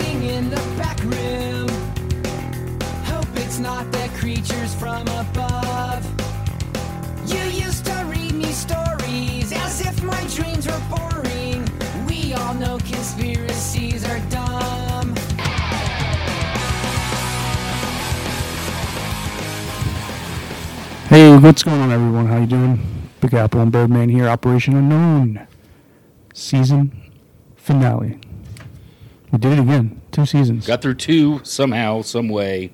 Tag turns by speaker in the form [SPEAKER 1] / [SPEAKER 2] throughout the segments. [SPEAKER 1] in the back room. Hope it's not the creatures from above. You used to read me stories as if my dreams were boring. We all know conspiracies are dumb.
[SPEAKER 2] Hey, what's going on, everyone? How you doing? Big Apple and Birdman here. Operation Unknown, season finale. We did it again. Two seasons.
[SPEAKER 3] Got through two somehow, some way,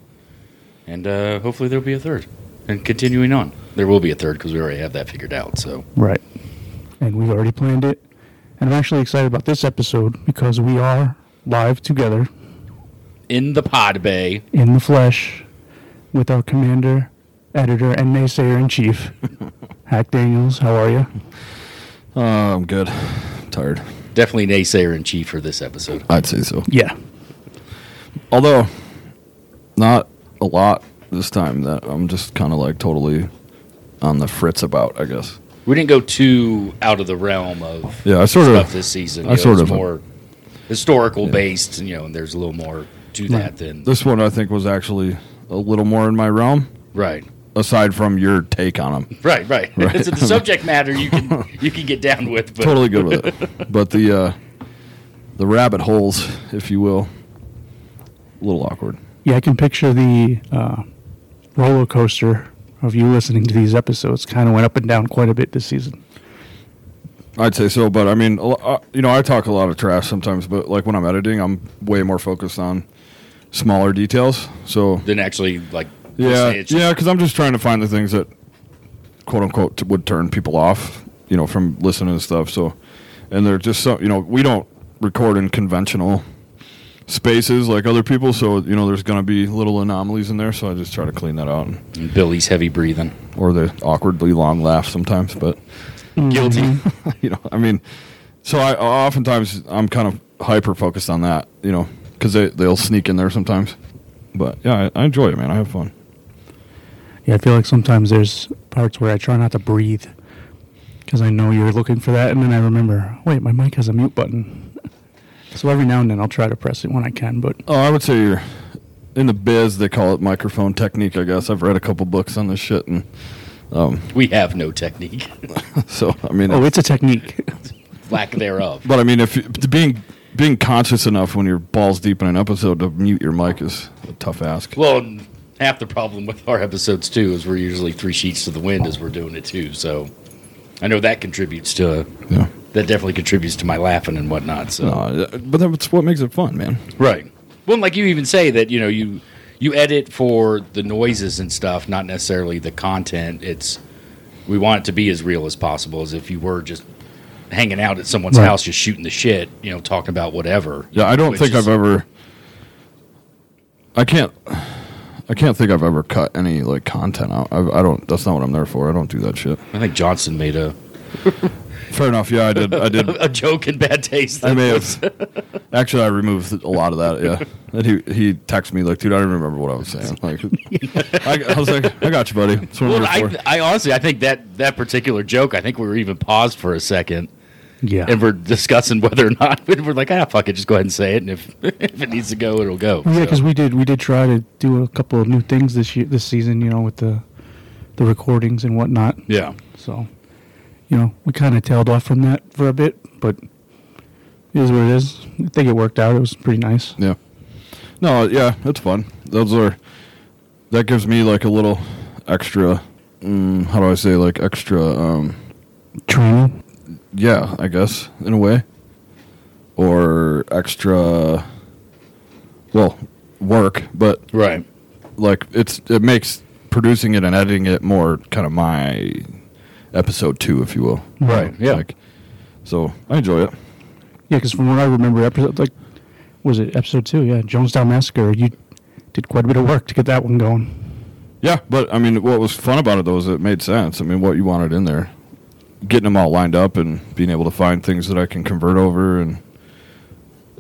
[SPEAKER 3] and uh, hopefully there'll be a third. And continuing on, there will be a third because we already have that figured out. So
[SPEAKER 2] Right. And we've already planned it. And I'm actually excited about this episode because we are live together
[SPEAKER 3] in the pod bay,
[SPEAKER 2] in the flesh with our commander, editor, and naysayer in chief, Hack Daniels. How are you?
[SPEAKER 4] Oh, I'm good. I'm tired.
[SPEAKER 3] definitely naysayer in chief for this episode.
[SPEAKER 4] I'd say so.
[SPEAKER 2] Yeah.
[SPEAKER 4] Although, not a lot this time. That I'm just kind of like totally on the fritz about. I guess.
[SPEAKER 3] We didn't go too out of the realm of
[SPEAKER 4] Yeah, I sort
[SPEAKER 3] stuff
[SPEAKER 4] of.
[SPEAKER 3] this season.
[SPEAKER 4] I
[SPEAKER 3] You know,
[SPEAKER 4] sort
[SPEAKER 3] it's
[SPEAKER 4] of-
[SPEAKER 3] more historical based, you know, and there's a little more to that than
[SPEAKER 4] This one I think was actually a little more in my realm.
[SPEAKER 3] right,
[SPEAKER 4] Aside from your take on them,
[SPEAKER 3] right, right.
[SPEAKER 4] Right.
[SPEAKER 3] it's a subject matter you can you can get down with, but
[SPEAKER 4] totally good with it. But the uh, the rabbit holes, if you will, a little awkward.
[SPEAKER 2] Yeah, I can picture the uh, roller coaster of you listening to these episodes kind of went up and down quite a bit this season.
[SPEAKER 4] I'd say so, but I mean, a lo- uh, you know, I talk a lot of trash sometimes, but like when I'm editing, I'm way more focused on smaller details. So
[SPEAKER 3] then actually like
[SPEAKER 4] yeah,
[SPEAKER 3] it's-
[SPEAKER 4] yeah, because I'm just trying to find the things that quote unquote t- would turn people off, you know, from listening to stuff. So, and they're just so you know, we don't record in conventional spaces like other people, so you know, there's going to be little anomalies in there. So I just try to clean that out,
[SPEAKER 3] and Billy's heavy breathing.
[SPEAKER 4] or the awkwardly long laugh sometimes, but. Mm-hmm.
[SPEAKER 3] Guilty.
[SPEAKER 4] you know i mean so i oftentimes i'm kind of hyper focused on that you know because they, they'll sneak in there sometimes but yeah I, I enjoy it man i have fun
[SPEAKER 2] Yeah, I feel like sometimes there's parts where I try not to breathe because I know you're looking for that, and then I remember, wait, my mic has a mute button. So every now and then I'll try to press it when I can, but
[SPEAKER 4] oh i would say you're in the biz they call it microphone technique i guess i've read a couple books on this shit and
[SPEAKER 3] we have no technique.
[SPEAKER 4] so i mean
[SPEAKER 2] oh, it's a technique.
[SPEAKER 3] lack thereof.
[SPEAKER 4] but i mean if you, being being conscious enough when you're balls deep in an episode to mute your mic is a tough ask
[SPEAKER 3] Well, and half the problem with our episodes too is we're usually three sheets to the wind as we're doing it too. So I know that contributes to
[SPEAKER 4] yeah
[SPEAKER 3] that definitely contributes to my laughing and whatnot. So
[SPEAKER 4] no, but that's what makes it fun man
[SPEAKER 3] right. Well, and like you even say that you know you you edit for the noises and stuff, not necessarily the content. It's we want it to be as real as possible, as if you were just hanging out at someone's
[SPEAKER 2] Right.
[SPEAKER 3] house, just shooting the shit, you know, talking about whatever.
[SPEAKER 4] Yeah, I don't
[SPEAKER 3] Which
[SPEAKER 4] think
[SPEAKER 3] is-
[SPEAKER 4] I've ever. I can't. I can't think I've ever cut any like content out. I, I don't. That's not what I'm there for. I don't do that shit.
[SPEAKER 3] I think Johnson made a
[SPEAKER 4] Fair enough. Yeah, I did. I did.
[SPEAKER 3] a joke in bad taste.
[SPEAKER 4] I may have. Actually, I removed a lot of that. Yeah, and he he texted me like, dude, I don't remember what I was saying. Like, I, I was like, I got you, buddy. That's what I'm
[SPEAKER 3] Well,
[SPEAKER 4] here
[SPEAKER 3] I,
[SPEAKER 4] for.
[SPEAKER 3] I honestly, I think that that particular joke, I think we were even paused for a second
[SPEAKER 2] Yeah.
[SPEAKER 3] and we're discussing whether or not we're like, ah, fuck it, just go ahead and say it, and if if it needs to go, it'll go.
[SPEAKER 2] Well, yeah,
[SPEAKER 3] So,
[SPEAKER 2] because we did we did try to do a couple of new things this year, this season. You know, with the the recordings and whatnot.
[SPEAKER 3] yeah,
[SPEAKER 2] So, you know, we kind of tailed off from that for a bit, but it is what it is. I think it worked out. It was pretty nice.
[SPEAKER 4] Yeah. No. Yeah, it's fun. Those are. That gives me like a little extra. Mm, how do I say like extra? um
[SPEAKER 2] Training.
[SPEAKER 4] yeah, I guess in a way, or extra. Well, work, but
[SPEAKER 3] right.
[SPEAKER 4] like it's it makes producing it and editing it more kind of my episode two, if you will.
[SPEAKER 2] Right,
[SPEAKER 3] yeah.
[SPEAKER 4] Like, so I enjoy it.
[SPEAKER 2] Yeah, because from what I remember, episode like was it episode two? Yeah, Jonestown Massacre. You did quite a bit of work to get that one going.
[SPEAKER 4] Yeah, but I mean, what was fun about it though is it made sense. I mean, what you wanted in there, getting them all lined up and being able to find things that I can convert over and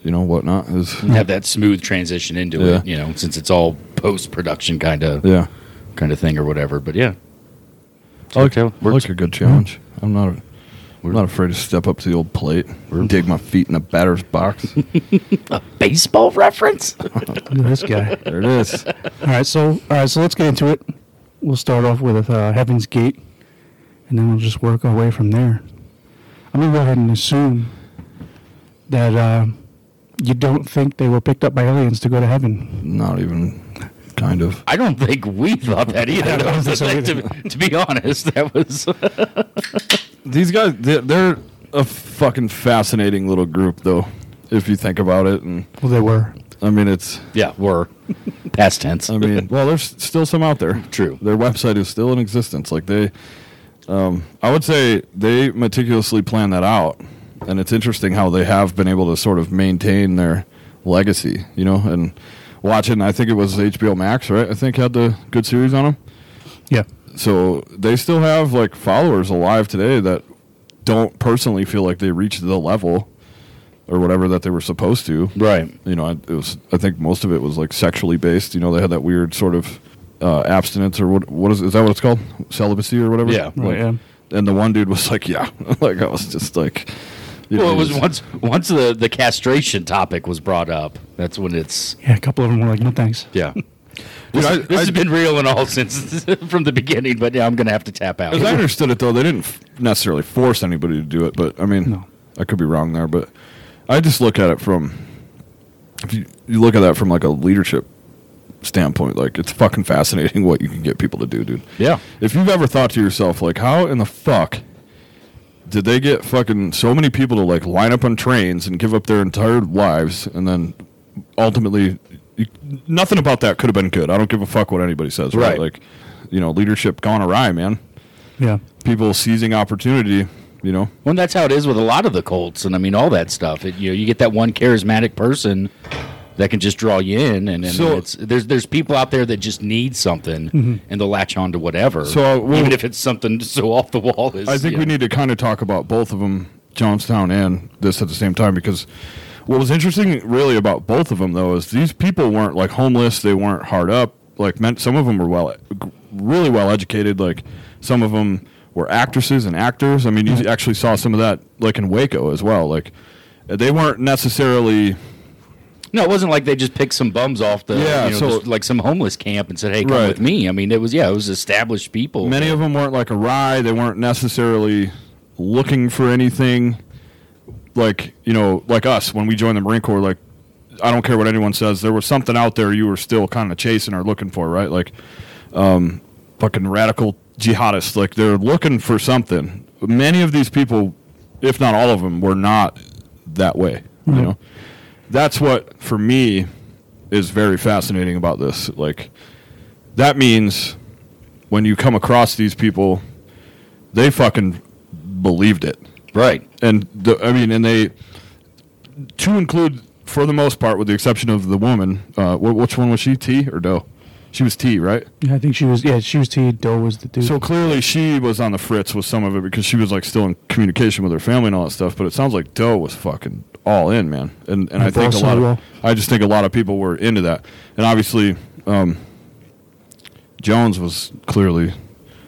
[SPEAKER 4] you know whatnot is
[SPEAKER 3] Have that smooth transition into
[SPEAKER 4] Yeah.
[SPEAKER 3] it, you know, since it's all post production kind of
[SPEAKER 4] yeah.
[SPEAKER 3] kind of thing or whatever. But yeah,
[SPEAKER 4] I like,
[SPEAKER 3] Okay,
[SPEAKER 4] I like a good challenge. I'm not. A, I'm not afraid to step up to the old plate, dig my feet in the batter's box.
[SPEAKER 3] Baseball reference?
[SPEAKER 2] Look at this guy.
[SPEAKER 4] there it is.
[SPEAKER 2] All right, so all right, so let's get into it. We'll start off with uh, Heaven's Gate, and then we'll just work our way from there. I'm gonna go ahead and assume that uh, you don't think they were picked up by aliens to go to heaven.
[SPEAKER 4] Not even kind of.
[SPEAKER 3] I don't think we thought that either.
[SPEAKER 2] I don't think so
[SPEAKER 3] to,
[SPEAKER 2] either.
[SPEAKER 3] to be honest, that was.
[SPEAKER 4] These guys, they're, they're a fucking fascinating little group, though, if you think about it. And
[SPEAKER 2] Well, they were.
[SPEAKER 4] I mean, it's.
[SPEAKER 3] yeah, were. Past tense.
[SPEAKER 4] I mean, well, there's still some out there.
[SPEAKER 3] True.
[SPEAKER 4] Their website is still in existence. Like they, um, I would say they meticulously plan that out, and it's interesting how they have been able to sort of maintain their legacy. You know, and watching, I think it was HBO Max, right? I think had the good series on them.
[SPEAKER 2] Yeah.
[SPEAKER 4] So they still have like followers alive today that don't personally feel like they reached the level or whatever that they were supposed to
[SPEAKER 3] right.
[SPEAKER 4] you know, it was. I think most of it was like sexually based. You know, they had that weird sort of uh, abstinence or what? What is is that? What it's called? Celibacy or whatever.
[SPEAKER 3] Yeah.
[SPEAKER 4] Like,
[SPEAKER 2] Right, yeah.
[SPEAKER 4] And the one dude was like, "Yeah," like I was just like, you know,
[SPEAKER 3] Well, it was
[SPEAKER 4] just-
[SPEAKER 3] once once the, the castration topic was brought up. That's when it's
[SPEAKER 2] Yeah, a couple of them were like, "No thanks."
[SPEAKER 3] yeah. This,
[SPEAKER 4] I-
[SPEAKER 3] this has
[SPEAKER 4] I-
[SPEAKER 3] been real and all since from the beginning, but yeah, I'm gonna have to tap out.
[SPEAKER 4] As I understood it, though, they didn't f- necessarily force anybody to do it. But I mean,
[SPEAKER 2] No.
[SPEAKER 4] I could be wrong there. But I just look at it from if you, you look at that from like a leadership standpoint, like it's fucking fascinating what you can get people to do, dude.
[SPEAKER 3] Yeah.
[SPEAKER 4] If you've ever thought to yourself, like, how in the fuck did they get fucking so many people to like line up on trains and give up their entire lives and then ultimately you, nothing about that could have been good. I don't give a fuck what anybody says, right?
[SPEAKER 3] Right.
[SPEAKER 4] Like, you know, leadership gone awry, man.
[SPEAKER 2] Yeah.
[SPEAKER 4] People seizing opportunity, you know.
[SPEAKER 3] Well, that's how it is with a lot of the cults, and I mean all that stuff. It, you know, you get that one charismatic person that can just draw you in, and, and
[SPEAKER 4] So- Mm-hmm.
[SPEAKER 3] it's, there's there's people out there that just need something, and they'll latch on to whatever.
[SPEAKER 4] So, uh, well-
[SPEAKER 3] even if it's something so off the wall, is
[SPEAKER 4] I think we need to kind of talk about both of them, Jonestown and this at the same time, because what was interesting really about both of them though is these people weren't like homeless, they weren't hard up. Like meant some of them were well, really well educated. Like some of them were actresses and actors. I mean, you actually saw some of that like in Waco as well. Like they weren't necessarily.
[SPEAKER 3] No, it wasn't like they just picked some bums off the
[SPEAKER 4] Yeah,
[SPEAKER 3] you know,
[SPEAKER 4] so-
[SPEAKER 3] just like some homeless camp and said, "Hey, come
[SPEAKER 4] Right.
[SPEAKER 3] with me." I mean, it was yeah, it was established people.
[SPEAKER 4] Many of them weren't like awry. They weren't necessarily looking for anything. Like you know, like us when we joined the Marine Corps. Like I don't care what anyone says. There was something out there you were still kind of chasing or looking for, right? Like um, fucking radical jihadists. Like they're looking for something. Many of these people, if not all of them, were not that way. You know, that's what for me is very fascinating about this. Like that means when you come across these people, they fucking believed it.
[SPEAKER 3] right?
[SPEAKER 4] And the, I mean, and they, to include, for the most part, with the exception of the woman, uh, wh- which one was she, T or Doe? She was T, right?
[SPEAKER 2] Yeah, I think she was. Yeah, she was T. Doe was the dude.
[SPEAKER 4] So clearly she was on the fritz with some of it because she was like still in communication with her family and all that stuff. But it sounds like Doe was fucking all in, man. And and I
[SPEAKER 2] Like
[SPEAKER 4] think a
[SPEAKER 2] Russell
[SPEAKER 4] lot of
[SPEAKER 2] Will.
[SPEAKER 4] I just think a lot of people were into that. And obviously, um, Jones was clearly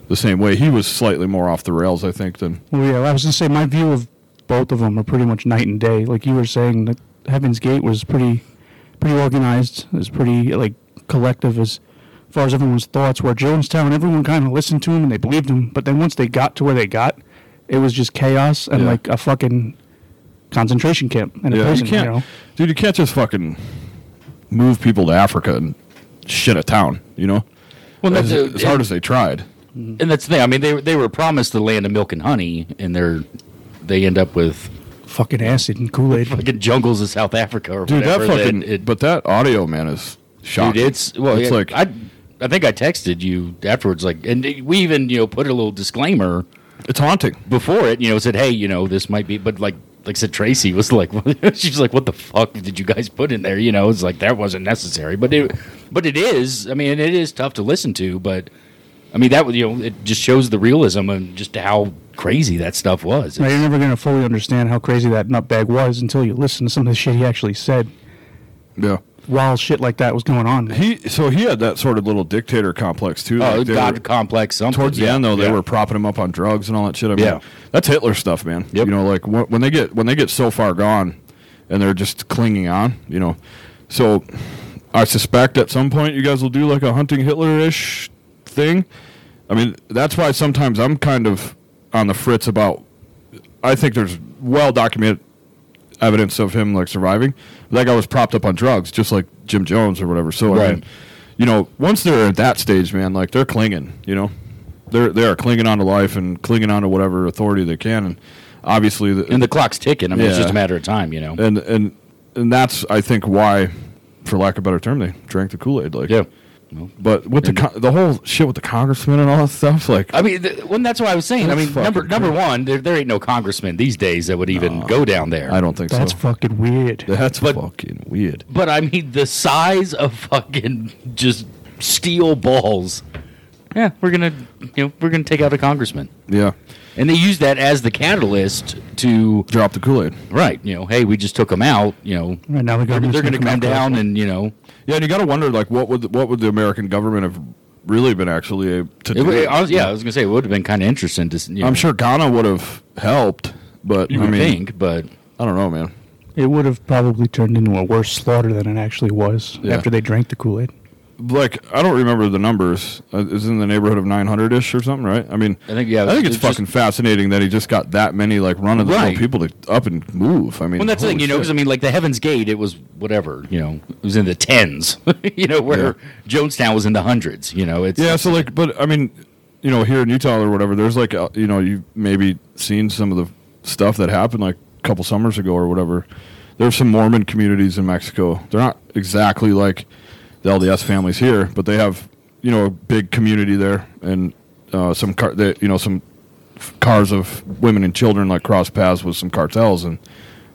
[SPEAKER 4] the same way. He was slightly more off the rails, I think, than
[SPEAKER 2] Well, yeah, I was gonna say my view of both of them are pretty much night and day. Like you were saying, that Heaven's Gate was pretty, pretty organized. It was pretty like collective as far as everyone's thoughts were. Jonestown, everyone kind of listened to him and they believed him. But then once they got to where they got, it was just chaos and
[SPEAKER 4] Yeah.
[SPEAKER 2] like a fucking concentration camp and a
[SPEAKER 4] you
[SPEAKER 2] prison. You,
[SPEAKER 4] can't,
[SPEAKER 2] know?
[SPEAKER 4] dude. You can't just fucking move people to Africa and shit a town, you know.
[SPEAKER 3] Well,
[SPEAKER 4] As, as hard as they tried,
[SPEAKER 3] and that's the thing. I mean, they they were promised the land of milk and honey, and they're they end up with
[SPEAKER 2] Fucking acid and Kool Aid.
[SPEAKER 3] fucking jungles of South Africa or
[SPEAKER 4] dude.
[SPEAKER 3] whatever.
[SPEAKER 4] that fucking.
[SPEAKER 3] it,
[SPEAKER 4] but that audio, man, is
[SPEAKER 3] dude,
[SPEAKER 4] shocking.
[SPEAKER 3] it's well,
[SPEAKER 4] it's like
[SPEAKER 3] I I think I texted you afterwards, like, and we even you know put a little disclaimer
[SPEAKER 4] it's haunting.
[SPEAKER 3] before it, you know, said, hey, you know, this might be, but like. Like said, Tracy was like, she's like, "What the fuck did you guys put in there?" You know, it's like that wasn't necessary, but it, but it is. I mean, it is tough to listen to, but I mean that would you know, it just shows the realism and just how crazy that stuff was.
[SPEAKER 2] Now,
[SPEAKER 3] It's-
[SPEAKER 2] you're never going to fully understand how crazy that nutbag was until you listen to some of the shit he actually said.
[SPEAKER 4] Yeah,
[SPEAKER 2] while shit like that was going on.
[SPEAKER 4] He so he had that sort of little dictator complex too.
[SPEAKER 3] Oh,
[SPEAKER 4] like they
[SPEAKER 3] God
[SPEAKER 4] were-
[SPEAKER 3] complex. Something.
[SPEAKER 4] towards the
[SPEAKER 3] Yeah,
[SPEAKER 4] end though, they
[SPEAKER 3] yeah.
[SPEAKER 4] were propping him up on drugs and all that shit. I mean,
[SPEAKER 3] Yeah.
[SPEAKER 4] that's Hitler stuff, man.
[SPEAKER 3] Yep.
[SPEAKER 4] You know, like wh- when they get when they get so far gone, and they're just clinging on. You know, so I suspect at some point you guys will do like a hunting Hitler ish thing. I mean, that's why sometimes I'm kind of on the fritz about. I think there's well documented evidence of him like surviving. That guy was propped up on drugs, just like Jim Jones or whatever. So I
[SPEAKER 3] Right.
[SPEAKER 4] mean, you know, once they're at that stage, man, like they're clinging. You know, they're they are clinging on to life and clinging on to whatever authority they can. And obviously, the,
[SPEAKER 3] And the clock's ticking. I mean, it's
[SPEAKER 4] Yeah.
[SPEAKER 3] just a matter of time, you know.
[SPEAKER 4] and and and that's I think why, for lack of a better term, they drank the Kool Aid. Like
[SPEAKER 3] yeah.
[SPEAKER 4] But with the con- the whole shit with the congressman and all that stuff, like
[SPEAKER 3] I mean, th- when that's what I was saying. I
[SPEAKER 4] That's
[SPEAKER 3] mean, number
[SPEAKER 4] fucking
[SPEAKER 3] number one, there, there ain't no congressman these days that would even go down there.
[SPEAKER 4] I don't think
[SPEAKER 2] That's
[SPEAKER 4] so.
[SPEAKER 2] fucking weird.
[SPEAKER 4] that's
[SPEAKER 3] But-
[SPEAKER 4] fucking weird.
[SPEAKER 3] But I mean, the size of fucking just steel balls. Yeah, we're gonna you know we're gonna take out a congressman,
[SPEAKER 4] Yeah,
[SPEAKER 3] and they use that as the catalyst to
[SPEAKER 4] drop the Kool Aid.
[SPEAKER 3] right. You know, hey, we just took them out. You know,
[SPEAKER 2] Right now the
[SPEAKER 3] they're,
[SPEAKER 2] government's
[SPEAKER 3] they're gonna come
[SPEAKER 2] out for
[SPEAKER 3] down and you know
[SPEAKER 4] Yeah, and you got to wonder, like, what would what would the American government have really been actually able to
[SPEAKER 3] It
[SPEAKER 4] do?
[SPEAKER 3] would- I was, yeah, I was gonna say it would have been kind of interesting to. s- You know,
[SPEAKER 4] I'm sure Ghana would have helped, but
[SPEAKER 3] you
[SPEAKER 4] I
[SPEAKER 3] would
[SPEAKER 4] mean,
[SPEAKER 3] think, but
[SPEAKER 4] I don't know, man.
[SPEAKER 2] It would have probably turned into a worse slaughter than it actually was
[SPEAKER 4] Yeah.
[SPEAKER 2] after they drank the Kool Aid.
[SPEAKER 4] Like, I don't remember the numbers. Uh, It's in the neighborhood of 900 ish or something, right? I mean,
[SPEAKER 3] I think, yeah,
[SPEAKER 4] I think it's,
[SPEAKER 3] it's just-
[SPEAKER 4] fucking fascinating that he just got that many like run of the mill
[SPEAKER 3] Right.
[SPEAKER 4] people to up and move. I mean,
[SPEAKER 3] Well, that's the
[SPEAKER 4] holy
[SPEAKER 3] thing, you know,
[SPEAKER 4] shit.
[SPEAKER 3] because I mean, like the Heaven's Gate, it was whatever, you know, it was in the tens, you know, where Jonestown was in the hundreds, you know. It's
[SPEAKER 4] Yeah, so like, but I mean, you know, here in Utah or whatever, there's like, uh, you know, you've maybe seen some of the stuff that happened like a couple summers ago or whatever. There's some Mormon communities in Mexico. They're not exactly like the LDS families here, but they have, you know, a big community there and uh, some car, they, you know, some f- cars of women and children like cross paths with some cartels and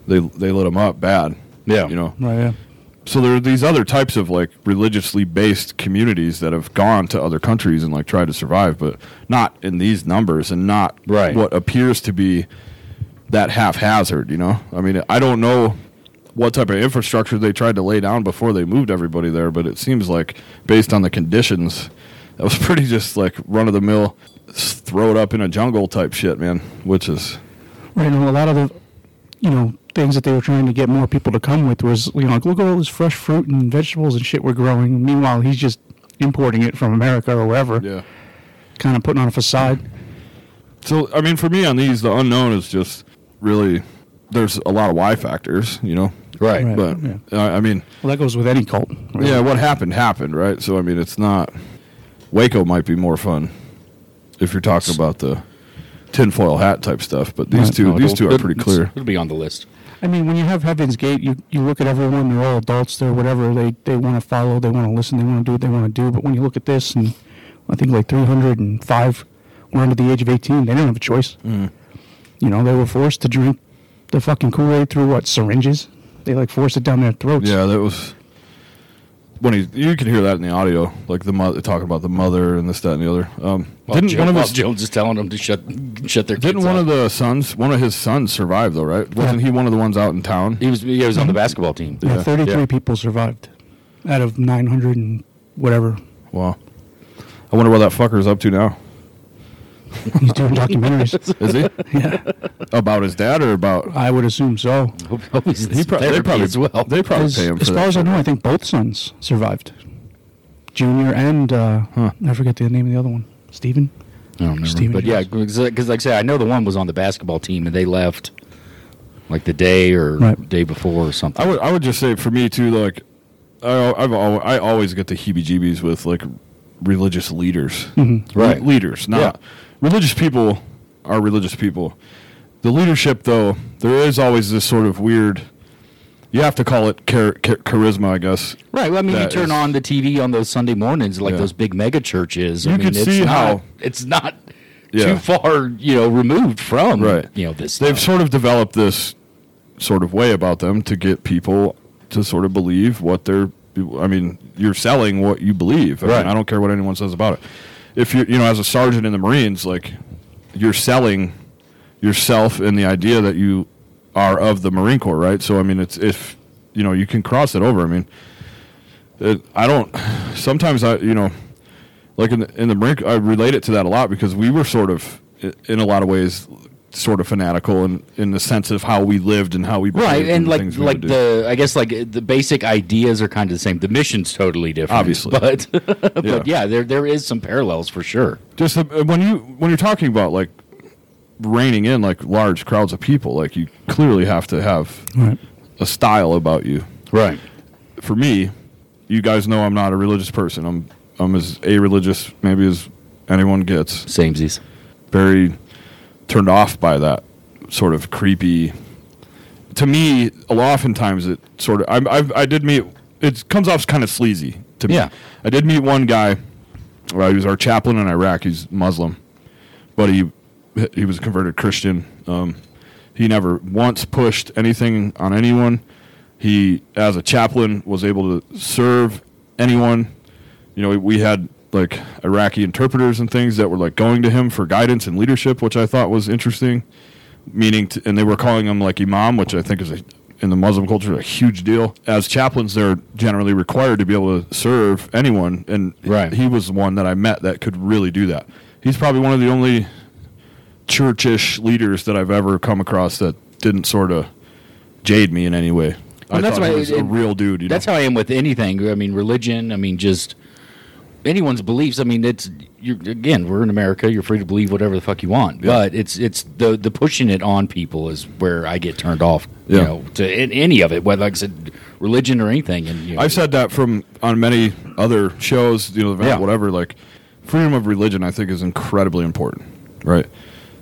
[SPEAKER 4] they they lit them up bad.
[SPEAKER 3] Yeah.
[SPEAKER 4] you know,
[SPEAKER 2] Right. Yeah.
[SPEAKER 4] so there are these other types of like religiously based communities that have gone to other countries and like tried to survive, but not in these numbers and not
[SPEAKER 3] Right.
[SPEAKER 4] what appears to be that haphazard. You know, I mean, I don't know what type of infrastructure they tried to lay down before they moved everybody there, but it seems like based on the conditions, that was pretty just like run of the mill, throw it up in a jungle type shit, man. Which is
[SPEAKER 2] Right. And a lot of the, you know, things that they were trying to get more people to come with was, you know, like look at all this fresh fruit and vegetables and shit we're growing. Meanwhile, he's just importing it from America or wherever, kind of putting on a facade.
[SPEAKER 4] So I mean, for me on these, the unknown is just really there's a lot of Y factors, you know.
[SPEAKER 3] right.
[SPEAKER 2] Right.
[SPEAKER 4] But
[SPEAKER 2] Yeah.
[SPEAKER 4] uh, I mean,
[SPEAKER 2] Well, that goes with any cult. really.
[SPEAKER 4] yeah, what happened happened, right? So I mean, it's not Waco might be more fun if you're talking about the tinfoil hat type stuff, but these
[SPEAKER 2] Right.
[SPEAKER 4] two
[SPEAKER 3] No,
[SPEAKER 4] these
[SPEAKER 3] it'll-
[SPEAKER 4] two are
[SPEAKER 3] it'll-
[SPEAKER 4] pretty clear.
[SPEAKER 3] It'll be on the list.
[SPEAKER 2] I mean, when you have Heaven's Gate, you, you look at everyone, they're all adults, they're whatever, they, they want to follow, they want to listen, they want to do what they want to do. But when you look at this, and I think like 305 were under the age of 18, they didn't have a choice.
[SPEAKER 4] Mm.
[SPEAKER 2] You know, they were forced to drink the fucking Kool Aid through what, syringes? They like forced it down their throats.
[SPEAKER 4] Yeah, that was when he. You can hear that in the audio, like the mother talking about the mother and this, that, and the other. Um,
[SPEAKER 3] While
[SPEAKER 4] didn't
[SPEAKER 3] Jo-
[SPEAKER 4] one of
[SPEAKER 3] while
[SPEAKER 4] his
[SPEAKER 3] Jones is telling them to shut shut their
[SPEAKER 4] didn't
[SPEAKER 3] kids
[SPEAKER 4] one
[SPEAKER 3] up.
[SPEAKER 4] of the sons one of his sons survive though, right? Wasn't
[SPEAKER 2] Yeah.
[SPEAKER 4] he one of the ones out in town?
[SPEAKER 3] he was he was on the basketball team.
[SPEAKER 2] Yeah,
[SPEAKER 4] Mm-hmm. Yeah,
[SPEAKER 2] 33
[SPEAKER 3] yeah.
[SPEAKER 2] people survived out of 900 and whatever.
[SPEAKER 4] Wow. I wonder what that fucker's up to now.
[SPEAKER 2] He's doing documentaries.
[SPEAKER 4] Is he
[SPEAKER 2] Yeah,
[SPEAKER 4] about his dad or about?
[SPEAKER 2] I would assume so.
[SPEAKER 3] Hope- hope he's in
[SPEAKER 4] He prob- they
[SPEAKER 3] therapy
[SPEAKER 4] probably
[SPEAKER 3] as well.
[SPEAKER 4] They probably
[SPEAKER 2] As,
[SPEAKER 4] pay him for
[SPEAKER 2] as far
[SPEAKER 4] that.
[SPEAKER 2] as I know, I think both sons survived. Junior and uh, I forget the name of the other one. Steven?
[SPEAKER 3] I don't remember.
[SPEAKER 2] Steven
[SPEAKER 3] but yeah, because like I said, I know the one was on the basketball team and they left like the day or
[SPEAKER 2] Right.
[SPEAKER 3] day before or something.
[SPEAKER 4] I would I would just say for me too, like I I've al- I always get the heebie-jeebies with like religious leaders,
[SPEAKER 3] Right.
[SPEAKER 4] Le- leaders, not
[SPEAKER 3] Yeah.
[SPEAKER 4] religious people are religious people. The leadership, though, there is always this sort of weird. You have to call it char- char- charisma, I guess.
[SPEAKER 3] Right. Well, I mean, you
[SPEAKER 4] That
[SPEAKER 3] turn
[SPEAKER 4] is-
[SPEAKER 3] on the TV on those Sunday mornings, like
[SPEAKER 4] Yeah.
[SPEAKER 3] those big mega churches.
[SPEAKER 4] You
[SPEAKER 3] I mean,
[SPEAKER 4] can
[SPEAKER 3] it's
[SPEAKER 4] see
[SPEAKER 3] not,
[SPEAKER 4] how-
[SPEAKER 3] it's not
[SPEAKER 4] Yeah.
[SPEAKER 3] too far, you know, removed from
[SPEAKER 4] Right.
[SPEAKER 3] You know this.
[SPEAKER 4] They've
[SPEAKER 3] stuff.
[SPEAKER 4] sort of developed this sort of way about them to get people to sort of believe what they're. I mean, you're selling what you believe. I, mean,
[SPEAKER 3] Right.
[SPEAKER 4] I don't care what anyone says about it. If you, you know, as a sergeant in the Marines, like you're selling yourself and the idea that you are of the Marine Corps, right? So, I mean, it's if you know you can cross it over. I mean, it, I don't. Sometimes I, you know, like in the, in the brink, I relate it to that a lot because we were sort of, i- in a lot of ways, sort of fanatical in, in the sense of how we lived and how we behaved
[SPEAKER 3] right and
[SPEAKER 4] the
[SPEAKER 3] like
[SPEAKER 4] things we
[SPEAKER 3] like
[SPEAKER 4] would do.
[SPEAKER 3] the i guess like the basic ideas are kind of the same the mission's totally different
[SPEAKER 4] Obviously.
[SPEAKER 3] but but
[SPEAKER 4] Yeah.
[SPEAKER 3] yeah. there there is some parallels for sure
[SPEAKER 4] just the, uh, when you when you're talking about like reining in like large crowds of people, like you clearly have to have
[SPEAKER 2] Right.
[SPEAKER 4] a style about you.
[SPEAKER 3] right
[SPEAKER 4] For me, you guys know I'm not a religious person. I'm I'm as a religious maybe as anyone gets.
[SPEAKER 3] samesies
[SPEAKER 4] very turned off by that sort of creepy. To me, a lot oftentimes it sort of. I, I, I did meet. It comes off kind of sleazy to me.
[SPEAKER 3] Yeah.
[SPEAKER 4] I did meet one guy. Well, he was our chaplain in Iraq. He's Muslim, but he he was a converted Christian. Um, he never once pushed anything on anyone. He, as a chaplain, was able to serve anyone you know, we had like Iraqi interpreters and things that were like going to him for guidance and leadership, which I thought was interesting. Meaning, to, and they were calling him like imam, which I think is a, in the Muslim culture a huge deal. As chaplains, they're generally required to be able to serve anyone, and
[SPEAKER 3] Right.
[SPEAKER 4] he was the one that I met that could really do that. He's probably one of the only churchish leaders that I've ever come across that didn't sort of jade me in any way. I
[SPEAKER 3] Well, that's
[SPEAKER 4] thought
[SPEAKER 3] why
[SPEAKER 4] he was
[SPEAKER 3] it-
[SPEAKER 4] a real dude. You know?
[SPEAKER 3] that's how i am with anything i mean religion i mean just anyone's beliefs i mean it's you're again we're in america you're free to believe whatever the fuck you want
[SPEAKER 4] Yeah.
[SPEAKER 3] but it's it's the the pushing it on people is where i get turned off
[SPEAKER 4] Yeah.
[SPEAKER 3] you know to in, any of it whether like i said religion or anything and you know,
[SPEAKER 4] I've said that from on many other shows, you know, event,
[SPEAKER 3] Yeah.
[SPEAKER 4] whatever. Like, freedom of religion, I think, is incredibly important, right?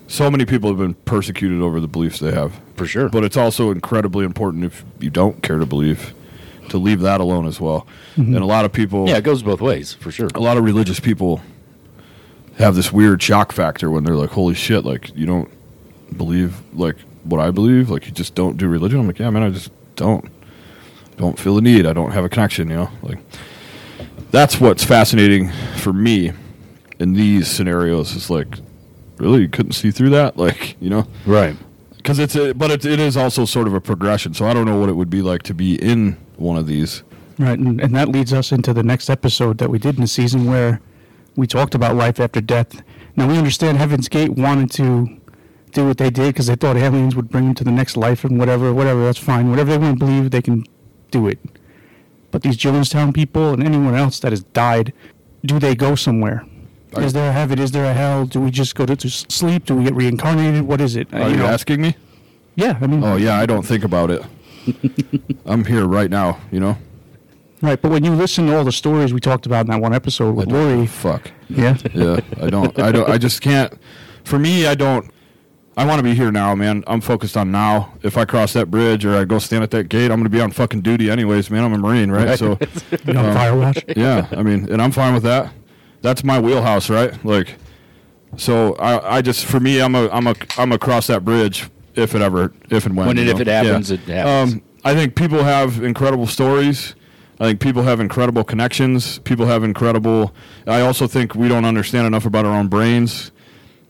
[SPEAKER 4] So many people have been persecuted over the beliefs they have,
[SPEAKER 3] for sure
[SPEAKER 4] but it's also incredibly important if you don't care to believe, to leave that alone as well.
[SPEAKER 3] Mm-hmm.
[SPEAKER 4] And a lot of people,
[SPEAKER 3] yeah it goes both ways for sure
[SPEAKER 4] a lot of religious people have this weird shock factor when they're like, "Holy shit! Like, you don't believe like what I believe? Like, you just don't do religion?" I'm like, "Yeah, man, I just don't." don't feel the need. I don't have a connection, you know? Like that's what's fascinating for me in these scenarios is like really you couldn't see through that like, you know?
[SPEAKER 3] right
[SPEAKER 4] Cuz it's a, but it, it is also sort of a progression. So I don't know what it would be like to be in one of these.
[SPEAKER 2] Right, and, and that leads us into the next episode that we did in the season where we talked about life after death. Now we understand Heaven's Gate wanted to do what they did because they thought aliens would bring them to the next life and whatever, whatever. That's fine. Whatever they want to believe, they can do it. But these Jonestown people and anyone else that has died, do they go somewhere? Is there a heaven? Is there a hell? Do we just go to, to sleep? Do we get reincarnated? What is it? Uh,
[SPEAKER 4] Are you, asking me?
[SPEAKER 2] Yeah, I mean,
[SPEAKER 4] Oh yeah, I don't think about it. I'm here right now, you know?
[SPEAKER 2] right. But when you listen to all the stories we talked about in that one episode
[SPEAKER 4] I
[SPEAKER 2] with
[SPEAKER 4] don't give a
[SPEAKER 2] Lori,
[SPEAKER 4] Fuck.
[SPEAKER 2] yeah,
[SPEAKER 4] yeah i don't i don't i just can't for me i don't i want to be here now man i'm focused on now if i cross that bridge or i go stand at that gate i'm gonna be on fucking duty anyways man i'm a marine right, so
[SPEAKER 2] you know, Firewatch.
[SPEAKER 4] yeah i mean and i'm fine with that that's my wheelhouse right like so i i just for me i'm a i'm a i'm a cross that bridge if it ever if and when
[SPEAKER 3] When and
[SPEAKER 4] you
[SPEAKER 3] if it happens, it happens.
[SPEAKER 4] um i think people have incredible stories i think people have incredible connections people have incredible i also think we don't understand enough about our own brains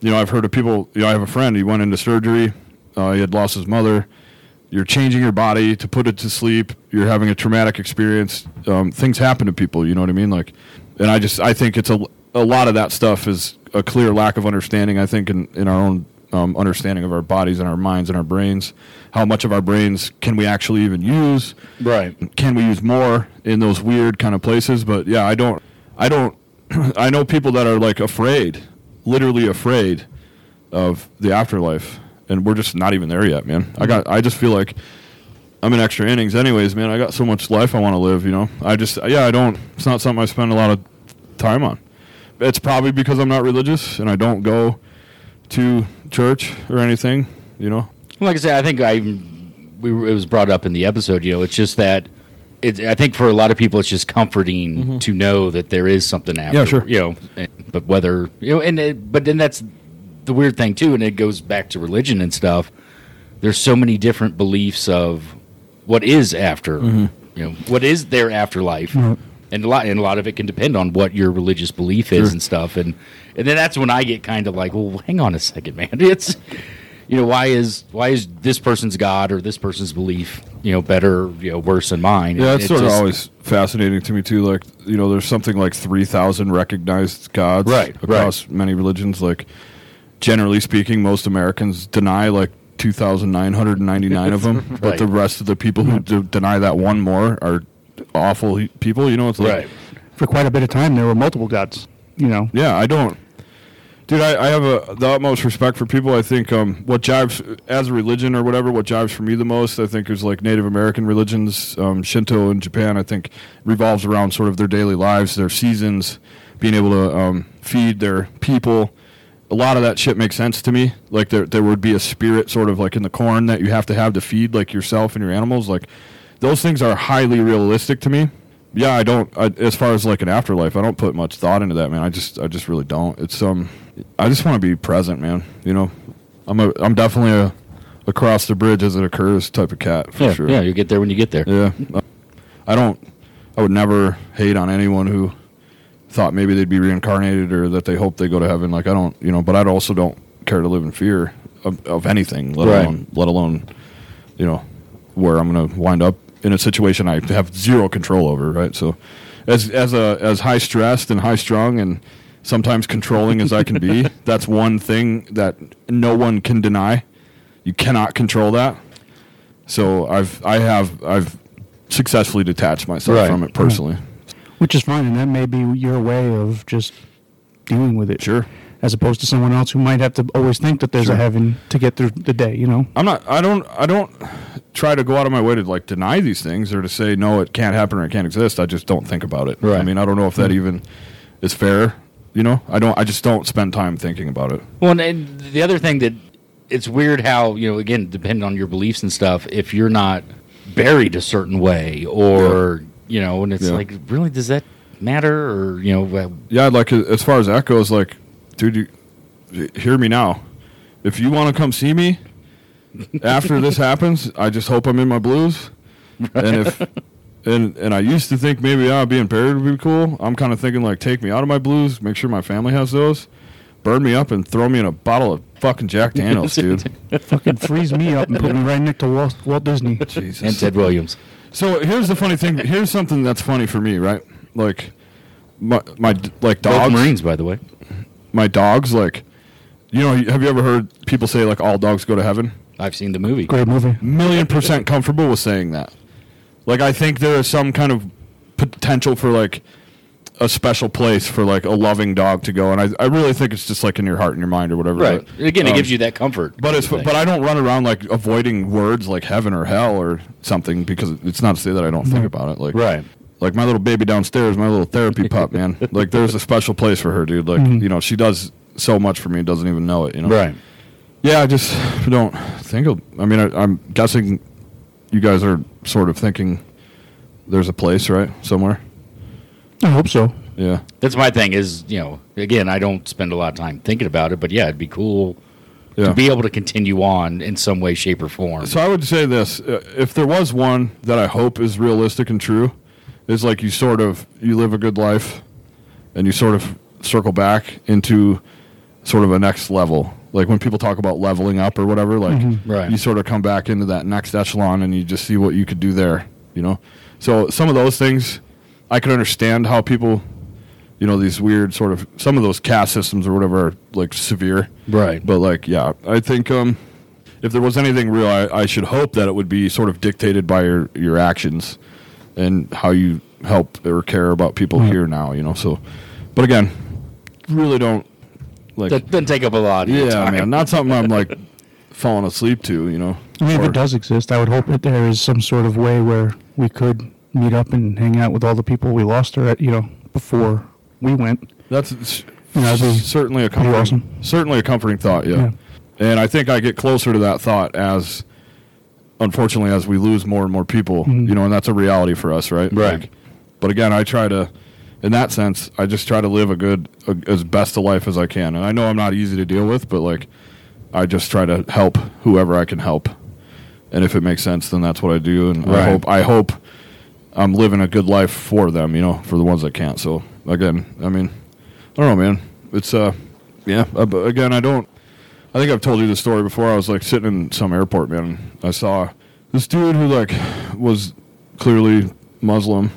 [SPEAKER 4] you know i've heard of people you know i have a friend he went into surgery uh, he had lost his mother you're changing your body to put it to sleep. You're having a traumatic experience. Um, things happen to people. You know what I mean? Like, and I just I think it's a a lot of that stuff is a clear lack of understanding. I think in in our own um, understanding of our bodies and our minds and our brains, how much of our brains can we actually even use?
[SPEAKER 3] right
[SPEAKER 4] Can we use more in those weird kind of places? But yeah, I don't. I don't. I know people that are like afraid, literally afraid of the afterlife and we're just not even there yet man i got i just feel like i'm in extra innings anyways man i got so much life i want to live you know i just yeah i don't it's not something i spend a lot of time on it's probably because i'm not religious and i don't go to church or anything you know
[SPEAKER 3] like I said, I think I we were- it was brought up in the episode. You know, it's just that it, I think for a lot of people, it's just comforting to know that there is something after.
[SPEAKER 4] sure.
[SPEAKER 3] You know, and- but whether you know, and it, but then that's the weird thing too, and it goes back to religion and stuff. There's so many different beliefs of what is after.
[SPEAKER 4] Mm-hmm.
[SPEAKER 3] You know, what is their afterlife. And a lot, and a lot of it can depend on what your religious belief is and stuff, and and then that's when I get kind of like, well, hang on a second, man. It's you know why is why is this person's god or this person's belief you know better you know worse than mine? And
[SPEAKER 4] Yeah, that's
[SPEAKER 3] it
[SPEAKER 4] sort
[SPEAKER 3] just-
[SPEAKER 4] of always fascinating to me too. Like you know, there's something like three thousand recognized gods
[SPEAKER 3] Right,
[SPEAKER 4] across many religions. Like generally speaking, most Americans deny like two thousand nine hundred ninety nine of them, but
[SPEAKER 3] Right.
[SPEAKER 4] the rest of the people who d- deny that one more are awful he- people. You know, it's like
[SPEAKER 3] right.
[SPEAKER 2] For quite a bit of time, there were multiple gods. You know,
[SPEAKER 4] yeah, I don't. Dude, I, I have a, the utmost respect for people. I think um, what jives as a religion or whatever, what jives for me the most, I think, is like Native American religions, um, Shinto in Japan. I think revolves around sort of their daily lives, their seasons, being able to um, feed their people. A lot of that shit makes sense to me. Like there, there would be a spirit sort of like in the corn that you have to have to feed like yourself and your animals. Like those things are highly realistic to me. Yeah, I don't. I, as far as like an afterlife, I don't put much thought into that, man. I just, I just really don't. It's um, I just want to be present, man. You know, I'm a, I'm definitely a, across the bridge as it occurs type of cat for
[SPEAKER 3] Yeah,
[SPEAKER 4] sure.
[SPEAKER 3] yeah, you get there when you get there.
[SPEAKER 4] yeah. Uh, I don't. I would never hate on anyone who thought maybe they'd be reincarnated or that they hope they go to heaven. Like I don't, you know. But I also don't care to live in fear of, of anything, let
[SPEAKER 3] Right.
[SPEAKER 4] alone, let alone, you know, where I'm going to wind up in a situation I have zero control over. Right. So, as as a as high stressed and high strung and sometimes controlling as I can be, that's one thing that no one can deny. You cannot control that. So I've I have I've successfully detached myself
[SPEAKER 3] Right.
[SPEAKER 4] from it personally.
[SPEAKER 2] which is fine, and that may be your way of just dealing with it.
[SPEAKER 4] Sure.
[SPEAKER 2] As opposed to someone else who might have to always think that there's
[SPEAKER 4] Sure.
[SPEAKER 2] a heaven to get through the day. You know,
[SPEAKER 4] I'm not. I don't. I don't try to go out of my way to like deny these things or to say no, it can't happen or it can't exist. I just don't think about it.
[SPEAKER 3] Right. Hmm.
[SPEAKER 4] I mean, I don't know if that even is fair. You know, I don't. I just don't spend time thinking about it.
[SPEAKER 3] Well, and, and the other thing that it's weird how you know again, depending on your beliefs and stuff, if you're not buried a certain way, or you know, and it's
[SPEAKER 4] Yeah.
[SPEAKER 3] like, really, does that matter? Or you know, well,
[SPEAKER 4] Yeah. Like as far as that goes, like, dude, you, you hear me now. If you want to come see me after this happens, I just hope I'm in my blues. And if and and I used to think maybe ah being buried would be cool. I'm kind of thinking like take me out of my blues, make sure my family has those, burn me up and throw me in a bottle of fucking Jack Daniels, dude.
[SPEAKER 2] fucking freeze me up and put me right next to Walt, Walt Disney.
[SPEAKER 4] Jesus.
[SPEAKER 3] and Ted Williams.
[SPEAKER 4] So here's the funny thing. Here's something that's funny for me, right? Like my my d- like
[SPEAKER 3] Both
[SPEAKER 4] dogs,
[SPEAKER 3] Marines, by the way.
[SPEAKER 4] my dogs like you know, have you ever heard people say like all dogs go to heaven?
[SPEAKER 3] I've seen the movie.
[SPEAKER 2] Great movie.
[SPEAKER 4] million percent comfortable with saying that. Like, I think there is some kind of potential for like a special place for like a loving dog to go, and I, I really think it's just like in your heart and your mind or whatever.
[SPEAKER 3] Right.
[SPEAKER 4] but,
[SPEAKER 3] Again, it
[SPEAKER 4] um,
[SPEAKER 3] gives you that comfort.
[SPEAKER 4] But it's but I don't run around like avoiding words like heaven or hell or something because it's not to say that I don't think about it. Like
[SPEAKER 3] Right.
[SPEAKER 4] Like my little baby downstairs, my little therapy pup, man. Like there's a special place for her, dude. Like you know, she does so much for me, and doesn't even know it. You know,
[SPEAKER 3] right.
[SPEAKER 4] yeah, I just don't think. Of, I mean, I, I'm guessing you guys are sort of thinking there's a place, right, somewhere.
[SPEAKER 2] I hope so.
[SPEAKER 4] Yeah,
[SPEAKER 3] That's my thing. Is you know, again, I don't spend a lot of time thinking about it, but yeah, it'd be cool
[SPEAKER 4] yeah.
[SPEAKER 3] to be able to continue on in some way, shape, or form.
[SPEAKER 4] so I would say this: uh, if there was one that I hope is realistic and true, is like you sort of you live a good life, and you sort of circle back into sort of a next level. Like when people talk about leveling up or whatever, like
[SPEAKER 3] Right.
[SPEAKER 4] you sort of come back into that next echelon and you just see what you could do there, you know? So some of those things I could understand how people you know, these weird sort of some of those caste systems or whatever are like severe.
[SPEAKER 3] Right.
[SPEAKER 4] But like yeah, I think um if there was anything real I, I should hope that it would be sort of dictated by your your actions and how you help or care about people here now, you know. So but again, really don't like
[SPEAKER 3] that doesn't take up a lot. Of your
[SPEAKER 4] yeah,
[SPEAKER 3] time.
[SPEAKER 4] man. Not something I'm like falling asleep to, you know.
[SPEAKER 2] I mean, if
[SPEAKER 4] Or-
[SPEAKER 2] it does exist, I would hope that there is some sort of way where we could meet up and hang out with all the people we lost or you know before we went.
[SPEAKER 4] That's it's
[SPEAKER 2] Yeah, that'd be
[SPEAKER 4] certainly a comforting,
[SPEAKER 2] awesome.
[SPEAKER 4] certainly a comforting thought. Yeah.
[SPEAKER 2] Yeah.
[SPEAKER 4] and I think I get closer to that thought as, unfortunately, as we lose more and more people,
[SPEAKER 2] Mm-hmm.
[SPEAKER 4] you know, and that's a reality for us, right?
[SPEAKER 3] Right.
[SPEAKER 4] but again, I try to, in that sense, I just try to live a good, a, as best a life as I can, and I know I'm not easy to deal with, but like, I just try to help whoever I can help, and if it makes sense, then that's what I do, and I
[SPEAKER 3] Right.
[SPEAKER 4] hope, I hope. I'm living a good life for them, you know, for the ones that can't. So again, I mean, I don't know, man. It's uh, yeah. uh, but Again, I don't. I think I've told you the story before. I was like sitting in some airport, man. and I saw this dude who like was clearly Muslim.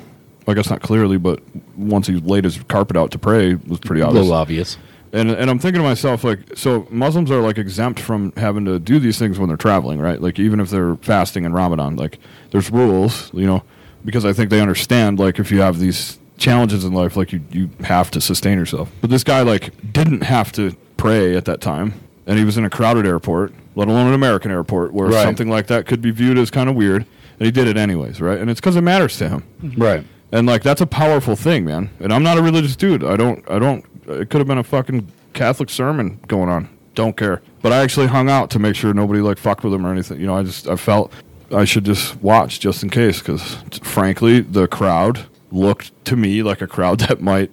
[SPEAKER 4] I guess not clearly, but once he laid his carpet out to pray, it was pretty
[SPEAKER 3] A
[SPEAKER 4] obvious
[SPEAKER 3] little obvious.
[SPEAKER 4] and and I'm thinking to myself like, so Muslims are like exempt from having to do these things when they're traveling, right? Like even if they're fasting in Ramadan, like there's rules, you know, because I think they understand like if you have these challenges in life, like you you have to sustain yourself. But this guy like didn't have to pray at that time, and he was in a crowded airport, let alone an American airport where
[SPEAKER 3] Right.
[SPEAKER 4] something like that could be viewed as kind of weird, and he did it anyways, right? And it's because it matters to him.
[SPEAKER 3] Right.
[SPEAKER 4] And like that's a powerful thing, man. And I'm not a religious dude. I don't I don't it could have been a fucking Catholic sermon going on. Don't care. But I actually hung out to make sure nobody like fucked with him or anything. You know, I just I felt I should just watch just in case cuz frankly, the crowd looked to me like a crowd that might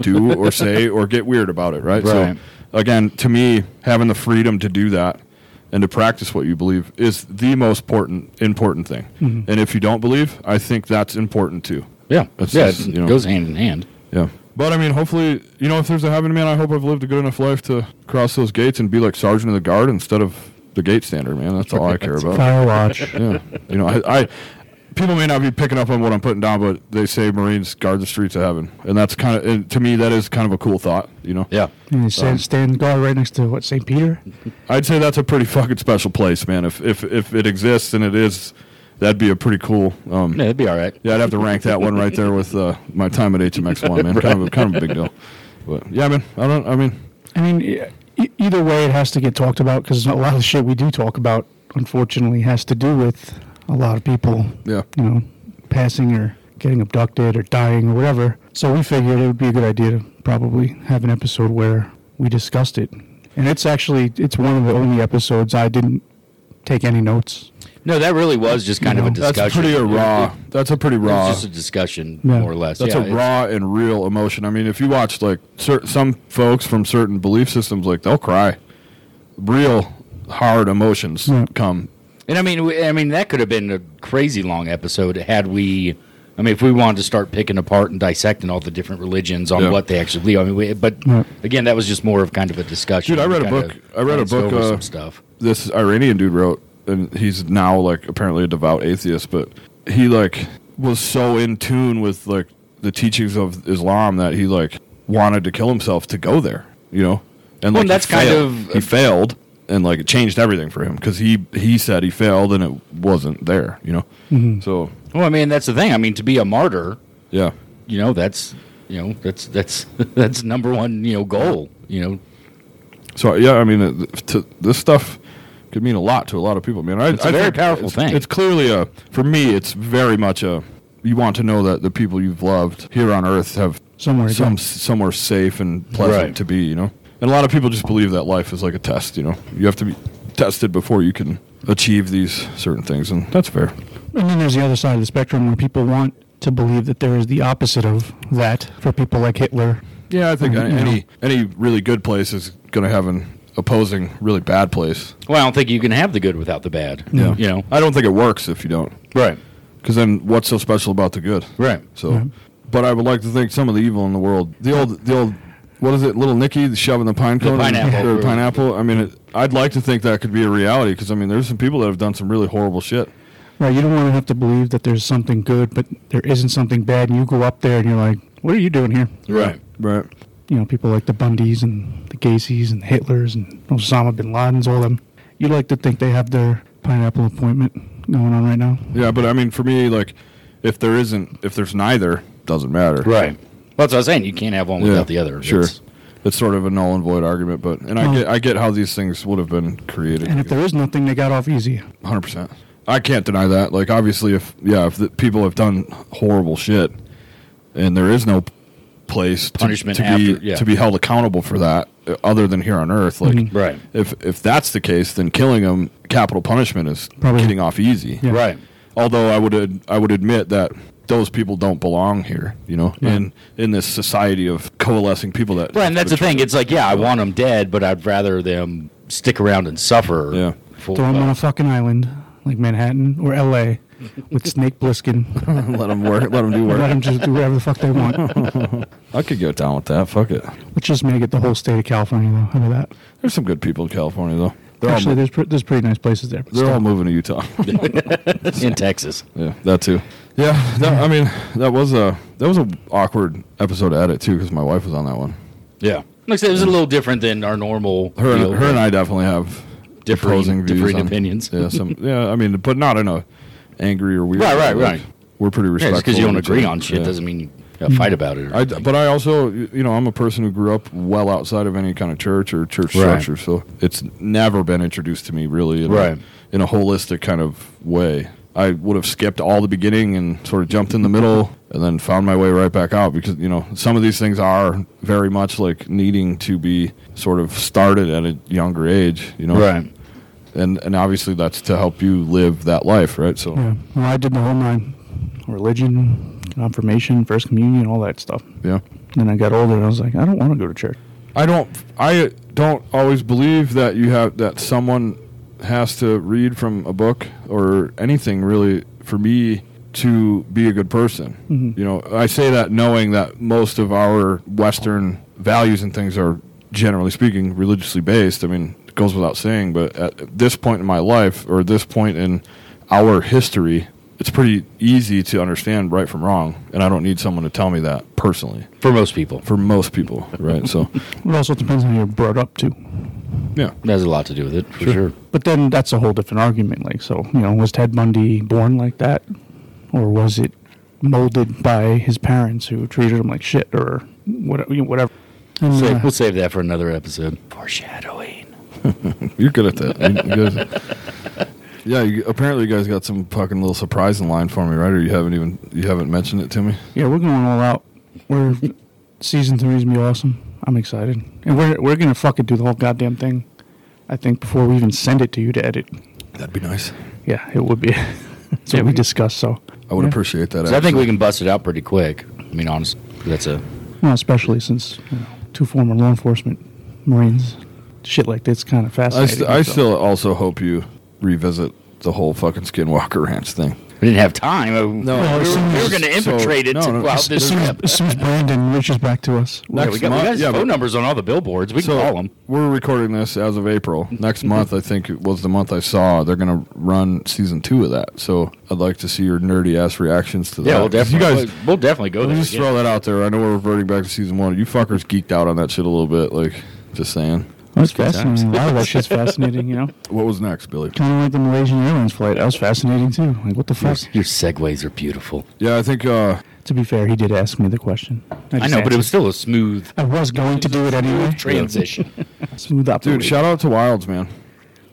[SPEAKER 4] do or say or get weird about it, right?
[SPEAKER 3] Right.
[SPEAKER 4] So again, to me, having the freedom to do that and to practice what you believe is the most important important thing. And if you don't believe, I think that's important too.
[SPEAKER 3] Yeah.
[SPEAKER 4] That's
[SPEAKER 3] yeah.
[SPEAKER 4] just,
[SPEAKER 3] it
[SPEAKER 4] you know.
[SPEAKER 3] goes hand in hand.
[SPEAKER 4] Yeah. But I mean, hopefully, you know, if there's a heaven, man, I hope I've lived a good enough life to cross those gates and be like sergeant of the guard instead of the gate stander, man. That's all I care about.
[SPEAKER 2] Fire watch.
[SPEAKER 4] Yeah. You know, I, I people may not be picking up on what I'm putting down, but they say Marines guard the streets of heaven, and that's kind of and to me that is kind of a cool thought. You know.
[SPEAKER 3] Yeah.
[SPEAKER 2] And you stand, stand guard right next to what St. Peter.
[SPEAKER 4] I'd say that's a pretty fucking special place, man. If if if it exists and it is, that'd be a pretty cool. Um,
[SPEAKER 3] Yeah, it'd be all right.
[SPEAKER 4] Yeah, I'd have to rank that one right there with uh, my time at HMX One, man. Kind of a kind of a big deal. But yeah, man, I don't. I mean,
[SPEAKER 2] I mean, e- e- either way, it has to get talked about because a lot of the shit we do talk about, unfortunately, has to do with a lot of people,
[SPEAKER 4] yeah,
[SPEAKER 2] you know, passing or getting abducted or dying or whatever. So we figured it would be a good idea to probably have an episode where we discussed it. And it's actually it's one of the only episodes I didn't take any notes.
[SPEAKER 3] No, that really was just kind of a
[SPEAKER 2] No,
[SPEAKER 3] discussion.
[SPEAKER 4] that's pretty a raw. That's a pretty
[SPEAKER 3] It
[SPEAKER 4] raw.
[SPEAKER 3] was just a discussion,
[SPEAKER 2] Yeah.
[SPEAKER 3] more or less.
[SPEAKER 4] That's
[SPEAKER 3] yeah,
[SPEAKER 4] a raw and real emotion. I mean, if you watch like cer- some folks from certain belief systems, like they'll cry. Real hard emotions
[SPEAKER 2] Yeah.
[SPEAKER 4] come.
[SPEAKER 3] And I mean, we- I mean that could have been a crazy long episode had we. I mean, if we wanted to start picking apart and dissecting all the different religions on
[SPEAKER 4] Yeah.
[SPEAKER 3] what they actually believe, I mean, we, but again, that was just more of kind of a discussion.
[SPEAKER 4] Dude, I read a
[SPEAKER 3] Kinda
[SPEAKER 4] book- I read a
[SPEAKER 3] glanced
[SPEAKER 4] book,
[SPEAKER 3] over
[SPEAKER 4] uh,
[SPEAKER 3] some stuff.
[SPEAKER 4] This Iranian dude wrote, and he's now like apparently a devout atheist, but he like was so in tune with like the teachings of Islam that he like wanted to kill himself to go there. You know, and
[SPEAKER 3] Well,
[SPEAKER 4] like he
[SPEAKER 3] that's kind
[SPEAKER 4] failed.
[SPEAKER 3] of-
[SPEAKER 4] he failed, and like it changed everything for him because he he said he failed and it wasn't there. You know, so
[SPEAKER 3] Well, I mean, that's the thing. I mean, to be a martyr,
[SPEAKER 4] yeah.
[SPEAKER 3] you know, that's you know, that's that's that's number one, you know, goal. You know,
[SPEAKER 4] So yeah, I mean, uh, to, this stuff could mean a lot to a lot of people. Man, I,
[SPEAKER 3] It's a
[SPEAKER 4] I
[SPEAKER 3] very
[SPEAKER 4] think
[SPEAKER 3] powerful
[SPEAKER 4] it's-
[SPEAKER 3] thing.
[SPEAKER 4] It's clearly a for me. It's very much a you want to know that the people you've loved here on Earth have
[SPEAKER 2] Somewhere to
[SPEAKER 4] some
[SPEAKER 2] go.
[SPEAKER 4] somewhere safe and pleasant
[SPEAKER 3] Right.
[SPEAKER 4] to be. You know, and a lot of people just believe that life is like a test. You know, you have to be tested before you can achieve these certain things, and that's fair.
[SPEAKER 2] And then there's the other side of the spectrum where people want to believe that there is the opposite of that for people like Hitler.
[SPEAKER 4] Yeah, I think
[SPEAKER 2] Mhm.
[SPEAKER 4] any any really good place is going to have an opposing really bad place.
[SPEAKER 3] well, I don't think you can have the good without the bad.
[SPEAKER 2] Yeah.
[SPEAKER 3] you know,
[SPEAKER 4] I don't think it works if you don't.
[SPEAKER 3] right,
[SPEAKER 4] Because then, what's so special about the good?
[SPEAKER 3] right.
[SPEAKER 4] So, but I would like to think some of the evil in the world, the old, the old, what is it, little Nicky shoving the pine cone, in-
[SPEAKER 3] pineapple.
[SPEAKER 4] or pineapple. I mean, it, I'd like to think that could be a reality because I mean, there's some people that have done some really horrible shit.
[SPEAKER 2] Right, you don't want to have to believe that there's something good, but there isn't something bad, and you go up there and you're like, "What are you doing here?"
[SPEAKER 3] Right.
[SPEAKER 4] right.
[SPEAKER 2] You know, people like the Bundys and the Gacy's and the Hitlers and Osama bin Laden's, all them. You like to think they have their pineapple appointment going on right now.
[SPEAKER 4] Yeah, but I mean, for me, like, if there isn't, if there's neither, doesn't matter.
[SPEAKER 3] Right. Well, that's what I was saying. You can't have one
[SPEAKER 4] Yeah.
[SPEAKER 3] without the other.
[SPEAKER 4] Sure.
[SPEAKER 3] It's-
[SPEAKER 4] It's, sort of a null and void argument, but and I
[SPEAKER 2] Oh.
[SPEAKER 4] get I get how these things would have been created.
[SPEAKER 2] And if there is nothing, they got off easy.
[SPEAKER 4] hundred percent. I can't deny that. Like, obviously, if yeah, if the people have done horrible shit, and there is no place to,
[SPEAKER 3] Punishment
[SPEAKER 4] to
[SPEAKER 3] after-
[SPEAKER 4] be
[SPEAKER 3] yeah.
[SPEAKER 4] to be held accountable for that, uh, other than here on Earth. Like,
[SPEAKER 2] Mm-hmm.
[SPEAKER 3] Right.
[SPEAKER 4] if if that's the case, then killing them, capital punishment is
[SPEAKER 2] Probably-
[SPEAKER 4] getting off easy.
[SPEAKER 2] Yeah.
[SPEAKER 3] Right.
[SPEAKER 4] Although I would ad- I would admit that those people don't belong here. You know, in in this society of coalescing people that.
[SPEAKER 3] Well, and that's the thing. It's like, yeah, I want them dead, but I'd rather them stick around and suffer.
[SPEAKER 4] Yeah.
[SPEAKER 3] For,
[SPEAKER 2] Throw them on
[SPEAKER 3] uh,
[SPEAKER 2] a fucking island like Manhattan or L.A. with Snake Bliskin.
[SPEAKER 4] let them work. Let them do
[SPEAKER 2] Let
[SPEAKER 4] work.
[SPEAKER 2] them just do whatever the fuck they want.
[SPEAKER 4] I could go down with that. Fuck it.
[SPEAKER 2] Let's just make it the whole state of California though. Under that,
[SPEAKER 4] There's some good people in California though. They're
[SPEAKER 2] actually,
[SPEAKER 4] all mo-
[SPEAKER 2] there's pre- there's pretty nice places there. but
[SPEAKER 4] they're
[SPEAKER 2] still.
[SPEAKER 4] all moving to Utah.
[SPEAKER 3] uh, in Texas.
[SPEAKER 4] yeah, that too. Yeah, that, I mean that was a that was an awkward episode to edit too because my wife was on that one.
[SPEAKER 3] Yeah. Like I said, it was a little different than our normal.
[SPEAKER 4] Her and,
[SPEAKER 3] deal,
[SPEAKER 4] her and
[SPEAKER 3] but
[SPEAKER 4] I definitely have
[SPEAKER 3] Differing-
[SPEAKER 4] opposing views
[SPEAKER 3] differing
[SPEAKER 4] on-
[SPEAKER 3] opinions.
[SPEAKER 4] Yeah, some yeah. I mean, but not in a angry or weird.
[SPEAKER 3] Right,
[SPEAKER 4] way,
[SPEAKER 3] right,
[SPEAKER 4] like,
[SPEAKER 3] right.
[SPEAKER 4] We're pretty
[SPEAKER 3] Yeah,
[SPEAKER 4] respectful.
[SPEAKER 3] just because you
[SPEAKER 4] of
[SPEAKER 3] don't
[SPEAKER 4] each
[SPEAKER 3] agree
[SPEAKER 4] other.
[SPEAKER 3] on shit
[SPEAKER 4] Yeah.
[SPEAKER 3] doesn't mean you got to fight about it. Or
[SPEAKER 4] I, but I also, you know, I'm a person who grew up well outside of any kind of church or church
[SPEAKER 3] Right.
[SPEAKER 4] structure, so it's never been introduced to me really, in
[SPEAKER 3] Right.
[SPEAKER 4] A, in a holistic kind of way. I would have skipped all the beginning and sort of jumped in the middle, and then found my way right back out because you know some of these things are very much like needing to be sort of started at a younger age, you know,
[SPEAKER 3] Right.
[SPEAKER 4] And and obviously that's to help you live that life, right? So
[SPEAKER 2] Yeah. Well, I did the whole nine religion, confirmation, first communion, all that stuff.
[SPEAKER 4] yeah.
[SPEAKER 2] Then I got older and I was like, I don't want to go to church.
[SPEAKER 4] I don't. I don't always believe that you have that someone has to read from a book or anything really for me to be a good person. You know, I say that knowing that most of our Western values and things are generally speaking religiously based. I mean, it goes without saying, but at this point in my life or this point in our history, it's pretty easy to understand right from wrong, and I don't need someone to tell me that personally.
[SPEAKER 3] for most people,
[SPEAKER 4] For most people, right? So.
[SPEAKER 2] It also depends on who you're brought up to.
[SPEAKER 4] Yeah.
[SPEAKER 3] that has a lot to do with it for sure.
[SPEAKER 2] But then that's a whole different argument. Like, so, you know, was Ted Bundy born like that? Or was it molded by his parents who treated him like shit or what- you know, whatever? And,
[SPEAKER 3] So
[SPEAKER 2] uh,
[SPEAKER 3] we'll save that for another episode. Foreshadowing.
[SPEAKER 4] You're good at that. You- you guys- yeah, you, apparently you guys got some fucking little surprise in line for me, right? Or you haven't even you haven't mentioned it to me.
[SPEAKER 2] yeah, we're going all out. We're season three's gonna be awesome. I'm excited, and we're we're gonna fucking do the whole goddamn thing. I think before we even send it to you to edit.
[SPEAKER 4] That'd be nice.
[SPEAKER 2] Yeah, it would be. so we discussed. So
[SPEAKER 4] I would
[SPEAKER 2] Yeah.
[SPEAKER 4] appreciate that.
[SPEAKER 3] 'Cause I think
[SPEAKER 4] actually.
[SPEAKER 3] we can bust it out pretty quick. I mean, honestly, that's a
[SPEAKER 2] Well, especially since you know, two former law enforcement Marines, shit like that's kind of
[SPEAKER 4] I,
[SPEAKER 2] fascinating.
[SPEAKER 4] st- I
[SPEAKER 2] so.
[SPEAKER 4] still also hope you revisit the whole fucking Skinwalker Ranch thing.
[SPEAKER 3] we didn't have time. Uh,
[SPEAKER 4] No,
[SPEAKER 3] we
[SPEAKER 2] Well,
[SPEAKER 3] were,
[SPEAKER 2] as soon
[SPEAKER 3] we were
[SPEAKER 2] as-
[SPEAKER 3] going to
[SPEAKER 4] so-
[SPEAKER 3] infiltrate it
[SPEAKER 4] no,
[SPEAKER 3] to
[SPEAKER 4] no,
[SPEAKER 3] go out
[SPEAKER 4] as-
[SPEAKER 2] As
[SPEAKER 3] this
[SPEAKER 2] soon as,
[SPEAKER 3] trip.
[SPEAKER 2] as soon as Brandon reaches back to us,
[SPEAKER 3] Yeah,
[SPEAKER 4] Next
[SPEAKER 3] we got, we
[SPEAKER 4] month-
[SPEAKER 3] got his
[SPEAKER 4] yeah, but-
[SPEAKER 3] phone numbers on all the billboards. We can
[SPEAKER 4] So
[SPEAKER 3] call them.
[SPEAKER 4] we're recording this as of April. Next month, I think it was the month I saw they're going to run season two of that. So I'd like to see your nerdy ass reactions to that.
[SPEAKER 3] Yeah, we'll
[SPEAKER 4] 'Cause
[SPEAKER 3] definitely.
[SPEAKER 4] You guys,
[SPEAKER 3] we'll, we'll definitely go
[SPEAKER 4] Let me
[SPEAKER 3] there.
[SPEAKER 4] just throw that out there. I know we're reverting back to season one. You fuckers geeked out on that shit a little bit. Like, just saying.
[SPEAKER 2] that's
[SPEAKER 3] good
[SPEAKER 2] fascinating. A
[SPEAKER 3] times.
[SPEAKER 2] lot of that shit's fascinating, you know.
[SPEAKER 4] What was next, Billy?
[SPEAKER 2] Kind of like the Malaysian Airlines flight. That was fascinating too. Like, what the fuck?
[SPEAKER 3] Your segues are beautiful.
[SPEAKER 4] Yeah, I think. uh
[SPEAKER 2] To be fair, he did ask me the question.
[SPEAKER 3] I
[SPEAKER 2] just
[SPEAKER 3] know, but it was
[SPEAKER 2] answered.
[SPEAKER 3] still a smooth
[SPEAKER 2] I was going to do it anyway.
[SPEAKER 3] transition.
[SPEAKER 2] Smooth up,
[SPEAKER 4] Dude, shout out to Wilds, man.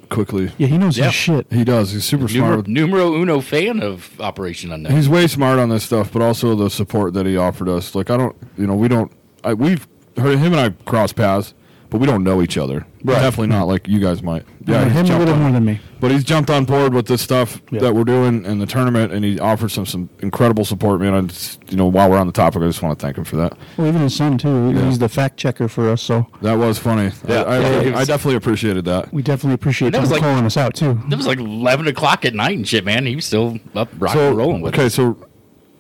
[SPEAKER 4] Quickly.
[SPEAKER 2] Yeah, he knows
[SPEAKER 3] Yeah.
[SPEAKER 2] his shit.
[SPEAKER 4] He does. He's super smart. Mm-hmm.
[SPEAKER 3] numero,
[SPEAKER 4] with-
[SPEAKER 3] numero uno fan of Operation Unknown.
[SPEAKER 4] He's way smart on this stuff, but also the support that he offered us. Like, I don't, you know, we don't, I, we've heard him and I cross paths, but we don't know each other.
[SPEAKER 2] Right.
[SPEAKER 4] Definitely not like you guys might.
[SPEAKER 2] Yeah,
[SPEAKER 4] he's
[SPEAKER 2] him a
[SPEAKER 4] jumped
[SPEAKER 2] little
[SPEAKER 4] on-
[SPEAKER 2] more than me.
[SPEAKER 4] But he's jumped on board with this stuff
[SPEAKER 2] Yeah.
[SPEAKER 4] that we're doing and the tournament, and he offered some some incredible support, man. I just, you know, while we're on the topic, I just want to thank him for that.
[SPEAKER 2] Well, even his son too.
[SPEAKER 4] Yeah.
[SPEAKER 2] He's the fact checker for us, so
[SPEAKER 4] That was funny.
[SPEAKER 3] Yeah.
[SPEAKER 4] I, I,
[SPEAKER 3] Yeah,
[SPEAKER 4] really-
[SPEAKER 3] he was-
[SPEAKER 4] I definitely appreciated that.
[SPEAKER 2] we definitely appreciate
[SPEAKER 3] That
[SPEAKER 2] him
[SPEAKER 3] was like-
[SPEAKER 2] calling us out too.
[SPEAKER 3] It was like eleven o'clock at night and shit, man. He was still up, rocking, and rolling with
[SPEAKER 4] okay,
[SPEAKER 3] it.
[SPEAKER 4] so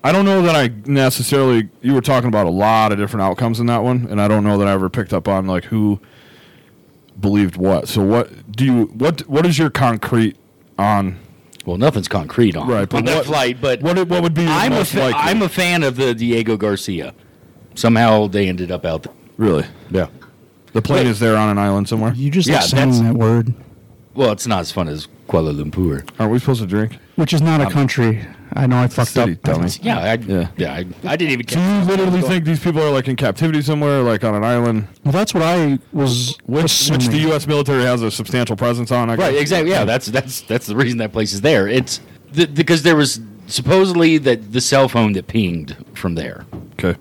[SPEAKER 4] I don't know that I necessarily. You were talking about a lot of different outcomes in that one, and I don't know that I ever picked up on like who believed what. So what do you what what is your concrete on
[SPEAKER 3] Well, nothing's concrete on
[SPEAKER 4] Right, but
[SPEAKER 3] on that
[SPEAKER 4] what-
[SPEAKER 3] flight, but
[SPEAKER 4] what it- what would be your
[SPEAKER 3] I'm a
[SPEAKER 4] most
[SPEAKER 3] fa-
[SPEAKER 4] likely?
[SPEAKER 3] I'm a fan of the Diego Garcia. Somehow they ended up out there.
[SPEAKER 4] really?
[SPEAKER 3] Yeah.
[SPEAKER 4] The plane
[SPEAKER 3] Wait.
[SPEAKER 4] is there on an island somewhere.
[SPEAKER 2] You just
[SPEAKER 3] Yeah,
[SPEAKER 2] like saying
[SPEAKER 3] that's-
[SPEAKER 2] that word,
[SPEAKER 3] Well, it's not as fun as Kuala Lumpur.
[SPEAKER 4] Aren't we supposed to drink?
[SPEAKER 2] which is not
[SPEAKER 3] Um,
[SPEAKER 2] a country. I know I fucked
[SPEAKER 4] City,
[SPEAKER 2] up.
[SPEAKER 4] dummy.
[SPEAKER 3] Yeah, I,
[SPEAKER 4] Yeah.
[SPEAKER 3] yeah, I, I didn't even.
[SPEAKER 4] Do you literally think these people are like in captivity somewhere, like on an island,
[SPEAKER 2] Well, that's what I was.
[SPEAKER 4] which which
[SPEAKER 2] assuming.
[SPEAKER 4] the U.S. military has a substantial presence on? I guess?
[SPEAKER 3] Right, exactly. Yeah, that's that's that's the reason that place is there. It's the, because there was supposedly that the cell phone that pinged from there
[SPEAKER 4] Okay.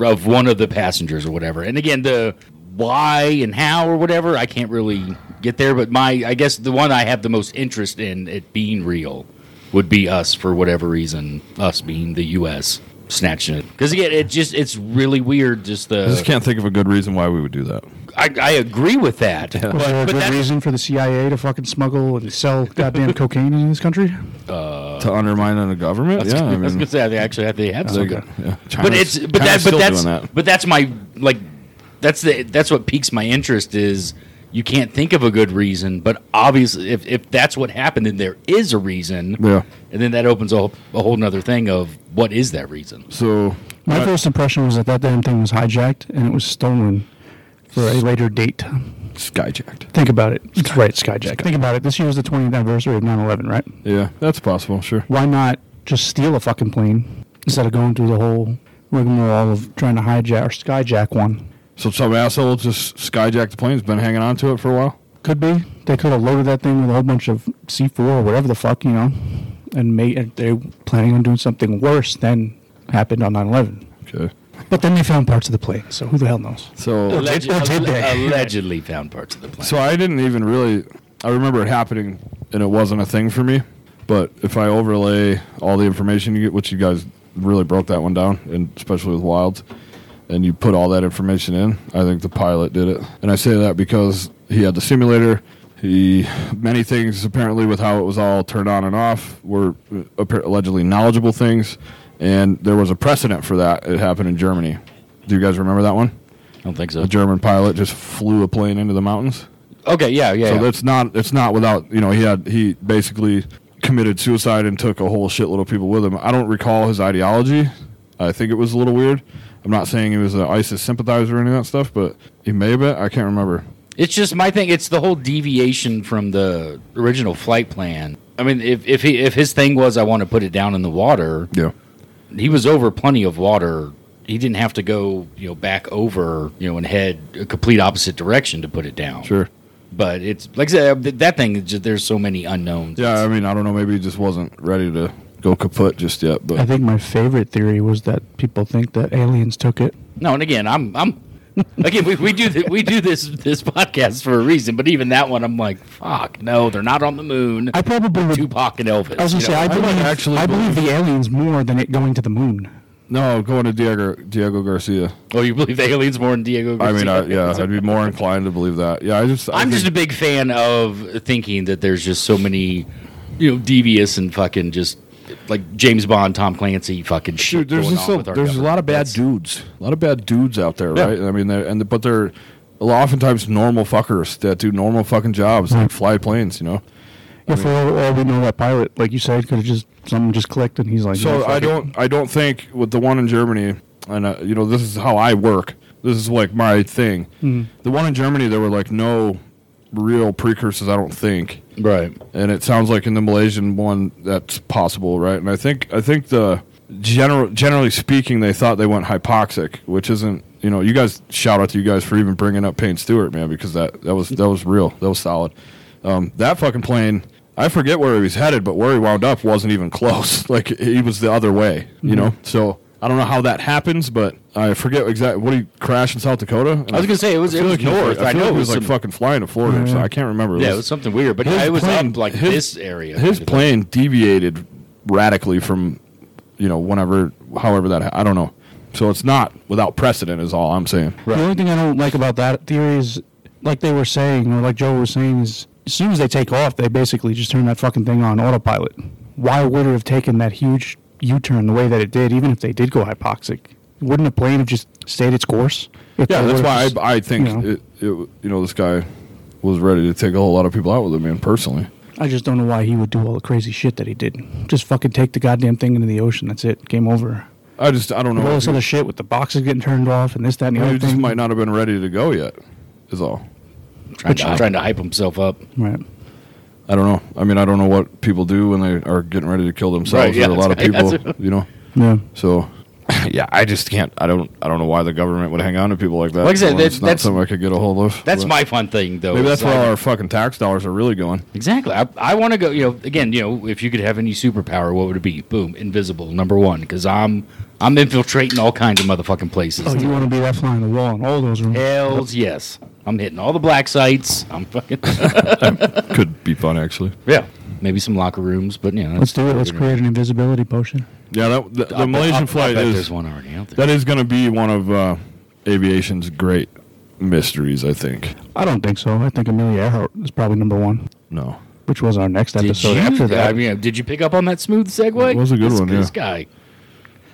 [SPEAKER 3] of one of the passengers or whatever. And again, the why and how or whatever, I can't really get there. But my, I guess the one I have the most interest in it being real would be us for whatever reason, us being the U.S. snatching it. Because again, it just it's really weird. Just the
[SPEAKER 4] I just can't think of a good reason why we would do that.
[SPEAKER 3] I, I agree with that.
[SPEAKER 2] Was there a
[SPEAKER 3] but
[SPEAKER 2] good
[SPEAKER 3] that's-
[SPEAKER 2] reason for the CIA to fucking smuggle and sell goddamn cocaine in this country?
[SPEAKER 4] It's to undermine the government. Yeah, I
[SPEAKER 3] I was
[SPEAKER 4] mean,
[SPEAKER 3] gonna say they actually have they have
[SPEAKER 4] they
[SPEAKER 3] some.
[SPEAKER 4] got- yeah.
[SPEAKER 3] but
[SPEAKER 4] China's-
[SPEAKER 3] it's but
[SPEAKER 4] China's
[SPEAKER 3] that but
[SPEAKER 4] still
[SPEAKER 3] that's
[SPEAKER 4] doing that.
[SPEAKER 3] but that's my like that's the that's what piques my interest is you can't think of a good reason but obviously if, if that's what happened then there is a reason
[SPEAKER 4] Yeah.
[SPEAKER 3] and then that opens a, whole- a whole nother thing of what is that reason
[SPEAKER 4] So
[SPEAKER 2] My first impression was that that damn thing was hijacked and it was stolen for a later date.
[SPEAKER 4] skyjacked.
[SPEAKER 2] Think about it. It's right, Skyjack. Think about it. This year is the 20th anniversary of 9 11, right?
[SPEAKER 4] Yeah, that's possible. Sure.
[SPEAKER 2] Why not just steal a fucking plane instead of going through the whole rigmarole of trying to hijack or skyjack one?
[SPEAKER 4] So some asshole just skyjacked the plane. Has been hanging on to it for a while.
[SPEAKER 2] Could be. They could have loaded that thing with a whole bunch of C4 or whatever the fuck, you know, and made, and they were planning on doing something worse than happened on 9 11.
[SPEAKER 4] Okay.
[SPEAKER 2] But then they found parts of the plane, so who the hell knows?
[SPEAKER 4] So
[SPEAKER 3] Alleged-
[SPEAKER 2] or did they?
[SPEAKER 3] alle- allegedly found parts of the plane
[SPEAKER 4] So I didn't even really. I remember it happening, and it wasn't a thing for me. But if I overlay all the information you get, which you guys really broke that one down, and especially with Wilds, and you put all that information in, I think the pilot did it. And I say that because he had the simulator. He many things apparently with how it was all turned on and off were appar- allegedly knowledgeable things, and there was a precedent for that. It happened in Germany. Do you guys remember that one?
[SPEAKER 3] i don't think so
[SPEAKER 4] A German pilot just flew a plane into the mountains.
[SPEAKER 3] okay yeah yeah,
[SPEAKER 4] So
[SPEAKER 3] yeah.
[SPEAKER 4] that's not it's not without you know he had he basically committed suicide and took a whole shitload of people with him. I don't recall his ideology. I think it was a little weird. I'm not saying he was an ISIS sympathizer or any of that stuff, but he may have been. I can't remember.
[SPEAKER 3] It's just my thing. It's the whole deviation from the original flight plan. I mean, if if he if his thing was I want to put it down in the water,
[SPEAKER 4] Yeah,
[SPEAKER 3] he was over plenty of water. He didn't have to go, you know, back over, you know, and head a complete opposite direction to put it down.
[SPEAKER 4] sure.
[SPEAKER 3] But it's like I said, um, th- that thing. is Just, there's so many unknowns.
[SPEAKER 4] Yeah, I mean, I don't know. Maybe he just wasn't ready to go kaput just yet.
[SPEAKER 2] I
[SPEAKER 4] But
[SPEAKER 2] think my favorite theory was that people think that aliens took it.
[SPEAKER 3] No, and again, I'm I'm again we, we do th- we do this this podcast for a reason. But even that one, I'm like, fuck, no, they're not on the moon.
[SPEAKER 2] I probably would.
[SPEAKER 3] Tupac and Elvis.
[SPEAKER 2] I was gonna
[SPEAKER 3] you
[SPEAKER 2] say
[SPEAKER 3] know?
[SPEAKER 2] I
[SPEAKER 4] might
[SPEAKER 2] believe
[SPEAKER 4] actually
[SPEAKER 2] I believe the aliens more than it going to the moon.
[SPEAKER 4] no, going to Diego Diego Garcia.
[SPEAKER 3] Oh, you believe the aliens more than Diego?
[SPEAKER 4] I mean, I,
[SPEAKER 3] Garcia?
[SPEAKER 4] yeah, I'd be more inclined to believe that. Yeah, I just I
[SPEAKER 3] I'm
[SPEAKER 4] think-
[SPEAKER 3] just a big fan of thinking that there's just so many, you know, devious and fucking just like James Bond, Tom Clancy, fucking shit.
[SPEAKER 4] Dude, there's
[SPEAKER 3] going
[SPEAKER 4] just
[SPEAKER 3] on
[SPEAKER 4] a,
[SPEAKER 3] with our
[SPEAKER 4] there's a lot of bad
[SPEAKER 3] government.
[SPEAKER 4] dudes, a lot of bad dudes out there,
[SPEAKER 3] Yeah.
[SPEAKER 4] right? I mean, they're, and but they're oftentimes normal fuckers that do normal fucking jobs, like fly planes, you know.
[SPEAKER 2] Yeah, for all, all we know, that pilot, like you said, could have just something just clicked, and he's like,
[SPEAKER 4] So
[SPEAKER 2] "No, fuck
[SPEAKER 4] I
[SPEAKER 2] it."
[SPEAKER 4] don't I don't think with the one in Germany, and uh, you know this is how I work. This is like my thing.
[SPEAKER 2] Hmm.
[SPEAKER 4] The one in Germany, there were like no real precursors. I don't think.
[SPEAKER 3] Right.
[SPEAKER 4] and it sounds like in the Malaysian one that's possible, right? And I think I think the general generally speaking, they thought they went hypoxic, which isn't you know you guys shout out to you guys for even bringing up Payne Stewart, man, because that that was that was real, that was solid. Um, that fucking plane, I forget where he was headed, but where he wound up wasn't even close. Like he was the other way, you know. So. I don't know how that happens, but I forget exactly what he crashed in South Dakota.
[SPEAKER 3] I was gonna say it was
[SPEAKER 4] I
[SPEAKER 3] it
[SPEAKER 4] feel
[SPEAKER 3] was
[SPEAKER 4] like he-
[SPEAKER 3] north.
[SPEAKER 4] I,
[SPEAKER 3] I,
[SPEAKER 4] feel
[SPEAKER 3] know
[SPEAKER 4] like he was like
[SPEAKER 3] some-
[SPEAKER 4] fucking flying to Florida, or so I can't remember.
[SPEAKER 3] Yeah, it was something weird, but I was
[SPEAKER 4] plane-
[SPEAKER 3] up like
[SPEAKER 4] his-
[SPEAKER 3] this area.
[SPEAKER 4] His plane deviated radically from, you know, whenever, however that, I don't know. So it's not without precedent, is all I'm saying.
[SPEAKER 2] The only thing I don't like about that theory is, like they were saying, or like Joe was saying, is as soon as they take off, they basically just turn that fucking thing on autopilot. Why would it have taken that huge U-turn the way that it did, even if they did go hypoxic? Wouldn't a plane have just stayed its course? If
[SPEAKER 4] Yeah,
[SPEAKER 2] they
[SPEAKER 4] that's
[SPEAKER 2] would've
[SPEAKER 4] why
[SPEAKER 2] just-
[SPEAKER 4] I, I think,
[SPEAKER 2] you know.
[SPEAKER 4] it, it, you know, this guy was ready to take a whole lot of people out with him, man, personally.
[SPEAKER 2] I just don't know why he would do all the crazy shit that he did. Just fucking take the goddamn thing into the ocean. That's it. Game over.
[SPEAKER 4] I just, I don't know.
[SPEAKER 2] All this
[SPEAKER 4] He-
[SPEAKER 2] other shit with the boxes getting turned off and this, that, and the
[SPEAKER 4] he
[SPEAKER 2] other
[SPEAKER 4] just
[SPEAKER 2] thing.
[SPEAKER 4] might not have been ready to go yet, is all.
[SPEAKER 3] trying to, trying to hype himself up.
[SPEAKER 2] Right.
[SPEAKER 4] I don't know. I mean, I don't know what people do when they are getting ready to kill themselves.
[SPEAKER 3] Right, yeah,
[SPEAKER 4] there are a lot of
[SPEAKER 3] that's right.
[SPEAKER 4] people, you know.
[SPEAKER 2] Yeah.
[SPEAKER 4] So, yeah, I just can't. I don't. I don't know why the government would hang on to people like that.
[SPEAKER 3] Like I said,
[SPEAKER 4] Well,
[SPEAKER 3] that-
[SPEAKER 4] it's not
[SPEAKER 3] that's-
[SPEAKER 4] something I could get a hold of.
[SPEAKER 3] That's
[SPEAKER 4] But
[SPEAKER 3] my fun thing, though.
[SPEAKER 4] Maybe
[SPEAKER 3] is
[SPEAKER 4] that's where
[SPEAKER 3] like-
[SPEAKER 4] all our fucking tax dollars are really going.
[SPEAKER 3] Exactly. I, I want to go. You know, again, you know, if you could have any superpower, what would it be? Boom, invisible. Number one, because I'm I'm infiltrating all kinds of motherfucking places.
[SPEAKER 2] Oh, you want to be that fly on the wall in all those rooms?
[SPEAKER 3] Hells yes. I'm hitting all the black sites. I'm fucking
[SPEAKER 4] Could be fun, actually.
[SPEAKER 3] yeah. Maybe some locker rooms, but yeah.
[SPEAKER 2] Let's do it. Let's create an invisibility potion.
[SPEAKER 4] Yeah, that the, the
[SPEAKER 3] I bet- I-
[SPEAKER 4] Malaysian
[SPEAKER 3] I
[SPEAKER 4] flight
[SPEAKER 3] bet
[SPEAKER 4] is
[SPEAKER 3] There's one already out there.
[SPEAKER 4] that is going to be one of uh, aviation's great mysteries. I think.
[SPEAKER 2] I don't think so. I think Amelia Earhart is probably number one.
[SPEAKER 4] No,
[SPEAKER 2] which was our next
[SPEAKER 3] Did
[SPEAKER 2] episode
[SPEAKER 3] you,
[SPEAKER 2] after
[SPEAKER 3] I
[SPEAKER 2] that.
[SPEAKER 3] mean, did you pick up on that smooth segue?
[SPEAKER 4] It was a good
[SPEAKER 3] This-
[SPEAKER 4] one, yeah.
[SPEAKER 3] This guy.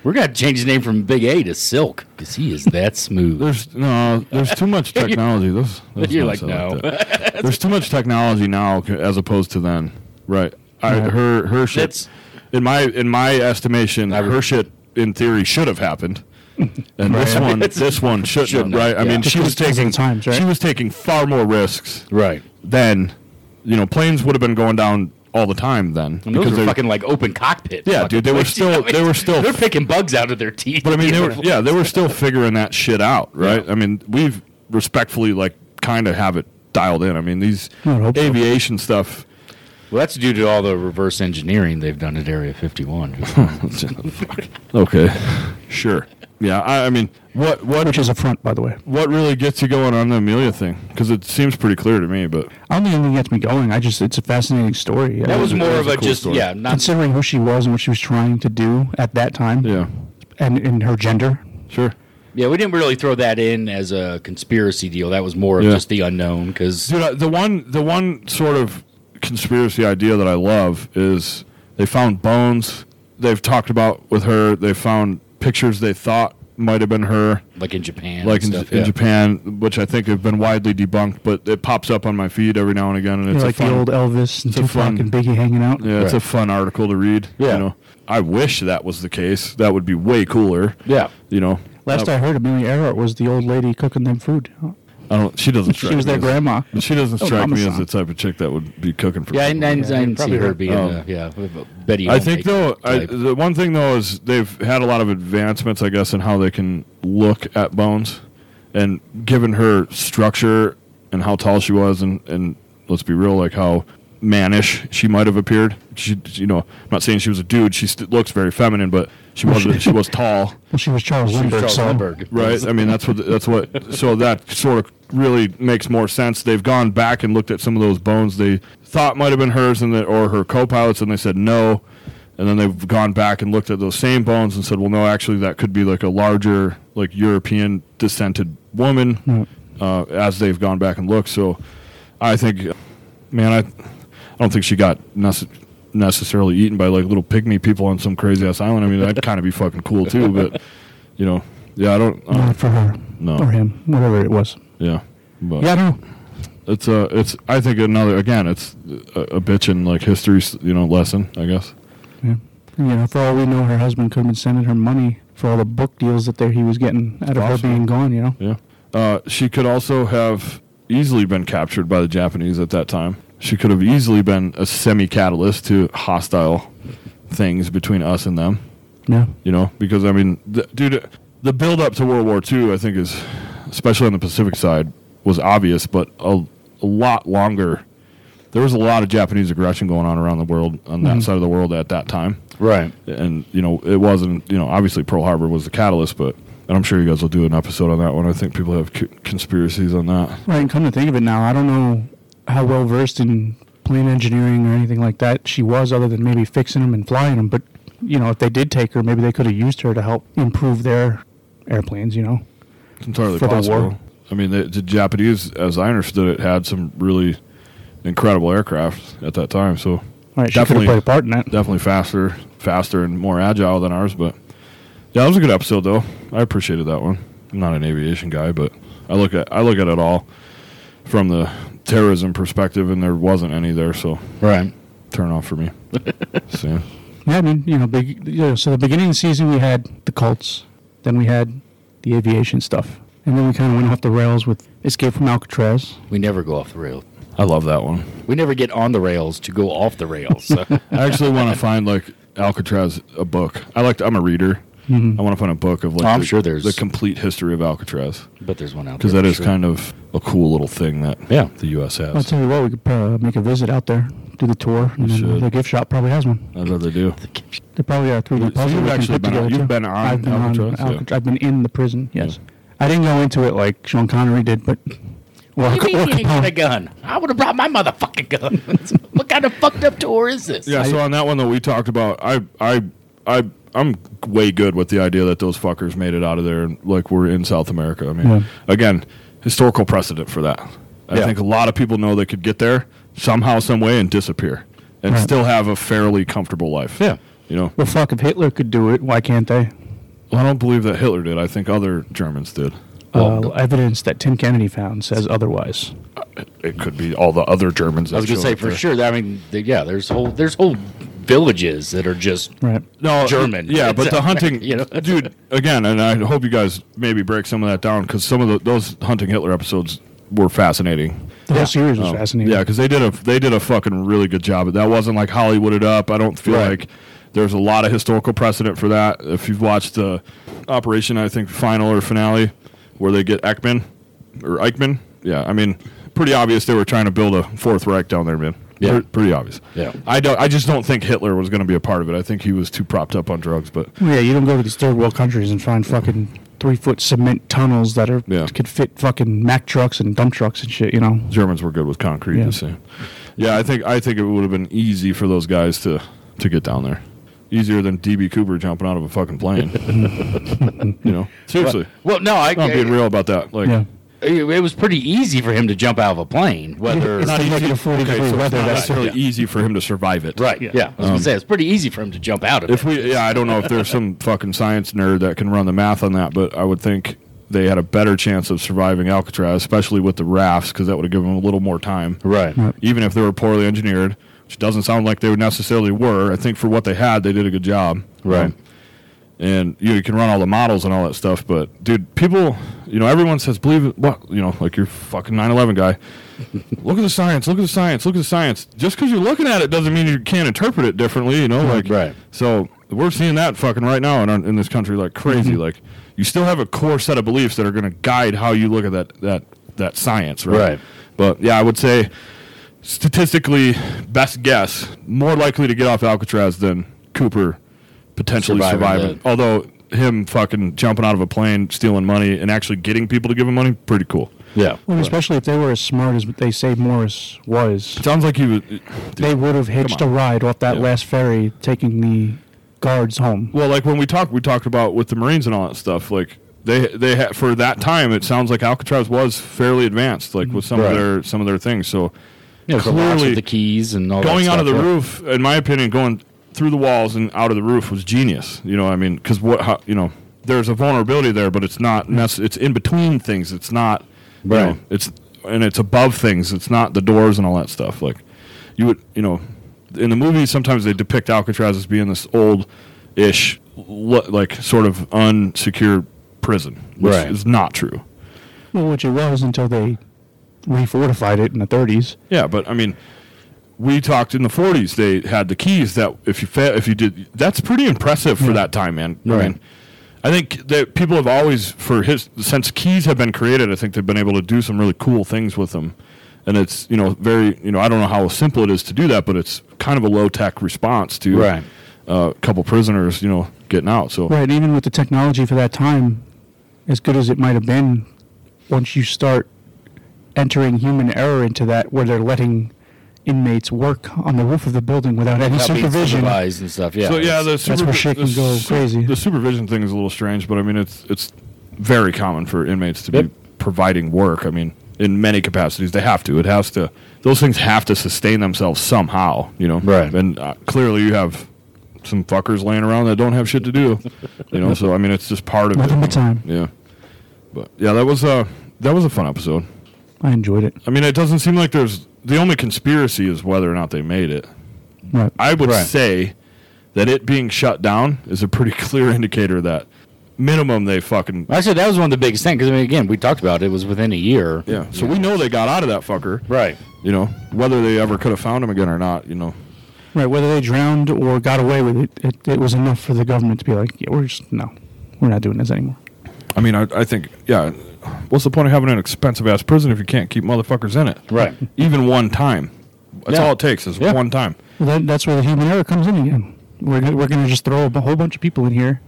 [SPEAKER 3] We're gonna change his name from Big A to Silk because he is that smooth.
[SPEAKER 4] There's no, there's too much technology. Those, those
[SPEAKER 3] You're
[SPEAKER 4] notes,
[SPEAKER 3] like,
[SPEAKER 4] I
[SPEAKER 3] no.
[SPEAKER 4] that. there's too much technology now c- as opposed to then. Right. I,
[SPEAKER 2] Yeah.
[SPEAKER 4] her her shit.
[SPEAKER 3] That's-
[SPEAKER 4] in my in my estimation,
[SPEAKER 3] I would-
[SPEAKER 4] her shit in theory should have happened. And this
[SPEAKER 2] Right.
[SPEAKER 4] one, this one shouldn't.
[SPEAKER 3] Shouldn't
[SPEAKER 4] have, right.
[SPEAKER 3] have,
[SPEAKER 4] I mean,
[SPEAKER 3] yeah.
[SPEAKER 4] she was
[SPEAKER 2] Just 'cause of the
[SPEAKER 4] taking
[SPEAKER 2] times, right?
[SPEAKER 4] she was taking far more risks
[SPEAKER 3] right.
[SPEAKER 4] than you know. Planes would have been going down all the time then
[SPEAKER 3] And those are
[SPEAKER 4] they-
[SPEAKER 3] fucking like open cockpit.
[SPEAKER 4] Yeah,
[SPEAKER 3] fucking
[SPEAKER 4] dude, they were
[SPEAKER 3] places.
[SPEAKER 4] still- they were still-
[SPEAKER 3] They're picking bugs out of their teeth.
[SPEAKER 4] But I mean, they were yeah, they were still figuring that shit out, right? I mean, we've respectfully like kind of have it dialed in. I mean, these
[SPEAKER 2] I would hope so.
[SPEAKER 4] aviation stuff.
[SPEAKER 3] Well, that's due to all the reverse engineering they've done at Area 51.
[SPEAKER 4] okay, sure. Yeah, I, I mean, what what
[SPEAKER 2] Which is a front, by the way.
[SPEAKER 4] what really gets you going on the Amelia thing? Because it seems pretty clear to me. But
[SPEAKER 2] I don't think anything gets me going. I just, it's a fascinating story.
[SPEAKER 3] that
[SPEAKER 2] I-
[SPEAKER 3] was
[SPEAKER 4] was a-
[SPEAKER 3] more
[SPEAKER 4] that
[SPEAKER 3] of
[SPEAKER 4] was a
[SPEAKER 3] a
[SPEAKER 4] cool
[SPEAKER 3] just
[SPEAKER 4] story.
[SPEAKER 3] yeah, not
[SPEAKER 2] considering who she was and what she was trying to do at that time
[SPEAKER 4] yeah,
[SPEAKER 2] and in her gender.
[SPEAKER 4] sure.
[SPEAKER 3] yeah. We didn't really throw that in as a conspiracy deal. That was more of
[SPEAKER 4] Yeah.
[SPEAKER 3] just the unknown because
[SPEAKER 4] Dude, I- the one the one sort of conspiracy idea that I love is they found bones. They've talked about with her. They found pictures they thought might have been her.
[SPEAKER 3] like in Japan,
[SPEAKER 4] like in,
[SPEAKER 3] and stuff,
[SPEAKER 4] in
[SPEAKER 3] yeah.
[SPEAKER 4] Japan, which I think have been widely debunked, but it pops up on my feed every now and again, and
[SPEAKER 2] You
[SPEAKER 4] it's
[SPEAKER 2] know,
[SPEAKER 4] a
[SPEAKER 2] like
[SPEAKER 4] fun,
[SPEAKER 2] the old Elvis and
[SPEAKER 4] it's a
[SPEAKER 2] Tupac
[SPEAKER 4] fun-
[SPEAKER 2] and Biggie hanging out.
[SPEAKER 4] yeah, it's a
[SPEAKER 3] Right.
[SPEAKER 4] fun article to read.
[SPEAKER 3] Yeah.
[SPEAKER 4] you know, I wish that was the case. That would be way cooler.
[SPEAKER 3] Yeah.
[SPEAKER 4] you know,
[SPEAKER 2] Last I heard, Amelia Earhart was the old lady cooking them food.
[SPEAKER 4] I don't. She doesn't. Strike
[SPEAKER 2] She was
[SPEAKER 4] me
[SPEAKER 2] their
[SPEAKER 4] as-
[SPEAKER 2] grandma.
[SPEAKER 4] She doesn't
[SPEAKER 2] Oh,
[SPEAKER 4] strike me
[SPEAKER 2] Mama-san.
[SPEAKER 4] as the type of chick that would be cooking for.
[SPEAKER 3] Yeah, I,
[SPEAKER 4] people.
[SPEAKER 3] I, I didn't see
[SPEAKER 2] probably
[SPEAKER 3] her
[SPEAKER 2] right.
[SPEAKER 3] being
[SPEAKER 4] Um,
[SPEAKER 3] uh, yeah with a Betty.
[SPEAKER 4] I think
[SPEAKER 3] Homemaker
[SPEAKER 4] though, I,
[SPEAKER 3] type.
[SPEAKER 4] the one thing though is they've had a lot of advancements, I guess, in how they can look at bones, and given her structure and how tall she was, and and let's be real, like how mannish she might have appeared. She, you know, I'm not saying she was a dude. She st- looks very feminine, but she was she was tall,
[SPEAKER 2] Well, she was Charles
[SPEAKER 3] She was
[SPEAKER 2] Lindbergh.
[SPEAKER 3] Charles
[SPEAKER 2] so
[SPEAKER 3] Lindbergh.
[SPEAKER 4] right? I mean, that's what that's what. So that sort of really makes more sense. They've gone back and looked at some of those bones they thought might have been hers and the, or her co-pilots, and they said no. And then they've gone back and looked at those same bones and said, well, no, actually, that could be like a larger, like European descended woman. Uh, as they've gone back and looked, so I think, man, I, I don't think she got nece- necessarily eaten by like little pygmy people on some crazy ass island. I mean, that'd kind of be fucking cool too, but you know, yeah, I don't, uh,
[SPEAKER 2] Not for her.
[SPEAKER 4] No.
[SPEAKER 2] Or him. Whatever it was.
[SPEAKER 4] yeah, but
[SPEAKER 2] Yeah, I don't know.
[SPEAKER 4] it's a, it's, I think another, again, it's a, a bitchin' like history, s- you know, lesson, I guess.
[SPEAKER 2] Yeah. You know, for all we know, her husband could have been sending her money for all the book deals that there he was getting out of her
[SPEAKER 4] Possible.
[SPEAKER 2] being gone, you know?
[SPEAKER 4] Yeah. Uh, she could also have easily been captured by the Japanese at that time. She could have easily been a semi catalyst to hostile things between us and them,
[SPEAKER 2] Yeah.
[SPEAKER 4] you know, because I mean, th- dude, the build up to World War II, I think, is, especially on the Pacific side, was obvious, but a, a lot longer. There was a lot of Japanese aggression going on around the world, on
[SPEAKER 2] Mm-hmm.
[SPEAKER 4] that side of the world at that time
[SPEAKER 3] right.
[SPEAKER 4] and you know it wasn't you know obviously Pearl Harbor was the catalyst, but and I'm sure you guys will do an episode on that one. I think people have c- conspiracies on that.
[SPEAKER 2] Right, and come to think of it now, I don't know how well versed in plane engineering or anything like that she was, other than maybe fixing them and flying them. But you know, if they did take her, maybe they could have used her to help improve their airplanes. You know,
[SPEAKER 4] It's entirely
[SPEAKER 2] For the
[SPEAKER 4] possible.
[SPEAKER 2] war.
[SPEAKER 4] I mean, the, the Japanese, as I understood it, had some really incredible aircraft at that time. So
[SPEAKER 2] right? She could have played a part in that.
[SPEAKER 4] definitely faster, faster and more agile than ours. But yeah, that was a good episode though. I appreciated that one. I'm not an aviation guy, but I look at I look at it all from the terrorism perspective, and there wasn't any there. So
[SPEAKER 3] Right.
[SPEAKER 4] turn off for me. Sam.
[SPEAKER 2] Yeah, I mean, you know, big. You know, so the beginning of the season, we had the cults, then we had the aviation stuff, and then we kind of went off the rails with Escape from Alcatraz.
[SPEAKER 3] We never go off the rail.
[SPEAKER 4] I love that one.
[SPEAKER 3] We never get on the rails to go off the rails. So.
[SPEAKER 4] I actually want to find like Alcatraz a book. I like. To, I'm a reader. I want to find a book of like.
[SPEAKER 3] Mm-hmm. Oh, I'm
[SPEAKER 4] the,
[SPEAKER 3] sure there's-
[SPEAKER 4] the complete history of Alcatraz
[SPEAKER 3] but there's one out there
[SPEAKER 4] because that
[SPEAKER 3] for
[SPEAKER 4] is
[SPEAKER 3] sure.
[SPEAKER 4] kind of a cool little thing that
[SPEAKER 3] Yeah.
[SPEAKER 4] the U.S. has.
[SPEAKER 2] I'll tell you what, we could uh, make a visit out there, do the tour, and
[SPEAKER 4] We
[SPEAKER 2] then
[SPEAKER 4] should.
[SPEAKER 2] the gift shop probably has one.
[SPEAKER 4] I bet they do.
[SPEAKER 2] There probably are three D
[SPEAKER 4] So
[SPEAKER 2] puzzles.
[SPEAKER 4] you've
[SPEAKER 2] we can
[SPEAKER 4] actually
[SPEAKER 2] put
[SPEAKER 4] been
[SPEAKER 2] together,
[SPEAKER 4] on- you've
[SPEAKER 2] too.
[SPEAKER 4] been on
[SPEAKER 2] I've been
[SPEAKER 4] Alcatraz, yeah.
[SPEAKER 2] on Alcatraz. I've been in the prison. Yes, I didn't go into it like Sean Connery did, but or,
[SPEAKER 3] What do you
[SPEAKER 2] or
[SPEAKER 3] mean you didn't
[SPEAKER 2] Capone.
[SPEAKER 3] get a gun? I would have brought my motherfucking gun. what kind of fucked up tour is this?
[SPEAKER 4] Yeah. so on that one that we talked about, I, I, I, I'm way good with the idea that those fuckers made it out of there, and like we're in South America. I mean,
[SPEAKER 2] Yeah.
[SPEAKER 4] again, historical precedent for that. I
[SPEAKER 3] Yeah.
[SPEAKER 4] think a lot of people know they could get there, somehow, some way, and disappear, and
[SPEAKER 2] Right.
[SPEAKER 4] still have a fairly comfortable life.
[SPEAKER 2] Yeah.
[SPEAKER 4] you know.
[SPEAKER 2] Well, fuck, if Hitler could do it, why can't they?
[SPEAKER 4] Well, I don't believe that Hitler did. I think other Germans did. Oh.
[SPEAKER 2] uh, evidence that Tim Kennedy found says otherwise.
[SPEAKER 4] It could be all the other Germans.
[SPEAKER 3] I was gonna say for sure. that- I mean, the, yeah, there's whole there's whole villages that are just
[SPEAKER 2] Right.
[SPEAKER 4] No, uh,
[SPEAKER 3] German.
[SPEAKER 4] Yeah, but the hunting,
[SPEAKER 3] You know?
[SPEAKER 4] dude. Again, and I hope you guys maybe break some of that down because some of the, those hunting Hitler episodes were fascinating.
[SPEAKER 2] The whole series was
[SPEAKER 4] Um,
[SPEAKER 2] fascinating.
[SPEAKER 4] Yeah, because they did a they did a fucking really good job. That wasn't like Hollywooded up. I don't feel
[SPEAKER 2] Right.
[SPEAKER 4] like there's a lot of historical precedent for that. If you've watched the Operation, I think final or finale, where they get Ekman or Eichmann. Yeah, I mean, pretty obvious they were trying to build a Fourth Reich down there, man.
[SPEAKER 3] Yeah.
[SPEAKER 4] Pre- pretty obvious.
[SPEAKER 3] Yeah.
[SPEAKER 4] I don't. I just don't think Hitler was going to be a part of it. I think he was too propped up on drugs. But
[SPEAKER 2] Yeah, you don't go to these third world countries and find fucking three foot cement tunnels that are
[SPEAKER 4] Yeah.
[SPEAKER 2] could fit fucking Mack trucks and dump trucks and shit. You know,
[SPEAKER 4] Germans were good with concrete.
[SPEAKER 2] Yeah.
[SPEAKER 4] Yeah, yeah I think I think it would have been easy for those guys to to get down there. Easier than DB Cooper jumping out of a fucking plane. you know, seriously.
[SPEAKER 3] well, no, I,
[SPEAKER 4] I'm being real about that. Like,
[SPEAKER 2] yeah.
[SPEAKER 3] it, it was pretty easy for him to jump out of a plane, whether
[SPEAKER 2] It's the negative forty
[SPEAKER 4] okay,
[SPEAKER 2] degree
[SPEAKER 4] so it's
[SPEAKER 2] weather.
[SPEAKER 4] not
[SPEAKER 2] That's
[SPEAKER 4] necessarily easy for him to survive it.
[SPEAKER 3] right. Yeah, Um, I was gonna say it's pretty easy for him to jump out of
[SPEAKER 4] If
[SPEAKER 3] it.
[SPEAKER 4] we, yeah, I don't know if there's some fucking science nerd that can run the math on that, but I would think they had a better chance of surviving Alcatraz, especially with the rafts, because that would have given them a little more time.
[SPEAKER 3] Right.
[SPEAKER 4] even if they were poorly engineered, which doesn't sound like they necessarily were. I think for what they had, they did a good job. Um,
[SPEAKER 3] Right.
[SPEAKER 4] and you, know, you can run all the models and all that stuff, but dude, people, you know, everyone says believe it. Well, you know, like your fucking 9/11 guy. look at the science. Look at the science. Look at the science. Just because you're looking at it doesn't mean you can't interpret it differently. You know, like
[SPEAKER 3] Right.
[SPEAKER 4] So we're seeing that fucking right now in our, in this country like crazy. Like you still have a core set of beliefs that are going to guide how you look at that that that science, right?
[SPEAKER 3] Right.
[SPEAKER 4] But yeah, I would say statistically, best guess, more likely to get off Alcatraz than Cooper potentially
[SPEAKER 3] Surviving
[SPEAKER 4] surviving.
[SPEAKER 3] the-
[SPEAKER 4] Although him fucking jumping out of a plane, stealing money, and actually getting people to give him money, pretty cool.
[SPEAKER 3] Yeah.
[SPEAKER 2] well, especially if they were as smart as they say Morris was,
[SPEAKER 4] Sounds like he was.
[SPEAKER 2] they would have hitched a
[SPEAKER 4] on.
[SPEAKER 2] ride off that
[SPEAKER 4] Yeah.
[SPEAKER 2] last ferry, taking the guards home.
[SPEAKER 4] Well, like when we talked, we talked about with the Marines and all that stuff. Like they they ha- for that time, it sounds like Alcatraz was fairly advanced, like with some
[SPEAKER 3] Right.
[SPEAKER 4] of their some of their things. So
[SPEAKER 3] Yeah, with the locks
[SPEAKER 4] Clearly-
[SPEAKER 3] with the keys and all that
[SPEAKER 4] going out of the
[SPEAKER 3] stuff, yeah.
[SPEAKER 4] roof, in my opinion, going through the walls and out of the roof was genius. You know, I mean, because what how, you know, there's a vulnerability there, but it's not. Nec- it's in between things. It's not. you
[SPEAKER 3] Right.
[SPEAKER 4] know, it's and it's above things. It's not the doors and all that stuff. Like you would, you know, in the movies sometimes they depict Alcatraz as being this old-ish, lo- like sort of unsecure prison, which
[SPEAKER 3] Right.
[SPEAKER 4] is not true.
[SPEAKER 2] Well, which it was until they refortified it in the 30s.
[SPEAKER 4] Yeah, but I mean, we talked in the '40s. They had the keys that if you fa- if you did, that's pretty impressive for that time, man. I
[SPEAKER 3] Right.
[SPEAKER 4] mean, I think that people have always for his since keys have been created, I think they've been able to do some really cool things with them, and it's you know very you know I don't know how simple it is to do that, but it's kind of a low tech response to
[SPEAKER 3] Right.
[SPEAKER 4] uh, a couple prisoners you know getting out. So
[SPEAKER 2] Right, even with the technology for that time, as good as it might have been, once you start entering human error into that, where they're letting inmates work on the roof of the building without any
[SPEAKER 3] Not being
[SPEAKER 2] supervision.
[SPEAKER 3] supervised and stuff. Yeah.
[SPEAKER 4] so yeah, the
[SPEAKER 2] that's where shit can
[SPEAKER 4] the
[SPEAKER 2] go
[SPEAKER 4] su-
[SPEAKER 2] crazy.
[SPEAKER 4] The supervision thing is a little strange, but I mean it's it's very common for inmates to
[SPEAKER 3] Yep.
[SPEAKER 4] be providing work. I mean, in many capacities, they have to. It has to. Those things have to sustain themselves somehow. You know,
[SPEAKER 3] Right.
[SPEAKER 4] And uh, clearly, you have some fuckers laying around that don't have shit to do. You know, so I mean, it's just part of
[SPEAKER 2] Nothing
[SPEAKER 4] it.
[SPEAKER 2] but time.
[SPEAKER 4] Yeah, but yeah, that was uh that was a fun episode.
[SPEAKER 2] I enjoyed it.
[SPEAKER 4] I mean, it doesn't seem like there's the only conspiracy is whether or not they made it.
[SPEAKER 2] Right.
[SPEAKER 4] I would
[SPEAKER 3] Right.
[SPEAKER 4] say that it being shut down is a pretty clear indicator that minimum they fucking
[SPEAKER 3] Actually, that was one of the biggest things because I mean, again, we talked about it, it was within a year.
[SPEAKER 4] yeah. So we know they got out of that fucker,
[SPEAKER 3] Right.
[SPEAKER 4] You know whether they ever could have found him again or not. You know,
[SPEAKER 2] Right, whether they drowned or got away with it, it, it was enough for the government to be like, yeah, we're just, no, we're not doing this anymore.
[SPEAKER 4] I mean, I, I think yeah. What's the point of having an expensive ass prison if you can't keep motherfuckers in it?
[SPEAKER 3] Right.
[SPEAKER 4] Even one time. That's
[SPEAKER 3] Yeah.
[SPEAKER 4] all it takes is
[SPEAKER 3] Yeah.
[SPEAKER 4] one time.
[SPEAKER 2] Well, that, that's where the human error comes in again. We're, go- we're going to just throw a b- whole bunch of people in here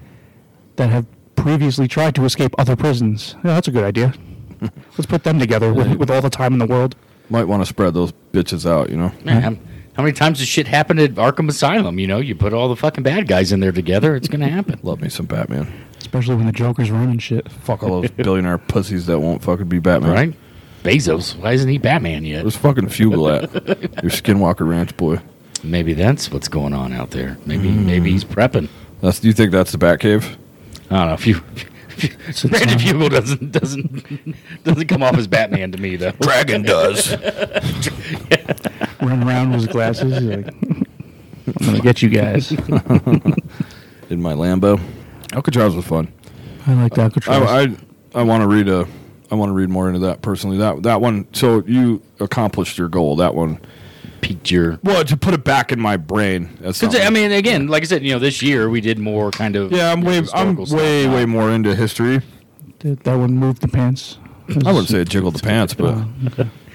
[SPEAKER 2] that have previously tried to escape other prisons. Yeah, that's a good idea. Let's put them together with, with all the time in the world.
[SPEAKER 4] Might want to spread those bitches out. You know.
[SPEAKER 3] Man, how- how many times does shit happen at Arkham Asylum? You know, you put all the fucking bad guys in there together, it's gonna happen.
[SPEAKER 4] Love me some Batman.
[SPEAKER 2] Especially when the Joker's running shit.
[SPEAKER 4] Fuck all those billionaire pussies that won't fucking be Batman.
[SPEAKER 3] Right? Bezos. Why isn't he Batman yet?
[SPEAKER 4] There's fucking Fugle at your Skinwalker Ranch boy.
[SPEAKER 3] Maybe that's what's going on out there. Maybe maybe he's prepping.
[SPEAKER 4] That's. Do you think that's the Batcave?
[SPEAKER 3] I don't know. If you,
[SPEAKER 2] it's
[SPEAKER 3] Brandon
[SPEAKER 2] not-
[SPEAKER 3] Fugle doesn't doesn't doesn't come off as Batman to me though.
[SPEAKER 4] Dragon does.
[SPEAKER 2] Run around with his glasses. he's like, I'm gonna get you guys.
[SPEAKER 4] In my Lambo. Alcatraz was fun.
[SPEAKER 2] I like Alcatraz.
[SPEAKER 4] I, I I want to read a I want to read more into that personally. That that one. So you accomplished your goal. That one.
[SPEAKER 3] Peaked your.
[SPEAKER 4] Well, to put it back in my brain. That's
[SPEAKER 3] Cause,
[SPEAKER 4] something.
[SPEAKER 3] I mean, again, like I said, you know, this year we did more kind of.
[SPEAKER 4] yeah, I'm way I'm
[SPEAKER 3] historical stuff,
[SPEAKER 4] way
[SPEAKER 3] not-
[SPEAKER 4] way more into history.
[SPEAKER 2] Did that one move the pants?
[SPEAKER 4] I wouldn't say it jiggled the pants, but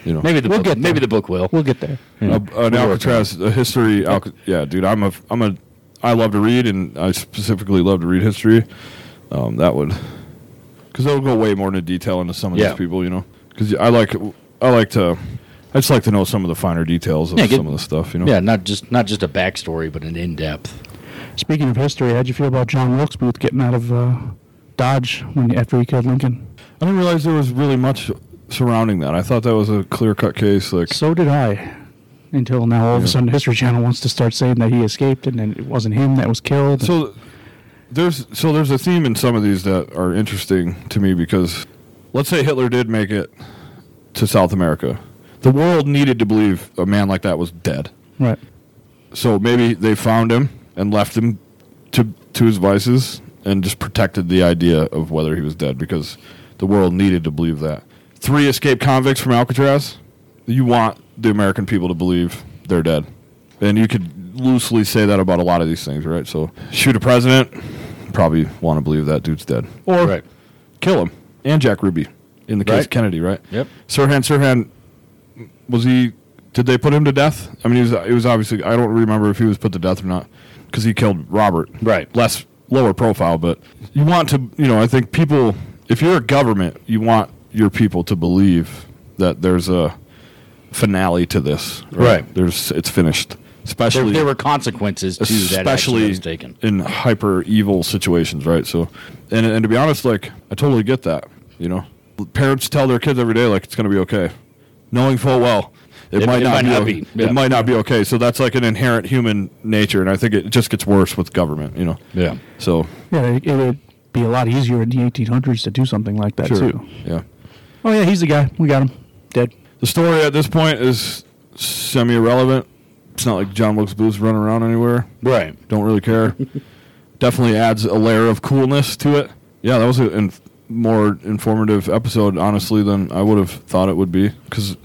[SPEAKER 4] you know,
[SPEAKER 3] Maybe the
[SPEAKER 2] We'll
[SPEAKER 3] book,
[SPEAKER 2] get
[SPEAKER 3] maybe
[SPEAKER 2] there.
[SPEAKER 3] the book will.
[SPEAKER 2] We'll get there.
[SPEAKER 3] Hmm.
[SPEAKER 4] a, uh, an Alcatraz a history. Alca- yeah, dude, I'm a I'm a I love to read, and I specifically love to read history. Um, that would because they'll go way more into detail into some of
[SPEAKER 3] Yeah.
[SPEAKER 4] these people, you know. Because I like I like to I just like to know some of the finer details of
[SPEAKER 3] Yeah, get-
[SPEAKER 4] some of the stuff, you know.
[SPEAKER 3] Yeah, not just not just a backstory, but an in depth.
[SPEAKER 2] Speaking of history, how'd you feel about John Wilkes Booth getting out of uh, Dodge when after he killed Lincoln?
[SPEAKER 4] I didn't realize there was really much surrounding that. I thought that was a clear cut case. Like,
[SPEAKER 2] So did I. Until now, all of a sudden, History Channel wants to start saying that he escaped and then it wasn't him that was killed.
[SPEAKER 4] So there's so there's a theme in some of these that are interesting to me because let's say Hitler did make it to South America. The world needed to believe a man like that was dead.
[SPEAKER 2] right.
[SPEAKER 4] So maybe they found him and left him to to his vices and just protected the idea of whether he was dead because the world needed to believe that. Three escaped convicts from Alcatraz. You want the American people to believe they're dead. And you could loosely say that about a lot of these things, right? So shoot a president, probably want to believe that dude's dead. Or
[SPEAKER 3] Right.
[SPEAKER 4] kill him. And Jack Ruby in the case
[SPEAKER 3] Right.
[SPEAKER 4] of Kennedy, right?
[SPEAKER 3] Yep.
[SPEAKER 4] Sirhan Sirhan was he did they put him to death i mean he was, it was obviously i don't remember if he was put to death or not because he killed robert
[SPEAKER 3] Right.
[SPEAKER 4] less lower profile but you want to you know i think people if you're a government you want your people to believe that there's a finale to this
[SPEAKER 3] Right.
[SPEAKER 4] there's it's finished
[SPEAKER 3] There,
[SPEAKER 4] especially
[SPEAKER 3] there were consequences to that action that
[SPEAKER 4] especially
[SPEAKER 3] was taken.
[SPEAKER 4] in hyper evil situations, right? So, and and to be honest, like I totally get that. You know, parents tell their kids every day like it's going to be okay, knowing full well it,
[SPEAKER 3] It-
[SPEAKER 4] might,
[SPEAKER 3] it
[SPEAKER 4] not,
[SPEAKER 3] might
[SPEAKER 4] be,
[SPEAKER 3] not
[SPEAKER 4] o-
[SPEAKER 3] be, yeah.
[SPEAKER 4] It might not be okay. So that's like an inherent human nature, and I think it just gets worse with government. You know.
[SPEAKER 3] Yeah.
[SPEAKER 4] So
[SPEAKER 2] Yeah, it, it would be a lot easier in the 1800s to do something like that, too.
[SPEAKER 4] Yeah.
[SPEAKER 2] Oh, yeah, he's the guy. We got him. Dead.
[SPEAKER 4] The story at this point is semi irrelevant. It's not like John Wilkes Booth's running around anywhere.
[SPEAKER 3] Right.
[SPEAKER 4] Don't really care. Definitely adds a layer of coolness to it. Yeah, that was a in- more informative episode, honestly, than I would have thought it would be. Because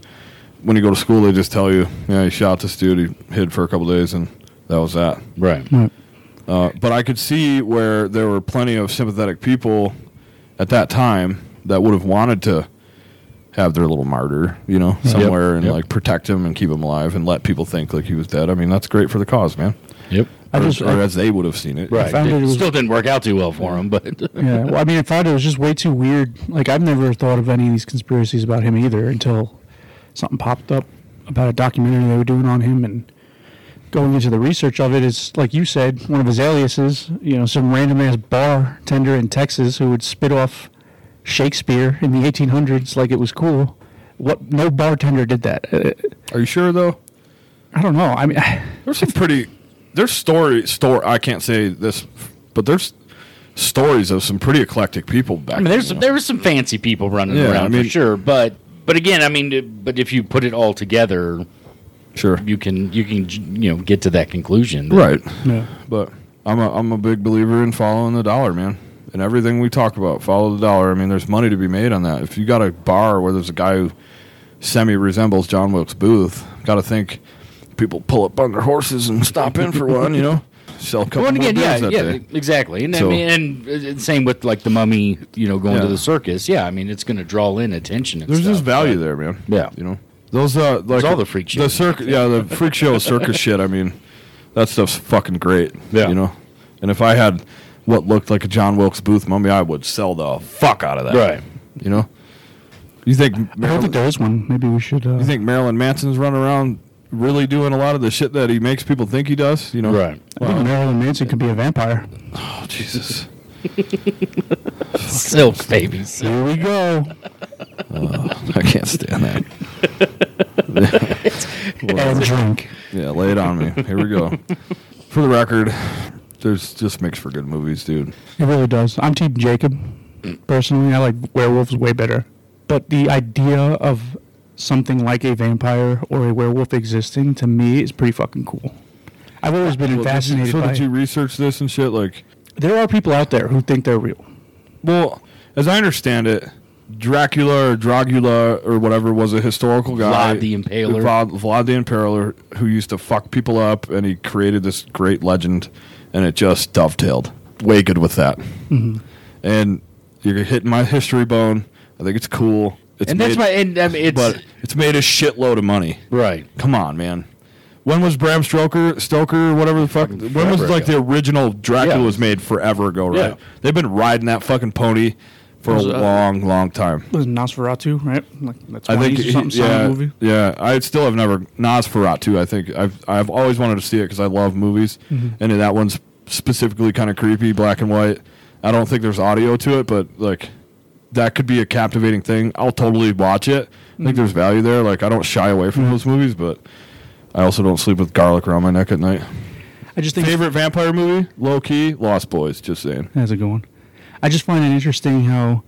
[SPEAKER 4] when you go to school, they just tell you, yeah, he shot this dude, he hid for a couple days, and that was that.
[SPEAKER 3] Right.
[SPEAKER 2] Right.
[SPEAKER 4] Uh, but I could see where there were plenty of sympathetic people at that time that would have wanted to have their little martyr, you know, somewhere and
[SPEAKER 3] Yep.
[SPEAKER 4] like protect him and keep him alive and let people think like he was dead. I mean, that's great for the cause, man.
[SPEAKER 3] Yep.
[SPEAKER 2] I
[SPEAKER 4] or,
[SPEAKER 2] just-
[SPEAKER 4] or as they would have seen it.
[SPEAKER 3] Right.
[SPEAKER 2] found
[SPEAKER 3] It
[SPEAKER 2] it was-
[SPEAKER 3] still didn't work out too well for him, but
[SPEAKER 2] Yeah, well, I mean, I thought it was just way too weird. Like, I've never thought of any of these conspiracies about him either until something popped up about a documentary they were doing on him. And going into the research of it is, like you said, one of his aliases, you know, some random ass bartender in Texas who would spit off Shakespeare in the 1800s like it was cool. What? No bartender did that. Uh,
[SPEAKER 4] Are you sure though?
[SPEAKER 2] I don't know. I mean,
[SPEAKER 4] There's some pretty there's story store I can't say this but there's stories of some pretty eclectic people back
[SPEAKER 3] I mean, there's
[SPEAKER 4] then,
[SPEAKER 3] some,
[SPEAKER 4] you
[SPEAKER 3] there was some fancy people running
[SPEAKER 4] Yeah,
[SPEAKER 3] around
[SPEAKER 4] I mean-
[SPEAKER 3] for sure, but but again, I mean, it- but if you put it all together,
[SPEAKER 4] know. sure.
[SPEAKER 3] you can you can you know get to that conclusion. that-
[SPEAKER 4] Right.
[SPEAKER 2] yeah.
[SPEAKER 4] But I'm a I'm a big believer in following the dollar, man. And everything we talk about, follow the dollar. I mean, there's money to be made on that. If you got a bar where there's a guy who semi resembles John Wilkes Booth, got to think people pull up on their horses and stop in for one, you know, sell a couple
[SPEAKER 3] Well, and
[SPEAKER 4] more
[SPEAKER 3] again,
[SPEAKER 4] beers
[SPEAKER 3] yeah,
[SPEAKER 4] that
[SPEAKER 3] yeah,
[SPEAKER 4] day.
[SPEAKER 3] exactly. And
[SPEAKER 4] So-
[SPEAKER 3] I mean, and uh, same with like the mummy, you know, going to
[SPEAKER 4] Yeah.
[SPEAKER 3] the circus. Yeah, I mean, it's going to draw in attention. And
[SPEAKER 4] There's
[SPEAKER 3] stuff,
[SPEAKER 4] just value
[SPEAKER 3] but-
[SPEAKER 4] there, man.
[SPEAKER 3] Yeah.
[SPEAKER 4] you know, those uh, like
[SPEAKER 3] all the freak
[SPEAKER 4] The
[SPEAKER 3] shit.
[SPEAKER 4] circus, yeah, the freak show, circus shit. I mean, that stuff's fucking great.
[SPEAKER 3] Yeah.
[SPEAKER 4] you know. And if I had what looked like a John Wilkes Booth mummy, I would sell the fuck out of that.
[SPEAKER 3] Right.
[SPEAKER 4] You know. You think
[SPEAKER 2] I don't think
[SPEAKER 4] Marilyn,
[SPEAKER 2] there is one. Maybe we should. Uh,
[SPEAKER 4] you think Marilyn Manson's running around really doing a lot of the shit that he makes people think he does? You know.
[SPEAKER 3] Right.
[SPEAKER 2] I think Marilyn Manson could be a vampire.
[SPEAKER 4] Oh Jesus.
[SPEAKER 3] Silk babies.
[SPEAKER 2] Here we go.
[SPEAKER 4] I can't stand that.
[SPEAKER 2] And drink.
[SPEAKER 4] Yeah, lay it on me. Here we go. For the record, there's just makes for good movies, dude.
[SPEAKER 2] It really does. I'm Team Jacob. Personally, I like werewolves way better. But the idea of something like a vampire or a werewolf existing to me is pretty fucking cool. I've always been fascinated
[SPEAKER 4] So
[SPEAKER 2] by
[SPEAKER 4] did you
[SPEAKER 2] it.
[SPEAKER 4] research this and shit? Like,
[SPEAKER 2] There are people out there who think they're real.
[SPEAKER 4] well, as I understand it, Dracula or Dragula or whatever was a historical guy.
[SPEAKER 3] Vlad the Impaler.
[SPEAKER 4] Vlad, Vlad the Impaler, who used to fuck people up, and he created this great legend, and it just dovetailed. Way good with that.
[SPEAKER 2] Mm-hmm.
[SPEAKER 4] And you're hitting my history bone. I think it's cool. It's
[SPEAKER 3] and that's
[SPEAKER 4] made-
[SPEAKER 3] my. And I mean, it's
[SPEAKER 4] but it's made a shitload of money.
[SPEAKER 3] right.
[SPEAKER 4] Come on, man. When was Bram Stoker, Stoker, or whatever the fuck? When was
[SPEAKER 3] forever
[SPEAKER 4] like the original Dracula
[SPEAKER 3] Yeah.
[SPEAKER 4] was made forever ago, right?
[SPEAKER 3] Yeah.
[SPEAKER 4] They've been riding that fucking pony for a
[SPEAKER 2] Was, uh,
[SPEAKER 4] long, long time.
[SPEAKER 2] Was it Nosferatu, right? Like that's
[SPEAKER 4] I
[SPEAKER 2] one
[SPEAKER 4] think,
[SPEAKER 2] of these or something
[SPEAKER 4] he- yeah,
[SPEAKER 2] silent movie.
[SPEAKER 4] yeah. I still have never Nosferatu. I think I've I've always wanted to see it because I love movies,
[SPEAKER 2] Mm-hmm.
[SPEAKER 4] and that one's specifically kind of creepy, black and white. I don't think there's audio to it, but like that could be a captivating thing. I'll totally watch it. I
[SPEAKER 2] Mm-hmm.
[SPEAKER 4] think there's value there. Like I don't shy away from those movies, but I also don't sleep with garlic around my neck at night.
[SPEAKER 2] I just think
[SPEAKER 4] Favorite vampire movie? Low key, Lost Boys. Just saying.
[SPEAKER 2] How's it going? I just find it interesting how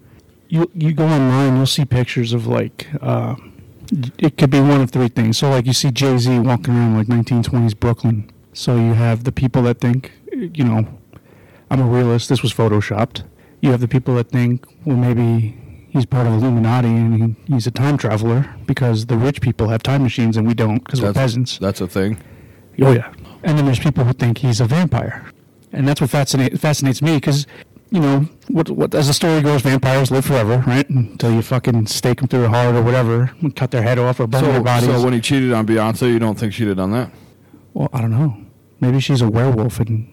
[SPEAKER 2] you you go online, you'll see pictures of like uh, it could be one of three things. So like you see Jay Z walking around like 1920s Brooklyn. So you have the people that think you know I'm a realist. This was photoshopped. You have the people that think well maybe he's part of Illuminati and he, he's a time traveler because the rich people have time machines and we don't because we're peasants.
[SPEAKER 4] That's a thing.
[SPEAKER 2] Oh yeah. And then there's people who think he's a vampire, and that's what fascinate, fascinates me because, you know, what, what as the story goes, vampires live forever, right? Until you fucking stake them through the heart or whatever, and cut their head off or burn their
[SPEAKER 4] So,
[SPEAKER 2] bodies.
[SPEAKER 4] so when he cheated on Beyonce, you don't think she'd have done that?
[SPEAKER 2] well, I don't know. Maybe she's a werewolf and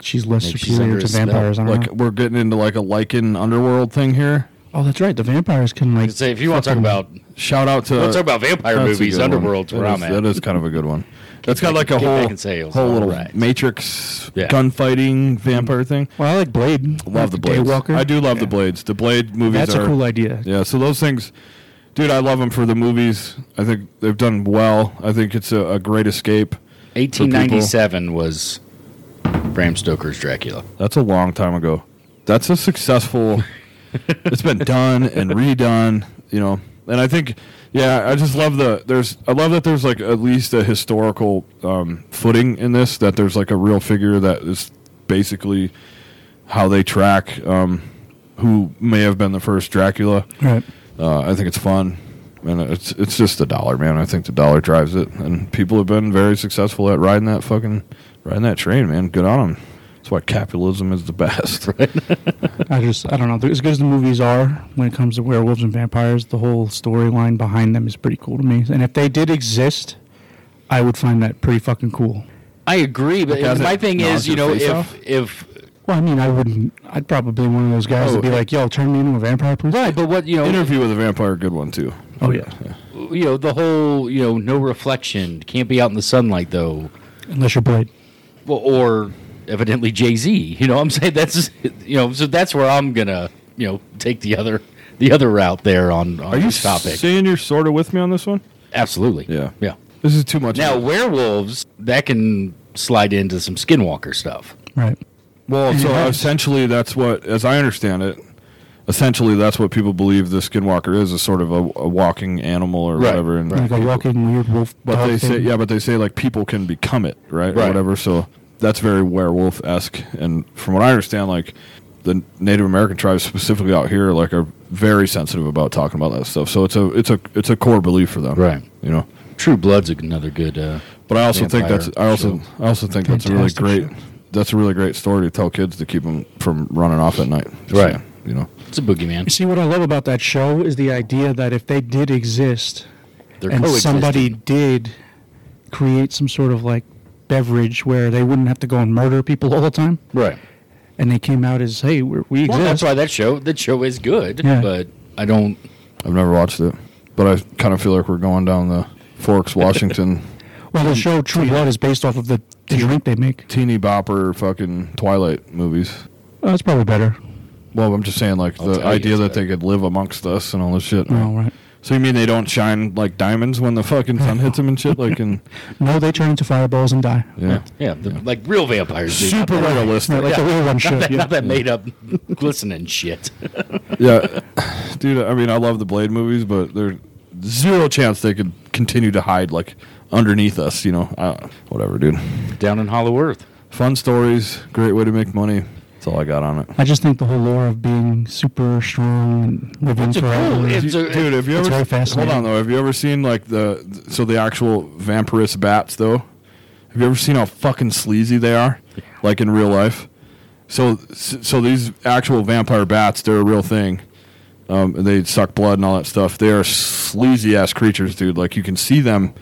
[SPEAKER 2] she's less
[SPEAKER 3] Maybe she's
[SPEAKER 2] superior
[SPEAKER 3] under
[SPEAKER 2] to
[SPEAKER 3] a spell.
[SPEAKER 2] vampires. I don't
[SPEAKER 4] like
[SPEAKER 2] know.
[SPEAKER 4] we're getting into like a lichen underworld thing here.
[SPEAKER 2] Oh, that's right. The vampires can like.
[SPEAKER 3] Say if you want to talk
[SPEAKER 2] fucking-
[SPEAKER 3] about
[SPEAKER 4] Shout out to
[SPEAKER 3] Let's talk about vampire
[SPEAKER 4] That's a
[SPEAKER 3] movies,
[SPEAKER 4] good one.
[SPEAKER 3] Underworld's where
[SPEAKER 4] That
[SPEAKER 3] I'm
[SPEAKER 4] is-
[SPEAKER 3] at.
[SPEAKER 4] That is kind of a good one. That's got like a
[SPEAKER 3] Get back
[SPEAKER 4] whole
[SPEAKER 3] in sales,
[SPEAKER 4] whole
[SPEAKER 3] all
[SPEAKER 4] little
[SPEAKER 3] right.
[SPEAKER 4] Matrix
[SPEAKER 3] Yeah.
[SPEAKER 4] gunfighting vampire thing.
[SPEAKER 2] Well, I like Blade.
[SPEAKER 4] Love the blades.
[SPEAKER 2] Daywalker.
[SPEAKER 4] I do love the
[SPEAKER 2] Yeah.
[SPEAKER 4] blades. The blade movies.
[SPEAKER 2] That's
[SPEAKER 4] are,
[SPEAKER 2] a cool idea.
[SPEAKER 4] Yeah, so those things, dude. I love them for the movies. I think they've done well. I think it's a, a great escape.
[SPEAKER 3] 1897 was Bram Stoker's Dracula.
[SPEAKER 4] That's a long time ago. That's a successful. it's been done and redone, you know. And I think, yeah, I just love the there's. I love that there's like at least a historical um, footing in this. That there's like a real figure that is basically how they track um, who may have been the first Dracula.
[SPEAKER 2] Right.
[SPEAKER 4] Uh, I think it's fun, and it's it's just the dollar, man. I think the dollar drives it, and people have been very successful at riding that fucking riding that train, man. Good on them. That's why capitalism is the best.
[SPEAKER 2] I just I don't know. As good as the movies are when it comes to werewolves and vampires, the whole storyline behind them is pretty cool to me. And if they did exist, I would find that pretty fucking cool.
[SPEAKER 3] I agree, but
[SPEAKER 4] Because
[SPEAKER 3] my
[SPEAKER 4] it
[SPEAKER 3] thing
[SPEAKER 4] knocks
[SPEAKER 3] is, you
[SPEAKER 4] your
[SPEAKER 3] know,
[SPEAKER 4] face
[SPEAKER 3] if
[SPEAKER 4] off?
[SPEAKER 3] if
[SPEAKER 2] Well, I mean, I wouldn't. I'd probably be one of those guys that'd be
[SPEAKER 4] Oh,
[SPEAKER 2] like, "Yo, turn me into a vampire, please."
[SPEAKER 3] right, but what you know,
[SPEAKER 4] Interview with a vampire, good one too.
[SPEAKER 2] Oh yeah.
[SPEAKER 3] you know, the whole you know, no reflection, can't be out in the sunlight though,
[SPEAKER 2] Unless you're Blade.
[SPEAKER 3] well, or evidently Jay Z. You know, what I'm saying that's you know, so that's where I'm gonna you know take the other the other route there on, on
[SPEAKER 4] Are you
[SPEAKER 3] this topic.
[SPEAKER 4] saying you're sort of with me on this one?
[SPEAKER 3] Absolutely,
[SPEAKER 4] Yeah.
[SPEAKER 3] yeah.
[SPEAKER 4] This is too much.
[SPEAKER 3] Now werewolves that can slide into some skinwalker stuff.
[SPEAKER 2] Right.
[SPEAKER 4] well, so
[SPEAKER 2] Yeah.
[SPEAKER 4] essentially, that's what, as I understand it, essentially that's what people believe the skinwalker is, is sort of a, a walking animal or
[SPEAKER 3] Right,
[SPEAKER 4] whatever. And
[SPEAKER 2] Like a walking weird wolf.
[SPEAKER 4] But
[SPEAKER 2] dog
[SPEAKER 4] they say,
[SPEAKER 2] thing.
[SPEAKER 4] yeah, but they say like people can become it, right, or
[SPEAKER 3] Right.
[SPEAKER 4] whatever. So that's very werewolf esque. And from what I understand, like the Native American tribes specifically out here, like are very sensitive about talking about that stuff. So it's a it's a it's a core belief for them,
[SPEAKER 3] Right.
[SPEAKER 4] You know.
[SPEAKER 3] True Blood's another good. Uh,
[SPEAKER 4] But I also
[SPEAKER 3] Vampire
[SPEAKER 4] think that's I also
[SPEAKER 3] show.
[SPEAKER 4] I also think that's a really
[SPEAKER 2] Fantastic
[SPEAKER 4] great
[SPEAKER 2] show.
[SPEAKER 4] that's a really great story to tell kids to keep them from running off at night. Just
[SPEAKER 3] Right.
[SPEAKER 4] saying, you know.
[SPEAKER 3] it's a boogeyman.
[SPEAKER 2] You see, what I love about that show is the idea that if they did exist,
[SPEAKER 3] They're
[SPEAKER 2] and
[SPEAKER 3] coexisting.
[SPEAKER 2] somebody did create some sort of like beverage where they wouldn't have to go and murder people all the time.
[SPEAKER 3] right?
[SPEAKER 2] and they came out as, "Hey, we're, we
[SPEAKER 3] Well,
[SPEAKER 2] exist."
[SPEAKER 3] that's why that show that show is good,
[SPEAKER 2] Yeah.
[SPEAKER 3] but I don't.
[SPEAKER 4] I've never watched it, but I kind of feel like we're going down the Forks, Washington,
[SPEAKER 2] well, the show True Blood is based off of the, the drink they make.
[SPEAKER 4] teeny bopper fucking Twilight movies.
[SPEAKER 2] Oh, that's probably better.
[SPEAKER 4] Well, I'm just saying, like,
[SPEAKER 3] I'll
[SPEAKER 4] the
[SPEAKER 3] tell you
[SPEAKER 4] idea
[SPEAKER 3] it's
[SPEAKER 4] that they
[SPEAKER 3] better.
[SPEAKER 4] could live amongst us and all this shit.
[SPEAKER 2] No, right.
[SPEAKER 4] So you mean they don't shine like diamonds when the fucking sun hits them and shit? Like, and
[SPEAKER 2] No, they turn into fireballs and die.
[SPEAKER 4] yeah,
[SPEAKER 3] Yeah, the, like real vampires. do.
[SPEAKER 4] super
[SPEAKER 2] Not
[SPEAKER 4] realistic.
[SPEAKER 2] like the real one should.
[SPEAKER 3] That-
[SPEAKER 2] yeah.
[SPEAKER 3] Not that made up glistening shit.
[SPEAKER 4] yeah, dude. I mean, I love the Blade movies, but there's zero chance they could continue to hide like underneath us. You know, uh, whatever, dude.
[SPEAKER 3] Down in Hollow Earth.
[SPEAKER 4] Fun stories, great way to make money. That's all I got on it.
[SPEAKER 2] I just think the whole lore of being super strong and living
[SPEAKER 3] It's a
[SPEAKER 2] forever.
[SPEAKER 3] cool.
[SPEAKER 2] is-
[SPEAKER 3] It's a,
[SPEAKER 4] Dude, have you
[SPEAKER 2] It's
[SPEAKER 4] ever
[SPEAKER 2] very fascinating.
[SPEAKER 4] hold on though? Have you ever seen like the so the actual vampirist bats though? Have you ever seen how fucking sleazy they are, like in real life? So so these actual vampire bats, they're a real thing. Um, they suck blood and all that stuff. They are sleazy ass creatures, dude. Like you can see them,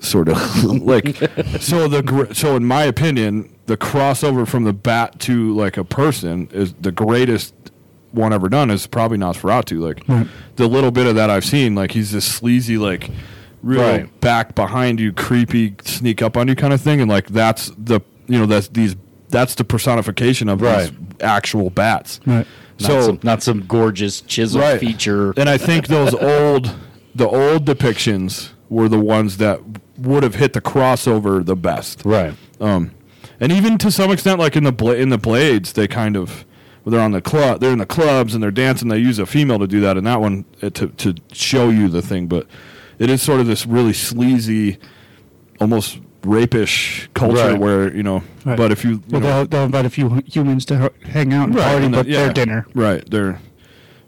[SPEAKER 4] sort of like. So the gr- so in my opinion, the crossover from the bat to like a person is the greatest one ever done. Is probably Nosferatu. Like
[SPEAKER 2] Right.
[SPEAKER 4] the little bit of that I've seen, like he's this sleazy, like real
[SPEAKER 3] Right.
[SPEAKER 4] back behind you, creepy, sneak up on you kind of thing, and like that's the you know that's these that's the personification of
[SPEAKER 3] Right.
[SPEAKER 4] these actual bats.
[SPEAKER 2] Right.
[SPEAKER 3] not
[SPEAKER 4] So
[SPEAKER 3] some, not some gorgeous chisel
[SPEAKER 4] right.
[SPEAKER 3] feature.
[SPEAKER 4] And I think those old, the old depictions were the ones that would have hit the crossover the best.
[SPEAKER 3] Right.
[SPEAKER 4] Um, and even to some extent, like in the bla- in the blades, they kind of they're on the club, they're in the clubs and they're dancing. They use a female to do that, and that one uh, to to show you the thing. But it is sort of this really sleazy, almost rapish culture
[SPEAKER 3] Right.
[SPEAKER 4] where you know.
[SPEAKER 2] Right.
[SPEAKER 4] But if you, you
[SPEAKER 2] Well,
[SPEAKER 4] know-
[SPEAKER 2] they'll, they'll invite a few hu- humans to h- hang out and party,
[SPEAKER 4] and
[SPEAKER 2] but
[SPEAKER 4] the- yeah.
[SPEAKER 2] their dinner.
[SPEAKER 4] Right. They're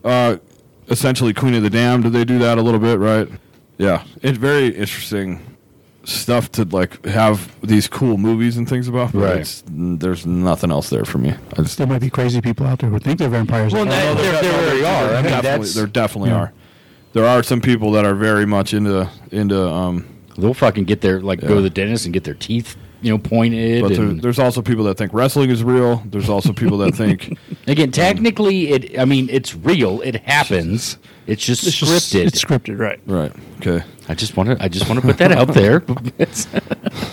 [SPEAKER 4] uh, essentially Queen of the Damned. Do they do that a little bit? Right. Yeah. It's very interesting stuff to like have these cool movies and things about. But
[SPEAKER 3] Right.
[SPEAKER 4] It's, there's nothing else there for me. I just.
[SPEAKER 2] There might be crazy people out there who think they're vampires.
[SPEAKER 3] Well,
[SPEAKER 2] Like,
[SPEAKER 3] that-
[SPEAKER 4] Oh,
[SPEAKER 3] there- there really are. I mean,
[SPEAKER 4] definitely,
[SPEAKER 3] that's-
[SPEAKER 4] there definitely
[SPEAKER 2] Yeah.
[SPEAKER 4] are. There are some people that are very much into into. Um,
[SPEAKER 3] They'll fucking get their like
[SPEAKER 4] Yeah.
[SPEAKER 3] go to the dentist and get their teeth you know pointed.
[SPEAKER 4] but there,
[SPEAKER 3] and,
[SPEAKER 4] there's also people that think wrestling is real. There's also people that think
[SPEAKER 3] again, technically, it. I mean, it's real. It happens. It's just
[SPEAKER 2] it's just-
[SPEAKER 3] scripted.
[SPEAKER 2] It's scripted, right?
[SPEAKER 4] right. Okay.
[SPEAKER 3] I just want to. I just want to put that out there.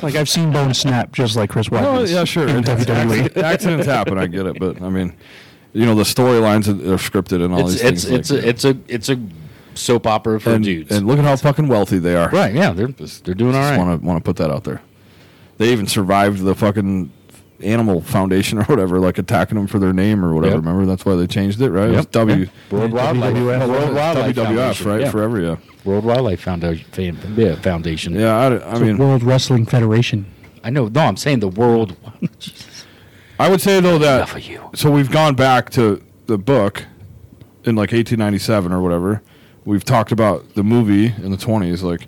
[SPEAKER 2] Like I've seen Bone Snap just like Chris
[SPEAKER 4] Oh
[SPEAKER 2] Watkins.
[SPEAKER 4] yeah, sure.
[SPEAKER 2] In E.
[SPEAKER 4] And
[SPEAKER 3] E.
[SPEAKER 2] WWE.
[SPEAKER 4] accident- Accidents happen. I get it, but I mean, you know, the storylines are are scripted and all
[SPEAKER 3] it's
[SPEAKER 4] these
[SPEAKER 3] it's
[SPEAKER 4] things.
[SPEAKER 3] it's
[SPEAKER 4] like-
[SPEAKER 3] a, it's a it's a soap opera for
[SPEAKER 4] and,
[SPEAKER 3] dudes.
[SPEAKER 4] and look at how fucking wealthy they are.
[SPEAKER 3] right? Yeah, they're they're doing all
[SPEAKER 4] Just
[SPEAKER 3] right.
[SPEAKER 4] want to want to put that out there. They even survived the fucking animal foundation or whatever, like attacking them for their name or whatever.
[SPEAKER 3] Yep.
[SPEAKER 4] Remember that's why they changed it, right? It was
[SPEAKER 3] Yep.
[SPEAKER 4] W.
[SPEAKER 3] World Wildlife,
[SPEAKER 2] WWF.
[SPEAKER 3] World Wildlife
[SPEAKER 4] WWF,
[SPEAKER 3] Foundation,
[SPEAKER 4] right?
[SPEAKER 3] yeah.
[SPEAKER 4] Forever, yeah.
[SPEAKER 3] World Wildlife Foundation. fan- Yeah, Foundation.
[SPEAKER 4] Yeah, I, I
[SPEAKER 2] The
[SPEAKER 4] mean,
[SPEAKER 2] World Wrestling Federation.
[SPEAKER 3] I know. No, I'm saying the world.
[SPEAKER 4] I would say though that
[SPEAKER 3] Enough of you.
[SPEAKER 4] so we've gone back to the book in like 1897 or whatever. We've talked about the movie in the 20s. Like,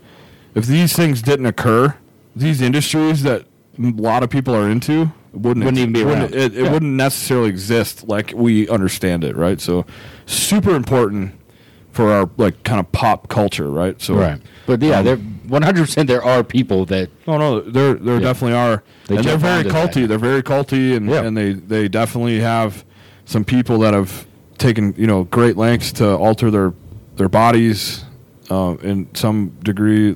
[SPEAKER 4] if these things didn't occur, these industries that a lot of people are into wouldn't
[SPEAKER 3] Wouldn't even be around.
[SPEAKER 4] It, it wouldn't necessarily exist like we understand it, right? So, super important for our like kind of pop culture, right? So,
[SPEAKER 3] But yeah,
[SPEAKER 4] Um,
[SPEAKER 3] there 100 percent there are people that
[SPEAKER 4] No, Oh, no, there there definitely are,
[SPEAKER 3] They
[SPEAKER 4] and they're
[SPEAKER 3] jump
[SPEAKER 4] very
[SPEAKER 3] onto
[SPEAKER 4] culty.
[SPEAKER 3] that.
[SPEAKER 4] They're very culty, and
[SPEAKER 3] Yeah.
[SPEAKER 4] and they they definitely have some people that have taken you know great lengths to alter their their bodies uh, in some degree,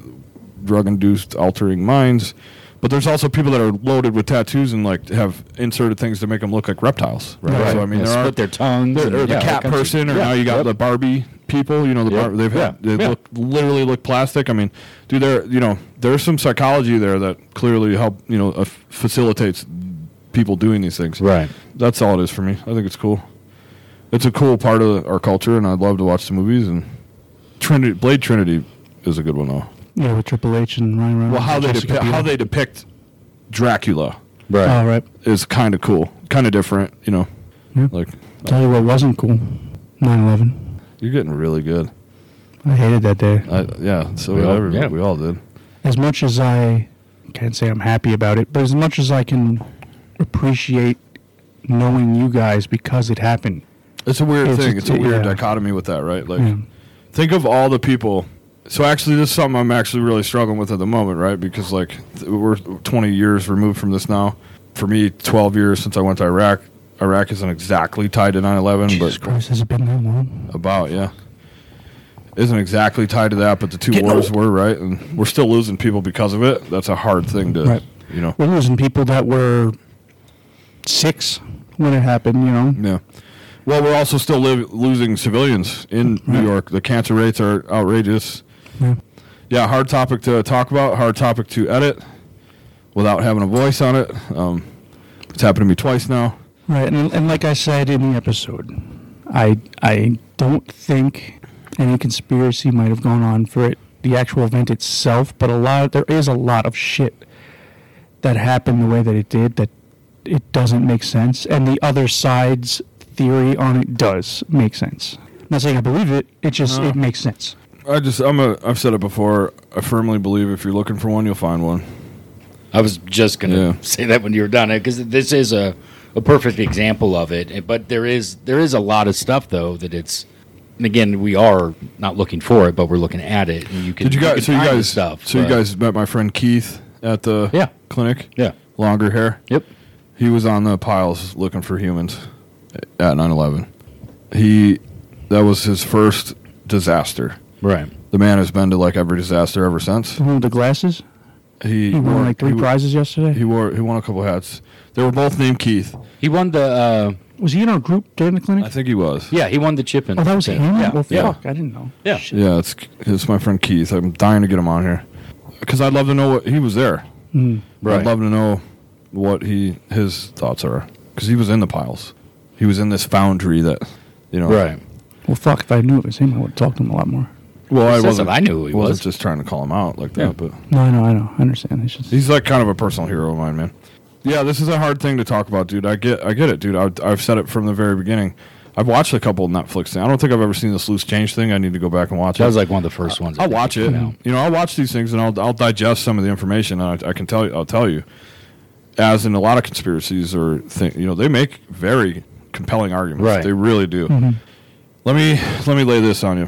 [SPEAKER 4] drug induced altering minds. But there's also people that are loaded with tattoos and like have inserted things to make them look like reptiles. Right. So I mean,
[SPEAKER 3] Yeah,
[SPEAKER 4] there are
[SPEAKER 3] split their tongues
[SPEAKER 4] there-
[SPEAKER 3] and-
[SPEAKER 4] or the
[SPEAKER 3] yeah,
[SPEAKER 4] cat
[SPEAKER 3] all kinds of-
[SPEAKER 4] person, or
[SPEAKER 3] yeah,
[SPEAKER 4] now you got
[SPEAKER 3] yep.
[SPEAKER 4] the Barbie people. You know, the
[SPEAKER 3] Yep.
[SPEAKER 4] Bar- they've had
[SPEAKER 3] Yeah,
[SPEAKER 4] they
[SPEAKER 3] yeah.
[SPEAKER 4] look literally look plastic. I mean, dude, there you know there's some psychology there that clearly help you know uh, facilitates people doing these things.
[SPEAKER 3] Right.
[SPEAKER 4] That's all it is for me. I think it's cool. It's a cool part of our culture, and I'd love to watch the movies. And Trinity, Blade Trinity is a good one though.
[SPEAKER 2] Yeah, with Triple H and Ryan Reynolds.
[SPEAKER 4] Well, how
[SPEAKER 2] and
[SPEAKER 4] they
[SPEAKER 2] Jessica
[SPEAKER 4] depi- how
[SPEAKER 2] Biel.
[SPEAKER 4] they depict Dracula
[SPEAKER 2] Oh, right.
[SPEAKER 4] is kind of cool, kind of different. You know,
[SPEAKER 2] Yeah.
[SPEAKER 4] like
[SPEAKER 2] Tell you what wasn't cool. 9/11.
[SPEAKER 4] you're getting really good.
[SPEAKER 2] I hated that day.
[SPEAKER 4] I, yeah, so
[SPEAKER 3] We
[SPEAKER 4] we
[SPEAKER 3] all-
[SPEAKER 4] all,
[SPEAKER 3] yeah.
[SPEAKER 4] we all did.
[SPEAKER 2] as much as I can't say I'm happy about it, but as much as I can appreciate knowing you guys because it happened.
[SPEAKER 4] It's a weird
[SPEAKER 2] It's
[SPEAKER 4] thing.
[SPEAKER 2] just-
[SPEAKER 4] it's a weird
[SPEAKER 2] yeah.
[SPEAKER 4] dichotomy with that, right? Like,
[SPEAKER 2] Yeah.
[SPEAKER 4] think of all the people. So actually, this is something I'm actually really struggling with at the moment, right? Because like th- we're 20 years removed from this now. For me, 12 years since I went to Iraq. Iraq isn't exactly tied to 9/11,
[SPEAKER 2] Jesus
[SPEAKER 4] but
[SPEAKER 2] Christ, has it been that long?
[SPEAKER 4] about yeah. Isn't exactly tied to that, but the two wars were right, and we're still losing people because of it. That's a hard thing to,
[SPEAKER 2] Right.
[SPEAKER 4] you know.
[SPEAKER 2] We're losing people that were six when it happened, you know.
[SPEAKER 4] Yeah. Well, we're also still live, losing civilians in New
[SPEAKER 2] Right.
[SPEAKER 4] York. The cancer rates are outrageous.
[SPEAKER 2] Yeah.
[SPEAKER 4] Yeah, hard topic to talk about, hard topic to edit without having a voice on it. Um, it's happened to me twice now.
[SPEAKER 2] Right, and, and like I said in the episode, I I don't think any conspiracy might have gone on for it, the actual event itself, but a lot there is a lot of shit that happened the way that it did that it doesn't make sense, and the other side's theory on it does make sense. I'm not saying I believe it, it just
[SPEAKER 4] Uh-huh.
[SPEAKER 2] it makes sense.
[SPEAKER 4] I just, I'm a, I've said it before. I firmly believe if you're looking for one, you'll find one.
[SPEAKER 3] I was just going to
[SPEAKER 4] Yeah.
[SPEAKER 3] say that when you were done, because this is a, a perfect example of it. But there is there is a lot of stuff though that it's. And again, we are not looking for it, but we're looking at it. And you can
[SPEAKER 4] Did you guys?
[SPEAKER 3] can
[SPEAKER 4] So you
[SPEAKER 3] find the
[SPEAKER 4] guys?
[SPEAKER 3] stuff.
[SPEAKER 4] so you
[SPEAKER 3] but-
[SPEAKER 4] guys met my friend Keith at the
[SPEAKER 3] Yeah.
[SPEAKER 4] clinic.
[SPEAKER 3] Yeah.
[SPEAKER 4] Longer hair.
[SPEAKER 3] Yep.
[SPEAKER 4] He was on the piles looking for humans at 9/11. He that was his first disaster.
[SPEAKER 3] Right.
[SPEAKER 4] The man has been to like every disaster ever since.
[SPEAKER 2] The one with the glasses,
[SPEAKER 4] He,
[SPEAKER 2] he won like three
[SPEAKER 4] he,
[SPEAKER 2] prizes yesterday.
[SPEAKER 4] He wore he won a couple hats. They were both named Keith.
[SPEAKER 3] He won the. Uh,
[SPEAKER 2] was he in our group during the clinic?
[SPEAKER 4] I think he was.
[SPEAKER 3] yeah, he won the chip in.
[SPEAKER 2] oh, that was him.
[SPEAKER 3] Yeah.
[SPEAKER 2] well,
[SPEAKER 3] yeah.
[SPEAKER 2] fuck, I didn't know.
[SPEAKER 3] Yeah.
[SPEAKER 2] Shit.
[SPEAKER 4] Yeah, it's it's my friend Keith. I'm dying to get him on here because I'd love to know what he was there.
[SPEAKER 2] Mm.
[SPEAKER 3] Right.
[SPEAKER 4] I'd love to know what he his thoughts are because he was in the piles. He was in this foundry that you know.
[SPEAKER 3] Right.
[SPEAKER 2] Well, fuck, if I knew it was him, I would have talked to him a lot more.
[SPEAKER 4] Well, I
[SPEAKER 3] says
[SPEAKER 4] wasn't.
[SPEAKER 3] that I knew who he
[SPEAKER 4] wasn't
[SPEAKER 3] was.
[SPEAKER 4] just trying to call him out like
[SPEAKER 3] Yeah.
[SPEAKER 4] that, but
[SPEAKER 2] No, I know, I know. I understand. It's just,
[SPEAKER 4] he's like kind of a personal hero of mine, man. Yeah, this is a hard thing to talk about, dude. I get, I get it, dude. I, I've said it from the very beginning. I've watched a couple of Netflix things. I don't think I've ever seen this loose change thing. I need to go back and watch
[SPEAKER 3] That
[SPEAKER 4] it.
[SPEAKER 3] was like one of the first ones. I
[SPEAKER 4] I'll
[SPEAKER 3] think.
[SPEAKER 4] watch it. You know, I'll watch these things and I'll I'll digest some of the information. And I, I can tell you, I'll tell you. As in a lot of conspiracies or thing, you know, they make very compelling arguments.
[SPEAKER 3] Right. Mm-hmm.
[SPEAKER 4] They really do. Let me let me lay this on you.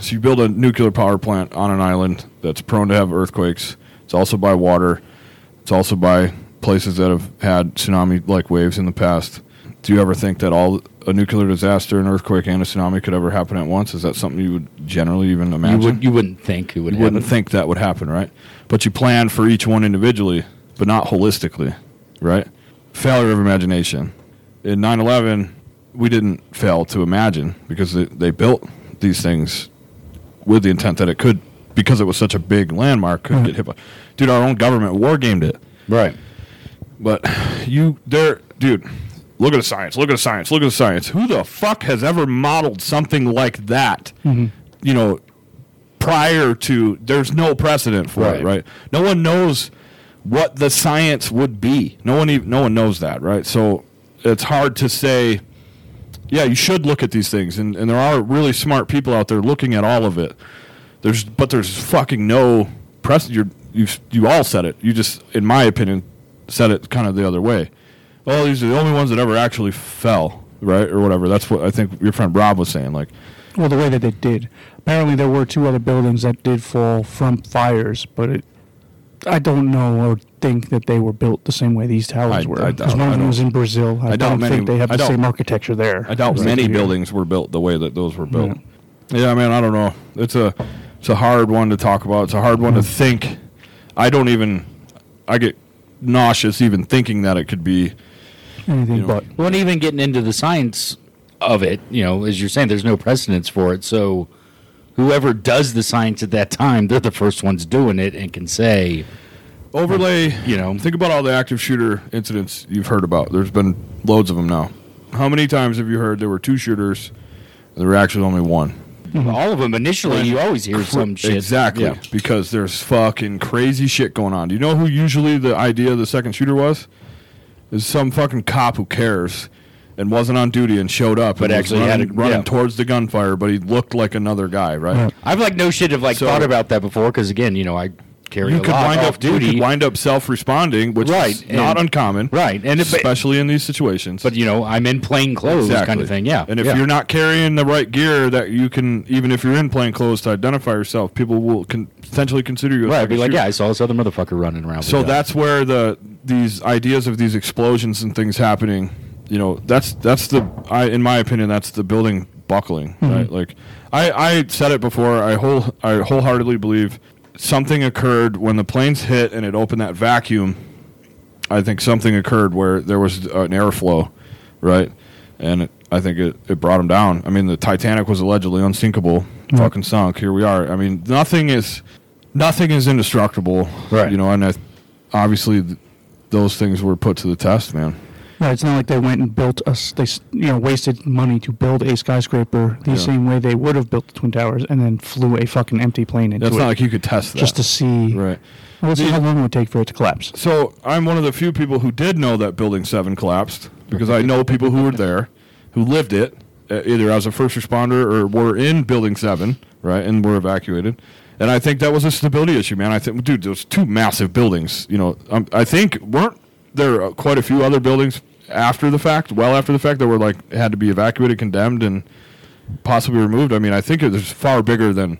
[SPEAKER 4] So you build a nuclear power plant on an island that's prone to have earthquakes. It's also by water. It's also by places that have had tsunami-like waves in the past. Do you ever think that all a nuclear disaster, an earthquake, and a tsunami could ever happen at once? Is that something you would generally even
[SPEAKER 3] You
[SPEAKER 4] imagine?
[SPEAKER 3] would you wouldn't think it would.
[SPEAKER 4] You wouldn't
[SPEAKER 3] happen.
[SPEAKER 4] think that would happen, right? But you plan for each one individually, but not holistically, right? Failure of imagination. In 9 11, we didn't fail to imagine because they, they built these things with the intent that it could, because it was such a big landmark,
[SPEAKER 3] Mm-hmm.
[SPEAKER 4] could get hit by. Dude, our own government war gamed it.
[SPEAKER 3] Right.
[SPEAKER 4] But you, there, dude, look at the science, look at the science, look at the science. Who the fuck has ever modeled something like that? You know, prior to, there's no precedent for
[SPEAKER 3] Right.
[SPEAKER 4] it, right? No one knows what the science would be. No one, even, no one knows that, right? So it's hard to say. Yeah, you should look at these things, and, and there are really smart people out there looking at all of it. There's, but there's fucking no press. You're, you, you all said it. You just, in my opinion, said it kind of the other way. Well, these are the only ones that ever actually fell, right, or whatever. That's what I think your friend Rob was saying. Like,
[SPEAKER 2] well, the way that they did. Apparently, there were two other buildings that did fall from fires, but it, I don't know or think that they were built the same way these towers
[SPEAKER 4] I-
[SPEAKER 2] were.
[SPEAKER 4] I doubt-
[SPEAKER 2] one
[SPEAKER 4] I
[SPEAKER 2] of them
[SPEAKER 4] don't-
[SPEAKER 2] was in Brazil. I,
[SPEAKER 4] I doubt
[SPEAKER 2] don't
[SPEAKER 4] many-
[SPEAKER 2] think they have
[SPEAKER 4] I
[SPEAKER 2] the
[SPEAKER 4] doubt-
[SPEAKER 2] same architecture there.
[SPEAKER 4] I doubt
[SPEAKER 2] as they
[SPEAKER 4] many
[SPEAKER 2] do here.
[SPEAKER 4] buildings were built the way that those were built. Yeah, man, I don't know. It's a it's a hard one to talk about. It's a hard one to think. I don't even I get nauseous even thinking that it could be
[SPEAKER 2] Anything but.
[SPEAKER 3] Well, and even getting into the science of it, you know, as you're saying, there's no precedence for it. So whoever does the science at that time, they're the first ones doing it and can say,
[SPEAKER 4] overlay,
[SPEAKER 3] you know,
[SPEAKER 4] Um, Think about all the active shooter incidents you've heard about. There's been loads of them now. How many times have you heard there were two shooters and there were actually only one?
[SPEAKER 3] all of them initially, you always hear some shit.
[SPEAKER 4] Mm-hmm. Exactly.
[SPEAKER 3] Yeah.
[SPEAKER 4] Because there's fucking crazy shit going on. Do you know who usually the idea of the second shooter was? Is some fucking cop who cares and wasn't on duty and showed up
[SPEAKER 3] But
[SPEAKER 4] and was
[SPEAKER 3] actually had
[SPEAKER 4] running,
[SPEAKER 3] a-
[SPEAKER 4] running
[SPEAKER 3] yeah.
[SPEAKER 4] towards the gunfire, but he looked like another guy, right?
[SPEAKER 2] Yeah.
[SPEAKER 3] I've like no shit have like
[SPEAKER 4] So-
[SPEAKER 3] thought about that before because again, you know, I carry
[SPEAKER 4] You
[SPEAKER 3] a
[SPEAKER 4] could
[SPEAKER 3] lot
[SPEAKER 4] wind
[SPEAKER 3] off
[SPEAKER 4] up duty.
[SPEAKER 3] duty.
[SPEAKER 4] wind up self responding, which
[SPEAKER 3] Right,
[SPEAKER 4] is not
[SPEAKER 3] and-
[SPEAKER 4] uncommon.
[SPEAKER 3] Right, and if- but-
[SPEAKER 4] especially in these situations.
[SPEAKER 3] but you know, I'm in plain clothes, kind of thing. Yeah,
[SPEAKER 4] And if
[SPEAKER 3] yeah.
[SPEAKER 4] you're not carrying the right gear that you can even if you're in plain clothes to identify yourself, people will con- potentially consider you a
[SPEAKER 3] right, I'd
[SPEAKER 4] second
[SPEAKER 3] be like,
[SPEAKER 4] shooter.
[SPEAKER 3] yeah, I saw this other motherfucker running around. with
[SPEAKER 4] So
[SPEAKER 3] that.
[SPEAKER 4] that's where the these ideas of these explosions and things happening, you know, that's that's the I in my opinion that's the building buckling,
[SPEAKER 3] Mm-hmm.
[SPEAKER 4] right? Like I I said it before, I whole I wholeheartedly believe something occurred when the planes hit and it opened that vacuum. I think something occurred where there was an airflow right? And it, I think it, it brought him down. I mean, the Titanic was allegedly unsinkable, fucking sunk. Here we are. I mean, nothing is nothing is indestructible,
[SPEAKER 3] Right.
[SPEAKER 4] You know, and I, obviously th- those things were put to the test, man.
[SPEAKER 2] Right, it's not like they went and built us. They s- you know wasted money to build a skyscraper the
[SPEAKER 4] Yeah.
[SPEAKER 2] same way they would have built the twin towers, and then flew a fucking empty plane into
[SPEAKER 4] That's
[SPEAKER 2] it
[SPEAKER 4] not like you could test that,
[SPEAKER 2] just to see.
[SPEAKER 4] right?
[SPEAKER 2] Well, let's see how long it would take for it to collapse.
[SPEAKER 4] So I'm one of the few people who did know that Building Seven collapsed because I know people who were there, who lived it, uh, either as a first responder or were in Building Seven, right, and were evacuated. And I think that was a stability issue, man. I think, dude, there's two massive buildings. You know, um, I think weren't there uh, quite a few other buildings after the fact, well after the fact, that were like had to be evacuated, condemned, and possibly removed. I mean, I think it was far bigger than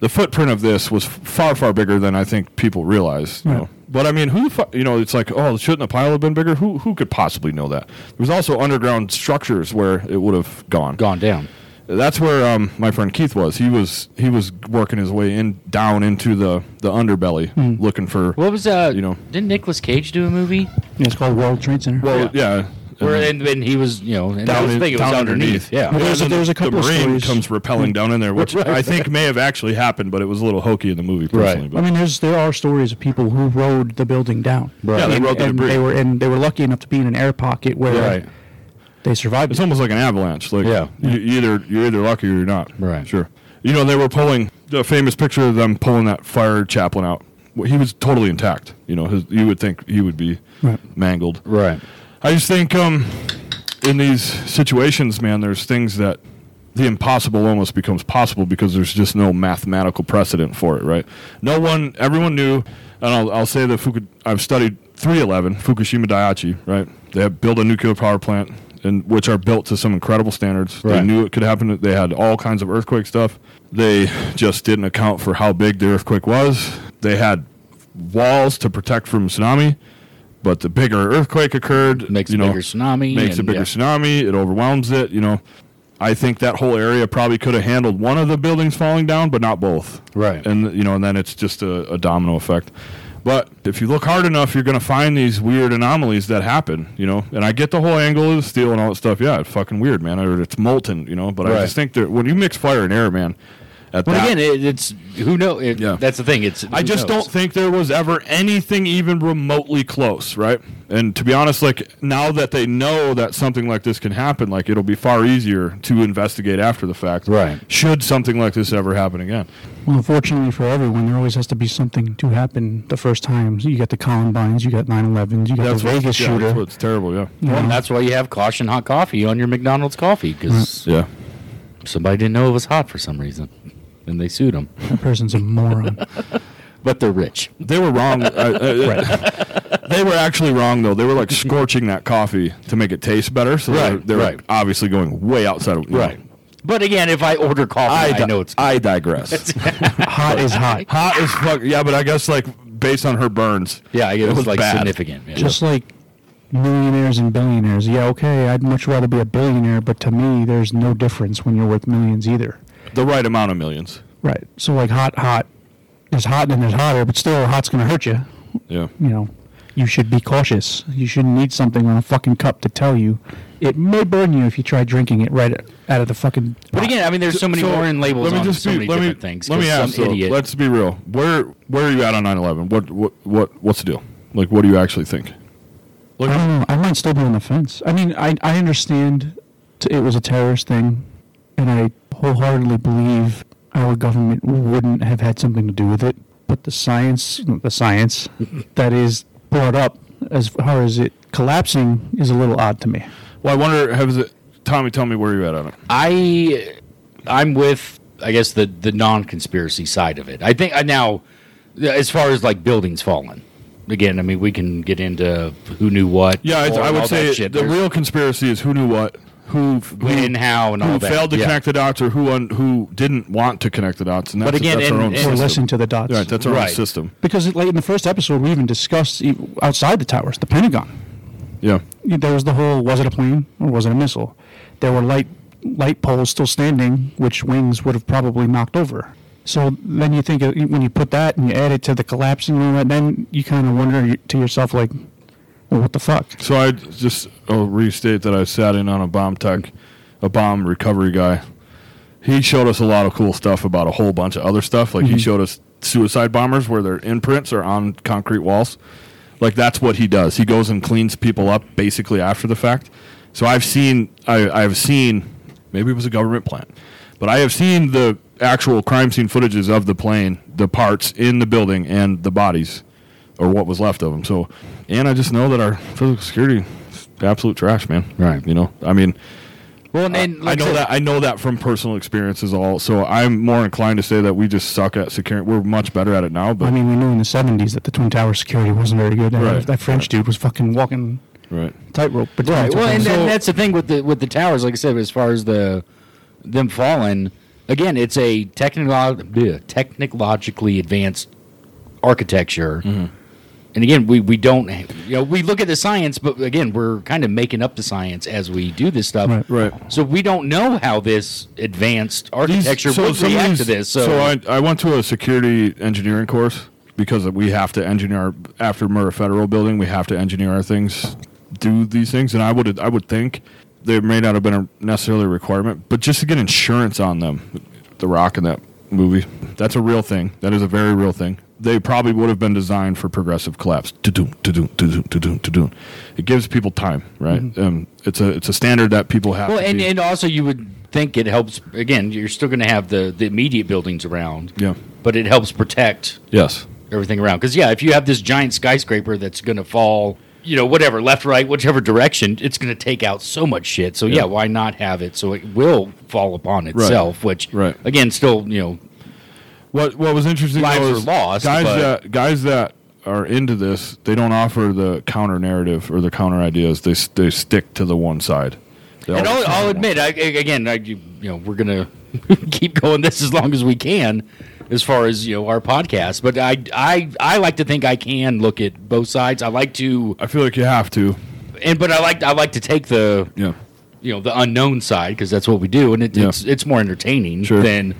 [SPEAKER 4] the footprint of this was far far bigger than I think people realize. You
[SPEAKER 2] Right.
[SPEAKER 4] know? But I mean, who the fu- you know? It's like, oh, shouldn't the pile have been bigger? Who who could possibly know that? There's also underground structures where it would have gone.
[SPEAKER 3] Gone down.
[SPEAKER 4] That's where um, my friend Keith was. He was he was working his way in down into the the underbelly,
[SPEAKER 2] Mm.
[SPEAKER 4] looking for.
[SPEAKER 3] What was uh?
[SPEAKER 4] You know.
[SPEAKER 3] didn't Nicolas Cage do a movie
[SPEAKER 2] Yeah, it's called World Trade Center.
[SPEAKER 4] well, yeah.
[SPEAKER 3] where
[SPEAKER 4] And
[SPEAKER 3] and then he was you know and I
[SPEAKER 4] Uh-huh. down
[SPEAKER 3] was
[SPEAKER 4] in-
[SPEAKER 3] thinking it was
[SPEAKER 4] down
[SPEAKER 3] underneath.
[SPEAKER 2] Well,
[SPEAKER 3] Yeah,
[SPEAKER 2] there's a-
[SPEAKER 4] and then
[SPEAKER 2] there's a couple of
[SPEAKER 4] the rain
[SPEAKER 2] stories.
[SPEAKER 4] comes rappelling down in there, which I think may have actually happened, but it was a little hokey in the movie. Personally,
[SPEAKER 3] Right.
[SPEAKER 4] but-
[SPEAKER 2] I mean, there's there are stories of people who rode the building down.
[SPEAKER 3] Right.
[SPEAKER 4] Yeah, they
[SPEAKER 2] And-
[SPEAKER 4] rode the
[SPEAKER 2] and
[SPEAKER 4] debris.
[SPEAKER 2] They were and they were lucky enough to be in an air pocket where
[SPEAKER 4] Right.
[SPEAKER 2] they survived.
[SPEAKER 4] It's
[SPEAKER 2] it.
[SPEAKER 4] almost like an avalanche. Like
[SPEAKER 3] Yeah.
[SPEAKER 4] you, you either you're either lucky or you're not.
[SPEAKER 3] Right.
[SPEAKER 4] Sure. You know they were pulling the famous picture of them pulling that fire chaplain out. Well, He was totally intact. You know, his, you would think he would be
[SPEAKER 2] Right.
[SPEAKER 4] mangled.
[SPEAKER 3] right.
[SPEAKER 4] I just think um, in these situations, man, there's things that the impossible almost becomes possible because there's just no mathematical precedent for it, right? No one, everyone knew, and I'll, I'll say that Fuku, I've studied 311, Fukushima Daiichi, right? They have built a nuclear power plant, and which are built to some incredible standards. They
[SPEAKER 3] Right.
[SPEAKER 4] knew it could happen. They had all kinds of earthquake stuff. They just didn't account for how big the earthquake was. They had walls to protect from tsunami but the bigger earthquake occurred
[SPEAKER 3] Makes
[SPEAKER 4] you
[SPEAKER 3] a
[SPEAKER 4] know,
[SPEAKER 3] bigger tsunami.
[SPEAKER 4] makes a
[SPEAKER 3] and-
[SPEAKER 4] bigger
[SPEAKER 3] yeah.
[SPEAKER 4] tsunami it overwhelms it you know i think that whole area probably could have handled one of the buildings falling down but not both
[SPEAKER 3] Right.
[SPEAKER 4] and you know and then it's just a, a domino effect but if you look hard enough you're going to find these weird anomalies that happen you know and i get the whole angle of the steel and all that stuff yeah it's fucking weird man or it's molten you know but
[SPEAKER 3] Right.
[SPEAKER 4] i just think that when you mix fire and air man at
[SPEAKER 3] But
[SPEAKER 4] that,
[SPEAKER 3] again, it, it's who know. It,
[SPEAKER 4] Yeah.
[SPEAKER 3] That's the thing. It's
[SPEAKER 4] I
[SPEAKER 3] who
[SPEAKER 4] just
[SPEAKER 3] knows?
[SPEAKER 4] don't think there was ever anything even remotely close, right? And to be honest, like now that they know that something like this can happen, like it'll be far easier to investigate after the fact,
[SPEAKER 3] Right.
[SPEAKER 4] Should something like this ever happen again,
[SPEAKER 2] Well, unfortunately for everyone, there always has to be something to happen the first time. So you got the Columbines, you got 9/11s, you got the
[SPEAKER 4] what-
[SPEAKER 2] Vegas
[SPEAKER 4] yeah,
[SPEAKER 2] shooter.
[SPEAKER 4] That's what's terrible, yeah,
[SPEAKER 3] Well, and that's why you have caution hot coffee on your McDonald's coffee because
[SPEAKER 4] Mm. yeah.
[SPEAKER 3] somebody didn't know it was hot for some reason, and they sued them.
[SPEAKER 2] That person's a moron.
[SPEAKER 3] But they're rich.
[SPEAKER 4] They were wrong. I- I- They were actually wrong though. They were like scorching that coffee to make it taste better, so they're,
[SPEAKER 3] Right,
[SPEAKER 4] they're
[SPEAKER 3] right.
[SPEAKER 4] obviously going way outside of you know.
[SPEAKER 3] But again, if I order coffee, I,
[SPEAKER 4] I, di-
[SPEAKER 3] know it's
[SPEAKER 4] I digress.
[SPEAKER 2] hot is hot.
[SPEAKER 4] Hot as fuck. Yeah, but I guess like based on her burns.
[SPEAKER 3] yeah. I guess it's like
[SPEAKER 4] bad.
[SPEAKER 3] significant. yeah.
[SPEAKER 2] Just like millionaires and billionaires. Yeah, okay, I'd much rather be a billionaire, but to me, there's no difference when you're worth millions either.
[SPEAKER 4] the right amount of millions.
[SPEAKER 2] Right. So like hot, hot. There's hot and then there's hotter, but still, hot's gonna hurt you.
[SPEAKER 4] Yeah.
[SPEAKER 2] You know, you should be cautious. You shouldn't need something on a fucking cup to tell you. It may burn you if you try drinking it right out of the fucking.
[SPEAKER 3] But again, I mean, there's so many foreign labels on so many
[SPEAKER 4] let me,
[SPEAKER 3] different things.
[SPEAKER 4] Let me
[SPEAKER 3] 'cause
[SPEAKER 4] ask.
[SPEAKER 3] some
[SPEAKER 4] though,
[SPEAKER 3] idiot.
[SPEAKER 4] Let's be real. Where where are you at on 9/11? What what what what's the deal? Like, what do you actually think?
[SPEAKER 2] I don't know. I might still be on the fence. I mean, I I understand t- it was a terrorist thing, and I wholeheartedly believe our government wouldn't have had something to do with it. But the science, the science that is brought up as far as it collapsing is a little odd to me.
[SPEAKER 4] Well, I wonder. Has it, Tommy, tell me where you're at on it.
[SPEAKER 3] I I'm with I guess the the non conspiracy side of it. I think I now uh, as far as like buildings falling. Again, I mean we can get into who knew what.
[SPEAKER 4] Yeah, I,
[SPEAKER 3] or
[SPEAKER 4] I
[SPEAKER 3] all
[SPEAKER 4] would say
[SPEAKER 3] that shit.
[SPEAKER 4] the
[SPEAKER 3] There's
[SPEAKER 4] real conspiracy is who knew what, who f- who,
[SPEAKER 3] when, how, and all
[SPEAKER 4] who
[SPEAKER 3] that.
[SPEAKER 4] failed to
[SPEAKER 3] yeah.
[SPEAKER 4] connect the dots, or who un, who didn't want to connect the dots. And that's,
[SPEAKER 3] But again,
[SPEAKER 4] that's our
[SPEAKER 3] and-
[SPEAKER 4] own
[SPEAKER 3] and-
[SPEAKER 2] Or
[SPEAKER 4] system.
[SPEAKER 2] listen to the dots.
[SPEAKER 4] Right, that's our own
[SPEAKER 3] Right.
[SPEAKER 4] system.
[SPEAKER 2] because it, like in the first episode, we even discussed e- outside the towers, the Pentagon.
[SPEAKER 4] Yeah.
[SPEAKER 2] There was the whole: was it a plane or was it a missile? There were light light poles still standing, which wings would have probably knocked over. So then you think of- when you put that and you add it to the collapsing and all that, then you kind of wonder y- to yourself like, Well, what the fuck?
[SPEAKER 4] So I just I'll restate that I sat in on a bomb tech, a bomb recovery guy. He showed us a lot of cool stuff about a whole bunch of other stuff. Like he showed us suicide bombers where their imprints are on concrete walls. Like that's what he does. He goes and cleans people up basically after the fact. So I've seen I, I've seen maybe it was a government plant, but I have seen the actual crime scene footages of the plane, the parts in the building, and the bodies or what was left of them. So, and I just know that our physical security is absolute trash, man.
[SPEAKER 3] Right.
[SPEAKER 4] You know, I mean,
[SPEAKER 3] Well, and, and
[SPEAKER 4] I know that I know that from personal experiences. All so I'm more inclined to say that we just suck at security. We're much better at it now, but
[SPEAKER 2] I mean, we knew in the '70s that the Twin Tower security wasn't very good. That-
[SPEAKER 4] Right.
[SPEAKER 2] That French dude was fucking walking
[SPEAKER 4] right.
[SPEAKER 2] tightrope. But
[SPEAKER 3] Well, and, and that's the thing with the with the towers. Like I said, as far as the them falling, again, it's a technolo- bleh, technologically advanced architecture.
[SPEAKER 4] Mm-hmm.
[SPEAKER 3] And again, we, we don't you know we look at the science, but again, we're kind of making up the science as we do this stuff.
[SPEAKER 2] Right.
[SPEAKER 4] Right.
[SPEAKER 3] So we don't know how this advanced architecture
[SPEAKER 4] These- so
[SPEAKER 3] would
[SPEAKER 4] some of
[SPEAKER 3] react
[SPEAKER 4] these-
[SPEAKER 3] to this. So,
[SPEAKER 4] I, I went to a security engineering course because we have to engineer after Murrah Federal Building. We have to engineer our things, do these things, and I would I would think there may not have been a necessarily requirement, but just to get insurance on them, The Rock in that movie, that's a real thing. That is a very real thing. They probably would have been designed for progressive collapse. To-doom, to-doom, to-doom, to-doom, to-doom. It gives people time, right?
[SPEAKER 3] Mm-hmm.
[SPEAKER 4] Um, it's a it's a standard that people have.
[SPEAKER 3] well,
[SPEAKER 4] to
[SPEAKER 3] and,
[SPEAKER 4] be-
[SPEAKER 3] and also you would think it helps. Again, you're still going to have the the immediate buildings around.
[SPEAKER 4] yeah,
[SPEAKER 3] But it helps protect
[SPEAKER 4] yes,
[SPEAKER 3] everything around. Because yeah, if you have this giant skyscraper that's going to fall, you know, whatever left, right, whichever direction, it's going to take out so much shit. So yeah.
[SPEAKER 4] Yeah.
[SPEAKER 3] why not have it? So it will fall upon itself. Which
[SPEAKER 4] Right.
[SPEAKER 3] again, still you know,
[SPEAKER 4] What What was interesting
[SPEAKER 3] Lives
[SPEAKER 4] though,
[SPEAKER 3] were
[SPEAKER 4] is
[SPEAKER 3] lost,
[SPEAKER 4] Guys
[SPEAKER 3] but-
[SPEAKER 4] that guys that are into this, they don't offer the counter narrative or the counter ideas. They s- they stick to the one side. They
[SPEAKER 3] and I'll,
[SPEAKER 4] always stick
[SPEAKER 3] I'll
[SPEAKER 4] to one-
[SPEAKER 3] admit, I, I- again, I, you know, we're gonna keep going this as long as we can, as far as you know our podcast. But I, I, I like to think I can look at both sides. I like to,
[SPEAKER 4] I feel like you have to.
[SPEAKER 3] and but I like, I like to take the
[SPEAKER 4] Yeah.
[SPEAKER 3] you know the unknown side because that's what we do, and it,
[SPEAKER 4] Yeah.
[SPEAKER 3] it's it's more entertaining
[SPEAKER 4] Sure.
[SPEAKER 3] than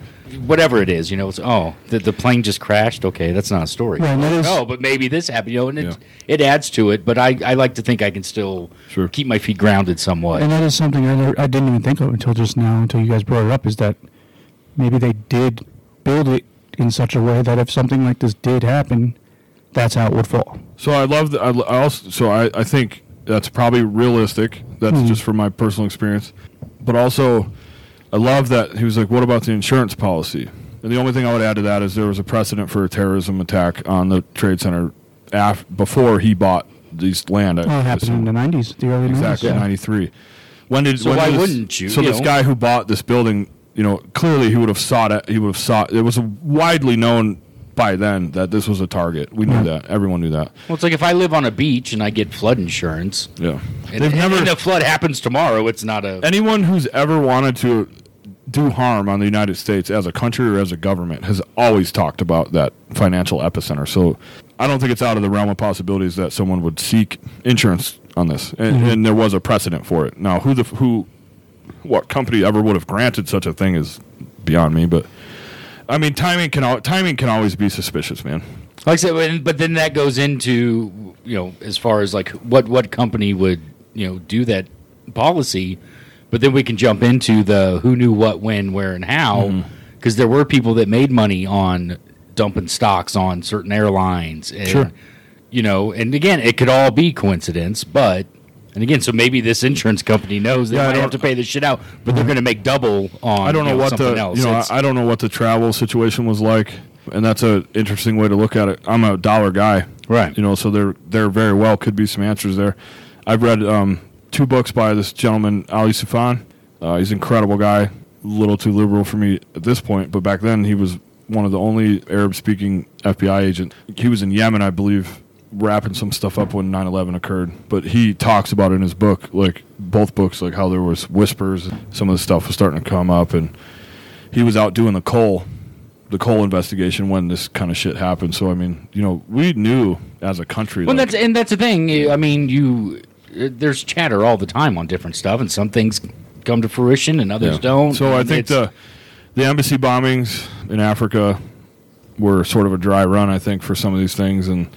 [SPEAKER 3] whatever it is. You know, it's oh the, the plane just crashed. Okay, that's not a story.
[SPEAKER 2] Well, that
[SPEAKER 4] Oh,
[SPEAKER 2] is-
[SPEAKER 3] no, but maybe this happened. You know, and it
[SPEAKER 4] Yeah.
[SPEAKER 3] it adds to it. But I, I like to think I can still
[SPEAKER 4] Sure.
[SPEAKER 3] keep my feet grounded somewhat.
[SPEAKER 2] And that is something I, never, I didn't even think of until just now, until you guys brought it up, is that maybe they did build it in such a way that if something like this did happen, that's how it would fall.
[SPEAKER 4] So I love the, I, l- I also so I, I think that's probably realistic. That's
[SPEAKER 3] Hmm.
[SPEAKER 4] just from my personal experience. But also I love that he was like, What about the insurance policy? And the only thing I would add to that is there was a precedent for a terrorism attack on the trade center af- before he bought these land. I
[SPEAKER 2] Well, Oh, it happened
[SPEAKER 4] assume.
[SPEAKER 2] in the 90s, the early 90s.
[SPEAKER 4] Exactly, ninety three. When did
[SPEAKER 3] So
[SPEAKER 4] when
[SPEAKER 3] why
[SPEAKER 4] did this-
[SPEAKER 3] wouldn't you,
[SPEAKER 4] So
[SPEAKER 3] you
[SPEAKER 4] this
[SPEAKER 3] know?
[SPEAKER 4] guy who bought this building, you know, clearly he would have sought it. He would have sought. It was widely known by then that this was a target. We knew that. Everyone knew that.
[SPEAKER 3] Well, it's like if I live on a beach and I get flood insurance,
[SPEAKER 4] Yeah.
[SPEAKER 3] and, and, and the flood happens tomorrow, it's not a
[SPEAKER 4] anyone who's ever wanted to do harm on the United States as a country or as a government has always talked about that financial epicenter. So I don't think it's out of the realm of possibilities that someone would seek insurance on this, and,
[SPEAKER 3] Mm-hmm.
[SPEAKER 4] and there was a precedent for it. Now, who the f- who, what company ever would have granted such a thing is beyond me. But I mean, timing can al- timing can always be suspicious, man.
[SPEAKER 3] like I said. when- But then that goes into you know as far as like what what company would you know do that policy, but then we can jump into the who knew what when where and how
[SPEAKER 4] Mm-hmm.
[SPEAKER 3] because there were people that made money on dumping stocks on certain airlines and
[SPEAKER 4] Sure.
[SPEAKER 3] you know and again it could all be coincidence but. And again, so maybe this insurance company knows they
[SPEAKER 4] Yeah, I
[SPEAKER 3] might have
[SPEAKER 4] don't- Mm-hmm.
[SPEAKER 3] to pay this shit out, but they're going to make double on.
[SPEAKER 4] I don't
[SPEAKER 3] you
[SPEAKER 4] know what
[SPEAKER 3] something
[SPEAKER 4] the
[SPEAKER 3] else.
[SPEAKER 4] you know
[SPEAKER 3] It's-
[SPEAKER 4] I, I don't know what the travel situation was like, and that's an interesting way to look at it. I'm a dollar guy,
[SPEAKER 3] Right.
[SPEAKER 4] You know, so there there very well could be some answers there. I've read um, two books by this gentleman Ali Sufan. Uh, he's an incredible guy. A little too liberal for me at this point, but back then he was one of the only Arab speaking FBI agent. He was in Yemen, I believe, wrapping some stuff up when 9-11 occurred but he talks about it in his book like both books like how there was whispers some of the stuff was starting to come up and he was out doing the coal the coal investigation when this kind of shit happened so i mean you know we knew as a country
[SPEAKER 3] Well,
[SPEAKER 4] like-
[SPEAKER 3] that's and that's the thing. I mean, you there's chatter all the time on different stuff, and some things come to fruition and others
[SPEAKER 4] Yeah.
[SPEAKER 3] don't.
[SPEAKER 4] so i
[SPEAKER 3] And
[SPEAKER 4] think
[SPEAKER 3] it's-
[SPEAKER 4] the the embassy bombings in africa were sort of a dry run, I think, for some of these things. And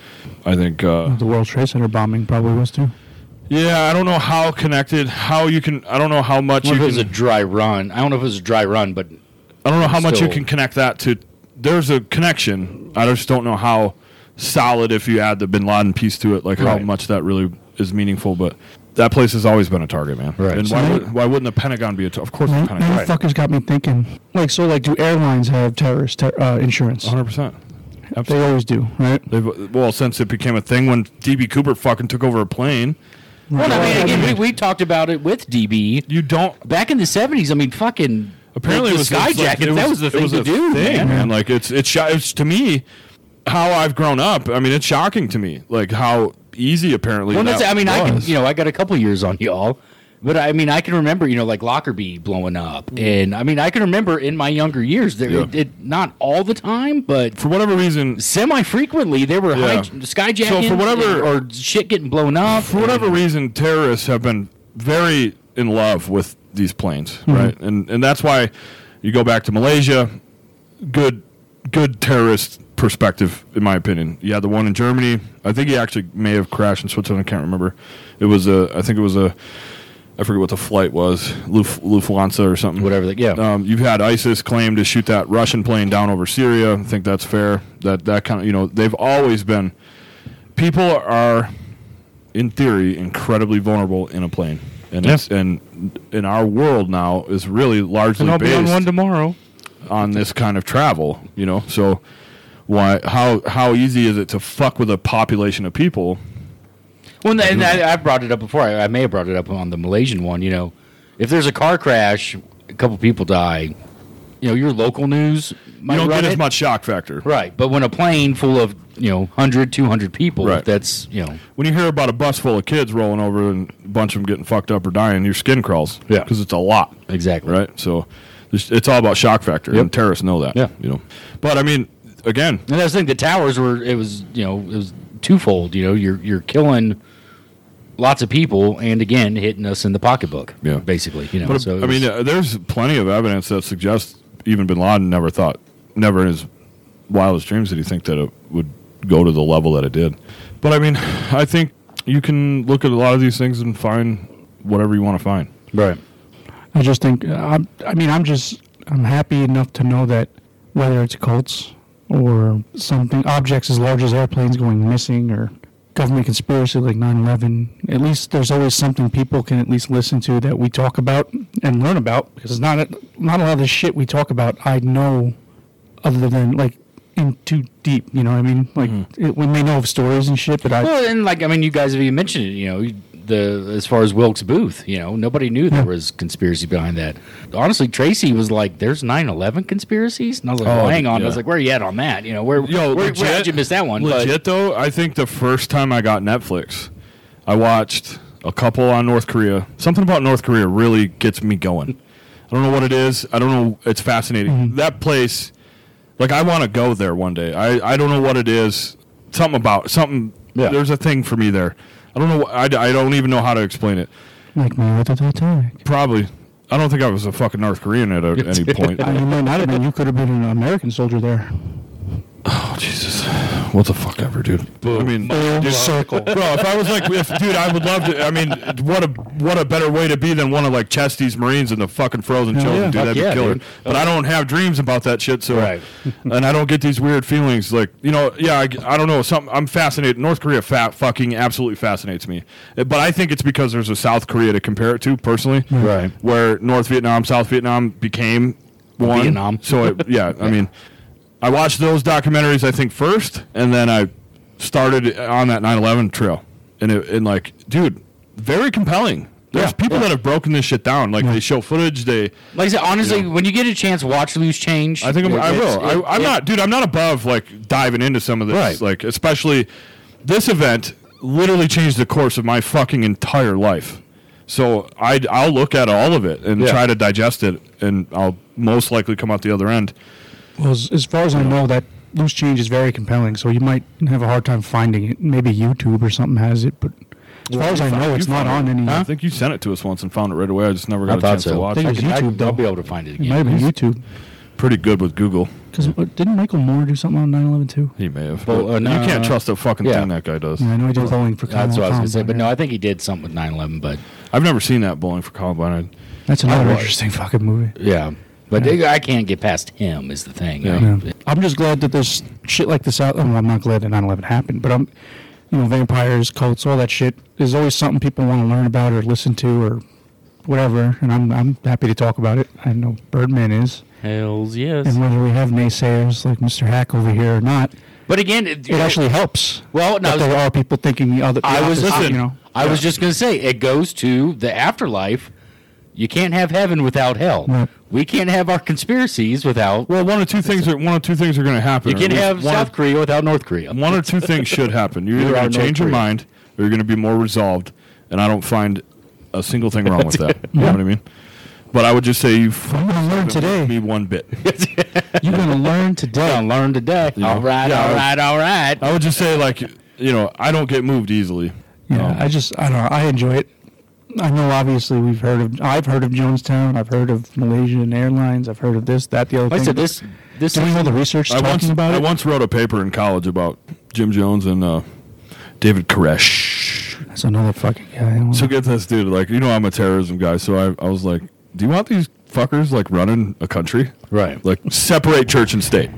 [SPEAKER 4] I think, uh,
[SPEAKER 3] Hmm.
[SPEAKER 2] The World Trade Center bombing probably was too.
[SPEAKER 4] yeah, I don't know how connected, how you can, I don't know how much
[SPEAKER 3] I don't
[SPEAKER 4] you
[SPEAKER 3] know if it was
[SPEAKER 4] can,
[SPEAKER 3] a dry run. I don't know if it was a dry run, but
[SPEAKER 4] I don't know how much you
[SPEAKER 3] still-
[SPEAKER 4] can connect that to. There's a connection. I just don't know how solid if you add the Bin Laden piece to it, like how
[SPEAKER 3] Right.
[SPEAKER 4] much that really is meaningful. But that place has always been a target, man.
[SPEAKER 3] Right.
[SPEAKER 4] And
[SPEAKER 3] So
[SPEAKER 4] why,
[SPEAKER 2] now-
[SPEAKER 4] would, why wouldn't the Pentagon be a target? Of course,
[SPEAKER 2] Now,
[SPEAKER 4] the
[SPEAKER 2] now
[SPEAKER 4] Pentagon.
[SPEAKER 2] the fuckers got me thinking. Like, so, like, do airlines have terrorist ter- uh, insurance?
[SPEAKER 4] 100%.
[SPEAKER 2] They always do, right?
[SPEAKER 4] They've, well, since it became a thing when DB Cooper fucking took over a plane,
[SPEAKER 3] well, I mean, again, we, we talked about it with DB
[SPEAKER 4] you don't.
[SPEAKER 3] back in the seventies. I mean, fucking
[SPEAKER 4] Apparently,
[SPEAKER 3] the
[SPEAKER 4] it was it's like-
[SPEAKER 3] skyjackets.
[SPEAKER 4] it
[SPEAKER 3] that was the
[SPEAKER 4] it
[SPEAKER 3] thing to
[SPEAKER 4] a
[SPEAKER 3] do,
[SPEAKER 4] thing,
[SPEAKER 3] man.
[SPEAKER 4] Like it's it's, sho- it's to me how I've grown up. I mean, it's shocking to me, like how easy apparently.
[SPEAKER 3] Well, that's,
[SPEAKER 4] that
[SPEAKER 3] I mean, I can,
[SPEAKER 4] was.
[SPEAKER 3] you know, I got a couple years on y'all, but I mean, I can remember, you know, like Lockerbie blowing up, and I mean, I can remember in my younger years there,
[SPEAKER 4] Mm. Yeah.
[SPEAKER 3] it, it- not all the time, but
[SPEAKER 4] for whatever reason,
[SPEAKER 3] semi frequently there were
[SPEAKER 4] Yeah.
[SPEAKER 3] high, skyjacking,
[SPEAKER 4] So for whatever-
[SPEAKER 3] or shit getting blown up,
[SPEAKER 4] for whatever reason, terrorists have been very in love with these planes,
[SPEAKER 3] Mm-hmm.
[SPEAKER 4] right? And and that's why you go back to Malaysia. Good, good terrorist perspective, in my opinion. You had the one in Germany. I think he actually may have crashed in Switzerland. I can't remember. It was a. I think it was a. I forget what the flight was, Luf- Lufthansa or something.
[SPEAKER 3] Whatever the- yeah.
[SPEAKER 4] Um, you've had ISIS claim to shoot that Russian plane down over Syria. I think that's fair. That that kind of you know they've always been. People are in theory, incredibly vulnerable in a plane. And
[SPEAKER 2] Yeah.
[SPEAKER 4] it's, and in our world now is really largely based on,
[SPEAKER 2] tomorrow.
[SPEAKER 4] this kind of travel. You know, so why how how easy is it to fuck with a population of people?
[SPEAKER 3] Well, and I, I've brought it up before. I, I may have brought it up on the Malaysian one. You know, if there's a car crash, a couple people die. You know, your local news might
[SPEAKER 4] You don't
[SPEAKER 3] run
[SPEAKER 4] get
[SPEAKER 3] it.
[SPEAKER 4] as much shock factor
[SPEAKER 3] Right, but when a plane full of you know 100, 200 people,
[SPEAKER 4] Right.
[SPEAKER 3] that's you know
[SPEAKER 4] when you hear about a bus full of kids rolling over and a bunch of them getting fucked up or dying. Your skin crawls,
[SPEAKER 3] Yeah.
[SPEAKER 4] because it's a lot.
[SPEAKER 3] exactly
[SPEAKER 4] right? So it's it's all about shock factor,
[SPEAKER 3] Yep.
[SPEAKER 4] and terrorists know that.
[SPEAKER 3] Yeah.
[SPEAKER 4] you know, but I mean, again,
[SPEAKER 3] And that's the thing. The towers were it was you know it was twofold. You know, you're you're killing lots of people, and again hitting us in the pocketbook.
[SPEAKER 4] Yeah.
[SPEAKER 3] basically. You know,
[SPEAKER 4] But
[SPEAKER 3] so it
[SPEAKER 4] I mean,
[SPEAKER 3] was-
[SPEAKER 4] uh, there's plenty of evidence that suggests even Bin Laden never thought, never in his wildest dreams did he think that it would go to the level that it did. But I mean, I think you can look at a lot of these things and find whatever you want to find.
[SPEAKER 3] right.
[SPEAKER 2] I just think uh, I'm, I mean I'm just I'm happy enough to know that whether it's cults or something objects as large as airplanes going missing or government conspiracy like 9/11 at least there's always something people can at least listen to that we talk about and learn about because it's not a, not a lot of the shit we talk about I know other than like in too deep you know what I mean like it, we may know of stories and shit but I
[SPEAKER 3] Well, and like I mean, you guys have even mentioned it. You know, you- the as far as Wilkes Booth, you know, nobody knew there
[SPEAKER 2] Yeah.
[SPEAKER 3] was conspiracy behind that. Honestly, Tracy was like, "There's 9/11 conspiracies," and I was like,
[SPEAKER 4] Oh,
[SPEAKER 3] "Well, hang on." I was
[SPEAKER 4] yeah.
[SPEAKER 3] like, "Where are you at on that?" You know, where
[SPEAKER 4] Yo,
[SPEAKER 3] where,
[SPEAKER 4] legit,
[SPEAKER 3] where did you miss that one? But-
[SPEAKER 4] Legit though, I think the first time I got Netflix, I watched a couple on North Korea. Something about North Korea really gets me going. I don't know what it is. I don't know. It's fascinating. That place, like I want to go there one day. I, I don't know what it is. Something about something.
[SPEAKER 3] Yeah.
[SPEAKER 4] There's a thing for me there. I don't know. wh- I, I don't even know how to explain it.
[SPEAKER 2] like me with the Titanic
[SPEAKER 4] Probably. I don't think I was a fucking North Korean at a, any point.
[SPEAKER 2] I, you might not have been you could have been an American soldier there
[SPEAKER 4] Oh Jesus! What the fuck ever, dude? I mean,
[SPEAKER 2] Oh,
[SPEAKER 4] dude,
[SPEAKER 2] circle.
[SPEAKER 4] bro. If I was like, if, dude, I would love to. I mean, what a what a better way to be than one of like Chesty's Marines and the fucking frozen
[SPEAKER 2] yeah.
[SPEAKER 4] children, dude. That'd
[SPEAKER 3] Fuck yeah,
[SPEAKER 4] be killer.
[SPEAKER 3] dude.
[SPEAKER 4] But I don't have dreams about that shit, so
[SPEAKER 3] Right.
[SPEAKER 4] and I don't get these weird feelings. Like you know, yeah, I, I don't know. Some I'm fascinated. North Korea, fat fucking absolutely fascinates me. But I think it's because there's a South Korea to compare it to, personally.
[SPEAKER 3] Right.
[SPEAKER 4] Where North Vietnam, South Vietnam became one.
[SPEAKER 3] Vietnam.
[SPEAKER 4] So it, yeah, I mean. I watched those documentaries, I think, first, and then I started on that 9 11 trail. And, it, and, like, dude, very compelling. There's
[SPEAKER 3] Yeah,
[SPEAKER 4] people that have broken this shit down. Like, they show footage. They,
[SPEAKER 3] Like I said, honestly,
[SPEAKER 4] Yeah.
[SPEAKER 3] when you get a chance, watch Loose Change.
[SPEAKER 4] I think I'm, I
[SPEAKER 3] It's-
[SPEAKER 4] will.
[SPEAKER 3] it-
[SPEAKER 4] I, I'm
[SPEAKER 3] it-
[SPEAKER 4] not, dude, I'm not above, like, diving into some of this.
[SPEAKER 3] Right.
[SPEAKER 4] Like, especially this event literally changed the course of my fucking entire life. So I, I'll look at all of it and
[SPEAKER 3] Yeah.
[SPEAKER 4] try to digest it, and I'll most likely come out the other end.
[SPEAKER 2] Well, as, as far as I know, that loose change is very compelling, so you might have a hard time finding it. Maybe YouTube or something has it, but as far as I know, it's not on any.
[SPEAKER 4] I think you sent it to us once and found it right away. I just never got
[SPEAKER 3] I
[SPEAKER 4] a
[SPEAKER 3] thought
[SPEAKER 4] chance to
[SPEAKER 3] so.
[SPEAKER 4] watch
[SPEAKER 2] I
[SPEAKER 4] it.
[SPEAKER 2] think
[SPEAKER 3] I
[SPEAKER 2] it was
[SPEAKER 3] can- I
[SPEAKER 2] YouTube,
[SPEAKER 3] can-
[SPEAKER 2] though.
[SPEAKER 3] I'll be able to find it
[SPEAKER 2] It
[SPEAKER 3] again.
[SPEAKER 2] might have been YouTube.
[SPEAKER 4] pretty good with Google.
[SPEAKER 2] Because didn't Michael Moore do something on 9/11 too?
[SPEAKER 4] He may have.
[SPEAKER 3] Well,
[SPEAKER 4] but
[SPEAKER 3] uh, no,
[SPEAKER 4] you can't
[SPEAKER 3] no.
[SPEAKER 4] trust a fucking
[SPEAKER 3] Yeah.
[SPEAKER 4] thing that guy does.
[SPEAKER 2] Yeah, I know he did bowling for.
[SPEAKER 3] That's
[SPEAKER 2] Colin
[SPEAKER 3] what I was going to say.
[SPEAKER 2] Columbine,
[SPEAKER 3] But no,
[SPEAKER 2] right?
[SPEAKER 3] I think he did something with 9 11. But
[SPEAKER 4] I've never seen that bowling for Columbine.
[SPEAKER 2] that's another
[SPEAKER 3] I-
[SPEAKER 2] interesting fucking movie.
[SPEAKER 3] yeah. But they- I can't get past him, is the thing.
[SPEAKER 4] Yeah.
[SPEAKER 3] right?
[SPEAKER 2] Yeah. I'm just glad that there's shit like this out. Well, I'm not glad that 9/11 happened, but I'm, you know, vampires, cults, all that shit. There's always something people want to learn about or listen to or whatever, and I'm I'm happy to talk about it. I know Birdman is,
[SPEAKER 3] Hells yes.
[SPEAKER 2] and whether we have naysayers like Mr. Hack over here or not,
[SPEAKER 3] But again, it,
[SPEAKER 2] it actually helps.
[SPEAKER 3] Well, no, I
[SPEAKER 2] that
[SPEAKER 3] was-
[SPEAKER 2] there are people thinking the other. the
[SPEAKER 3] I
[SPEAKER 2] opposite,
[SPEAKER 3] was listening.
[SPEAKER 2] You know,
[SPEAKER 3] I was just going to say it goes to the afterlife. You can't have heaven without hell.
[SPEAKER 2] Right.
[SPEAKER 3] We can't have our conspiracies without.
[SPEAKER 4] Well, one or two things are one or two things are going to happen.
[SPEAKER 3] You
[SPEAKER 4] or
[SPEAKER 3] can't
[SPEAKER 4] at
[SPEAKER 3] have
[SPEAKER 4] least one or-
[SPEAKER 3] South Korea without North Korea.
[SPEAKER 4] one or two things should happen. You're either
[SPEAKER 3] Either
[SPEAKER 4] going
[SPEAKER 3] on
[SPEAKER 4] to change
[SPEAKER 3] North
[SPEAKER 4] your
[SPEAKER 3] Korea.
[SPEAKER 4] mind, or you're going to be more resolved. And I don't find a single thing wrong with that. You know what I mean? But I would just say you fucking
[SPEAKER 2] I'm gonna learn
[SPEAKER 4] me
[SPEAKER 2] today.
[SPEAKER 4] one bit.
[SPEAKER 2] You're gonna learn today.
[SPEAKER 3] Gonna learn today.
[SPEAKER 4] You know?
[SPEAKER 3] All right,
[SPEAKER 4] Yeah, I
[SPEAKER 3] all
[SPEAKER 4] was-
[SPEAKER 3] right, all right.
[SPEAKER 2] Uh,
[SPEAKER 4] I would just say like you know I don't get moved easily.
[SPEAKER 2] Yeah,
[SPEAKER 4] Um,
[SPEAKER 2] I just I don't know. I enjoy it. I know obviously we've heard of I've heard of Jonestown, I've heard of Malaysian Airlines, I've heard of this, that, the other
[SPEAKER 3] Like
[SPEAKER 2] thing.
[SPEAKER 3] I said this. This
[SPEAKER 2] doing all the research
[SPEAKER 4] I
[SPEAKER 2] talking
[SPEAKER 4] once
[SPEAKER 2] about
[SPEAKER 4] I
[SPEAKER 2] it.
[SPEAKER 4] once wrote a paper in college about Jim Jones and uh, David Koresh.
[SPEAKER 2] That's another fucking guy. I don't
[SPEAKER 4] So
[SPEAKER 2] know.
[SPEAKER 4] get this, dude. Like you know I'm a terrorism guy, so I I was like, do you want these fuckers like running a country?
[SPEAKER 3] right.
[SPEAKER 4] like separate church and state.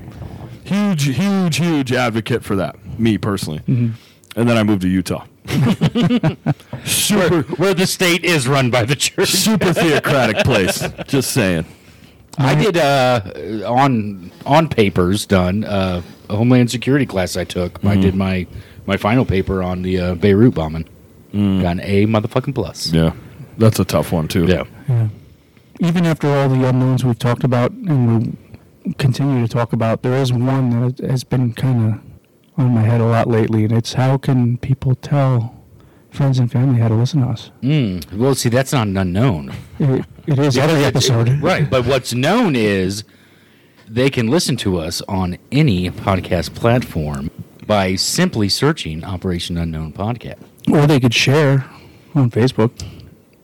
[SPEAKER 4] Huge, huge, huge advocate for that. Me personally,
[SPEAKER 2] Mm-hmm.
[SPEAKER 4] and then I moved to Utah. super,
[SPEAKER 3] Where the state is run by the church.
[SPEAKER 4] super theocratic place. Just saying.
[SPEAKER 3] I did uh, on on papers done uh, a homeland security class I took. I
[SPEAKER 2] Mm-hmm.
[SPEAKER 3] did my my final paper on the uh, Beirut bombing.
[SPEAKER 2] Mm.
[SPEAKER 3] Got an A motherfucking plus.
[SPEAKER 4] Yeah, that's a tough one too.
[SPEAKER 3] Yeah.
[SPEAKER 2] Even after all the unknowns we've talked about and we continue to talk about, there is one that has been kind of on my head a lot lately, and it's how can people tell friends and family how to listen to us?
[SPEAKER 3] Mm. Well, see, that's not an unknown.
[SPEAKER 2] It, it is every episode,
[SPEAKER 3] Right. But what's known is they can listen to us on any podcast platform by simply searching Operation Unknown Podcast.
[SPEAKER 2] Or they could share on Facebook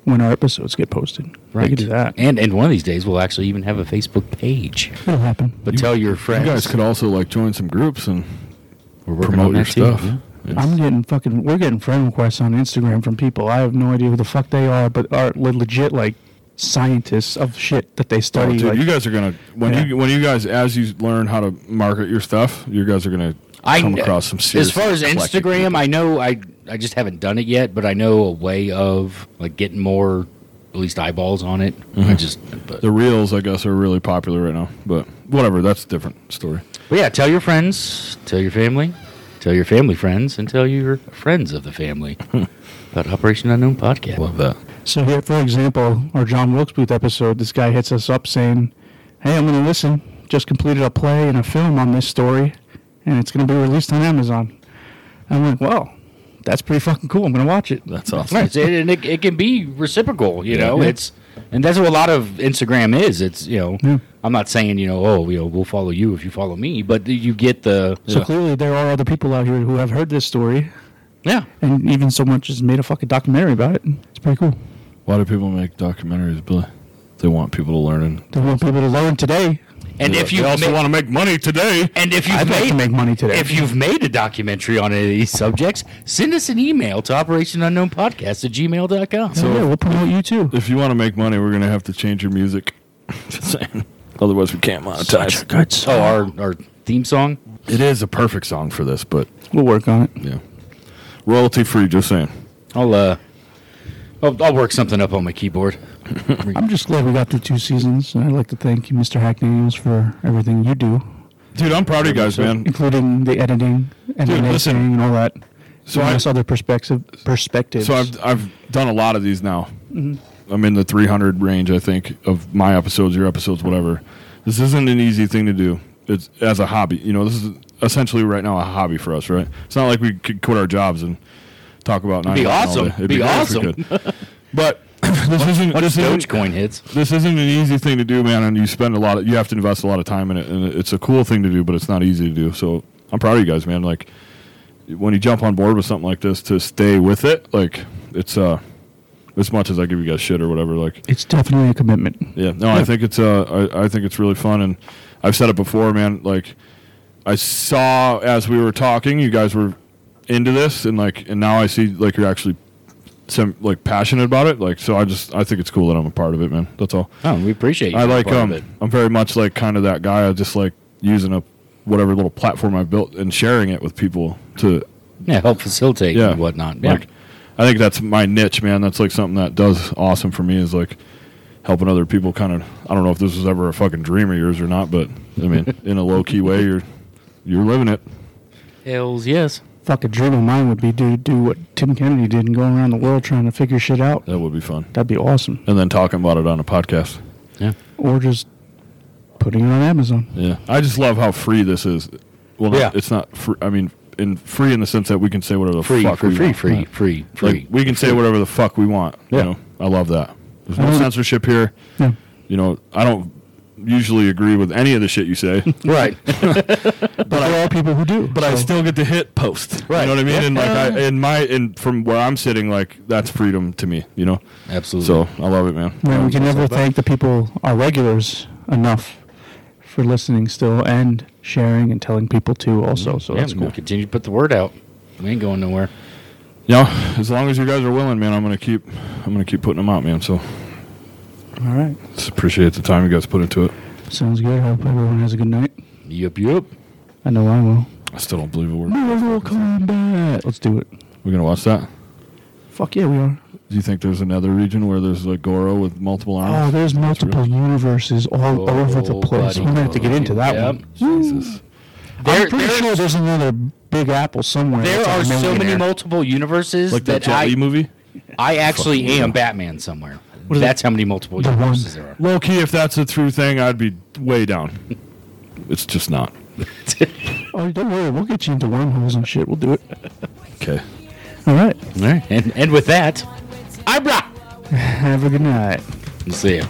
[SPEAKER 2] when our episodes get posted. They could do that.
[SPEAKER 3] And and one of these days we'll actually even have a Facebook page.
[SPEAKER 2] It'll happen.
[SPEAKER 3] But tell your
[SPEAKER 4] You
[SPEAKER 3] friends.
[SPEAKER 4] guys could also like join some groups and
[SPEAKER 3] We're working
[SPEAKER 4] promote
[SPEAKER 3] on
[SPEAKER 4] your
[SPEAKER 3] that too,
[SPEAKER 4] stuff.
[SPEAKER 3] yeah.
[SPEAKER 2] I'm getting fucking. We're getting friend requests on Instagram from people. I have no idea who the fuck they are, but are le- legit like scientists of shit that they
[SPEAKER 4] Oh,
[SPEAKER 2] study.
[SPEAKER 4] dude,
[SPEAKER 2] like,
[SPEAKER 4] you guys are gonna when
[SPEAKER 2] Yeah.
[SPEAKER 4] you when you guys as you learn how to market your stuff, you guys are gonna
[SPEAKER 3] I
[SPEAKER 4] come
[SPEAKER 3] kn-
[SPEAKER 4] across some serious.
[SPEAKER 3] As far as
[SPEAKER 4] eclectic
[SPEAKER 3] Instagram,
[SPEAKER 4] people.
[SPEAKER 3] I know I I just haven't done it yet, but I know a way of like getting more at least eyeballs on it. I
[SPEAKER 4] Mm-hmm.
[SPEAKER 3] just but,
[SPEAKER 4] the reels, I guess, are really popular right now. But whatever, that's a different story.
[SPEAKER 3] but yeah, tell your friends, tell your family, tell your family friends, and tell your friends of the family about Operation Unknown Podcast.
[SPEAKER 4] Love that.
[SPEAKER 2] so here, for example, our John Wilkes Booth episode. This guy hits us up saying, "Hey, I'm going to listen. Just completed a play and a film on this story, and it's going to be released on Amazon." I'm like, "Wow, that's pretty fucking cool. I'm going to watch it."
[SPEAKER 4] That's awesome.
[SPEAKER 3] Right, so- and it, it can be reciprocal, you know.
[SPEAKER 2] Yeah.
[SPEAKER 3] It's and that's what a lot of Instagram is. It's you know,
[SPEAKER 2] Yeah.
[SPEAKER 3] I'm not saying you know, oh, you know, we'll follow you if you follow me, but you get the
[SPEAKER 2] So clearly, there are other people out here who have heard this story,
[SPEAKER 3] yeah.
[SPEAKER 2] and even so much as made a fucking documentary about it. It's pretty cool.
[SPEAKER 4] Why do people make documentaries, Billy? They want people to learn. And
[SPEAKER 2] They want people to learn today.
[SPEAKER 3] And if you ma-
[SPEAKER 4] to make money today,
[SPEAKER 3] And if you've
[SPEAKER 2] I'd like
[SPEAKER 3] made,
[SPEAKER 2] to make money today.
[SPEAKER 3] if you've made a documentary on any of these subjects, send us an email to Operation Unknown Podcast at gmail.com.
[SPEAKER 2] So yeah, we'll promote you too.
[SPEAKER 4] if you want to make money, we're gonna have to change your music. Just saying. Otherwise, we can't monetize.
[SPEAKER 2] good
[SPEAKER 3] oh, our, our theme song?
[SPEAKER 4] It is a perfect song for this, but
[SPEAKER 2] We'll work on it.
[SPEAKER 4] yeah, royalty free. Just saying.
[SPEAKER 3] I'll, uh, I'll, I'll work something up on my keyboard.
[SPEAKER 2] I'm just glad we got through two seasons, and I'd like to thank you, Mr. Hack Daniels, for everything you do,
[SPEAKER 4] Dude, I'm proud of you guys, man.
[SPEAKER 2] including the editing and
[SPEAKER 4] Dude,
[SPEAKER 2] the
[SPEAKER 4] listen.
[SPEAKER 2] mixing and all that. So
[SPEAKER 4] So
[SPEAKER 2] I
[SPEAKER 4] I-
[SPEAKER 2] other perspective perspectives.
[SPEAKER 4] So I've I've done a lot of these now. I'm in the 300 range, I think, of my episodes, your episodes, whatever. This isn't an easy thing to do. It's as a hobby. You know, this is essentially right now a hobby for us, right? It's not like we could quit our jobs and talk about.
[SPEAKER 3] It'd be
[SPEAKER 4] 9/11 all
[SPEAKER 3] awesome.
[SPEAKER 4] day.
[SPEAKER 3] It'd be
[SPEAKER 4] great if we
[SPEAKER 3] awesome.
[SPEAKER 4] could. but this isn't
[SPEAKER 3] Once
[SPEAKER 4] this isn't,
[SPEAKER 3] Dogecoin hits.
[SPEAKER 4] this isn't an easy thing to do, man. And you spend a lot. Of, you have to invest a lot of time in it, and it's a cool thing to do, but it's not easy to do. So I'm proud of you guys, man. Like when you jump on board with something like this, to stay with it, like it's uh, as much as I give you guys shit or whatever. Like,
[SPEAKER 2] It's definitely a commitment.
[SPEAKER 4] yeah, no, I think it's uh, I, I think it's really fun, and I've said it before, man. Like, I saw as we were talking, you guys were into this, and like, and now I see like you're actually some like passionate about it. Like, so I just I think it's cool that I'm a part of it, man. That's all.
[SPEAKER 3] Oh, we appreciate you.
[SPEAKER 4] I
[SPEAKER 3] being a
[SPEAKER 4] like
[SPEAKER 3] part of
[SPEAKER 4] um,
[SPEAKER 3] it.
[SPEAKER 4] I'm very much like kind of that guy. I just like using a whatever little platform I've built and sharing it with people to
[SPEAKER 3] yeah, help facilitate
[SPEAKER 4] yeah
[SPEAKER 3] and whatnot. Yeah.
[SPEAKER 4] Like, I think that's my niche, man. That's like something that does awesome for me is like helping other people. Kind of, I don't know if this was ever a fucking dream of yours or not, but I mean, in a low key way, you're you're living it.
[SPEAKER 3] Hells yes.
[SPEAKER 2] Fuck, a dream of mine would be to do what Tim Kennedy did and go around the world trying to figure shit out.
[SPEAKER 4] That would be fun.
[SPEAKER 2] That'd be awesome.
[SPEAKER 4] And then talking about it on a podcast.
[SPEAKER 3] Yeah.
[SPEAKER 2] Or just putting it on Amazon.
[SPEAKER 4] Yeah, I just love how free this is. Well, not,
[SPEAKER 3] Yeah.
[SPEAKER 4] it's not. Free, I mean, in free in the sense that we can say whatever the
[SPEAKER 3] Free,
[SPEAKER 4] fuck
[SPEAKER 3] free,
[SPEAKER 4] we
[SPEAKER 3] free,
[SPEAKER 4] want.
[SPEAKER 3] free, free, free.
[SPEAKER 4] Like, we can say whatever the fuck we want.
[SPEAKER 3] Yeah.
[SPEAKER 4] You know? I love that. There's
[SPEAKER 2] I
[SPEAKER 4] no
[SPEAKER 2] don't-
[SPEAKER 4] censorship here.
[SPEAKER 2] Yeah.
[SPEAKER 4] You know, I don't usually agree with any of the shit you say,
[SPEAKER 3] right.
[SPEAKER 2] But there are people who do.
[SPEAKER 4] but I still get to hit post.
[SPEAKER 3] Right.
[SPEAKER 4] You know what I mean? And like, I, in my, and from where I'm sitting, like that's freedom to me. You know.
[SPEAKER 3] Absolutely.
[SPEAKER 4] So I love it, man.
[SPEAKER 2] Man, we can
[SPEAKER 4] Um,
[SPEAKER 2] never thank the people, our regulars, enough for listening still and sharing and telling people too, also. So
[SPEAKER 3] yeah,
[SPEAKER 2] that's
[SPEAKER 3] we'll
[SPEAKER 2] cool.
[SPEAKER 3] continue to put the word out. We ain't going nowhere.
[SPEAKER 4] yeah, as long as you guys are willing, man, I'm gonna keep, I'm gonna keep putting them out, man. So
[SPEAKER 2] All right.
[SPEAKER 4] just appreciate the time you guys put into it.
[SPEAKER 2] Sounds good. Hope everyone has a good night.
[SPEAKER 3] Yup, yup.
[SPEAKER 2] I know I will.
[SPEAKER 4] I still don't believe a word.
[SPEAKER 2] Mortal Kombat. Let's do it.
[SPEAKER 4] We're gonna watch that.
[SPEAKER 2] Fuck yeah, we are.
[SPEAKER 4] Do you think there's another region where there's like Goro with multiple
[SPEAKER 2] Oh,
[SPEAKER 4] arms?
[SPEAKER 2] there's multiple universes all over the place.
[SPEAKER 3] buddy.
[SPEAKER 2] We're gonna have to get into that
[SPEAKER 3] Oh, Yep.
[SPEAKER 2] one.
[SPEAKER 4] Jesus.
[SPEAKER 3] There-
[SPEAKER 2] I'm pretty
[SPEAKER 3] there's-
[SPEAKER 2] sure there's another Big Apple somewhere.
[SPEAKER 3] There are
[SPEAKER 2] that's a
[SPEAKER 3] so many
[SPEAKER 2] millionaire.
[SPEAKER 3] multiple universes
[SPEAKER 4] Like that
[SPEAKER 3] that
[SPEAKER 4] Jet
[SPEAKER 3] I,
[SPEAKER 4] Li movie?
[SPEAKER 3] I actually am Batman somewhere.
[SPEAKER 2] is
[SPEAKER 3] That's how many multiple
[SPEAKER 2] The one.
[SPEAKER 3] universes there are.
[SPEAKER 4] Low key, if that's a true thing, I'd be way down. It's just not.
[SPEAKER 2] Oh, don't worry, we'll get you into wormholes and shit. We'll do it.
[SPEAKER 4] Okay.
[SPEAKER 2] All right.
[SPEAKER 3] All right. And, and with that, Ibra.
[SPEAKER 2] Have a good night.
[SPEAKER 3] See ya.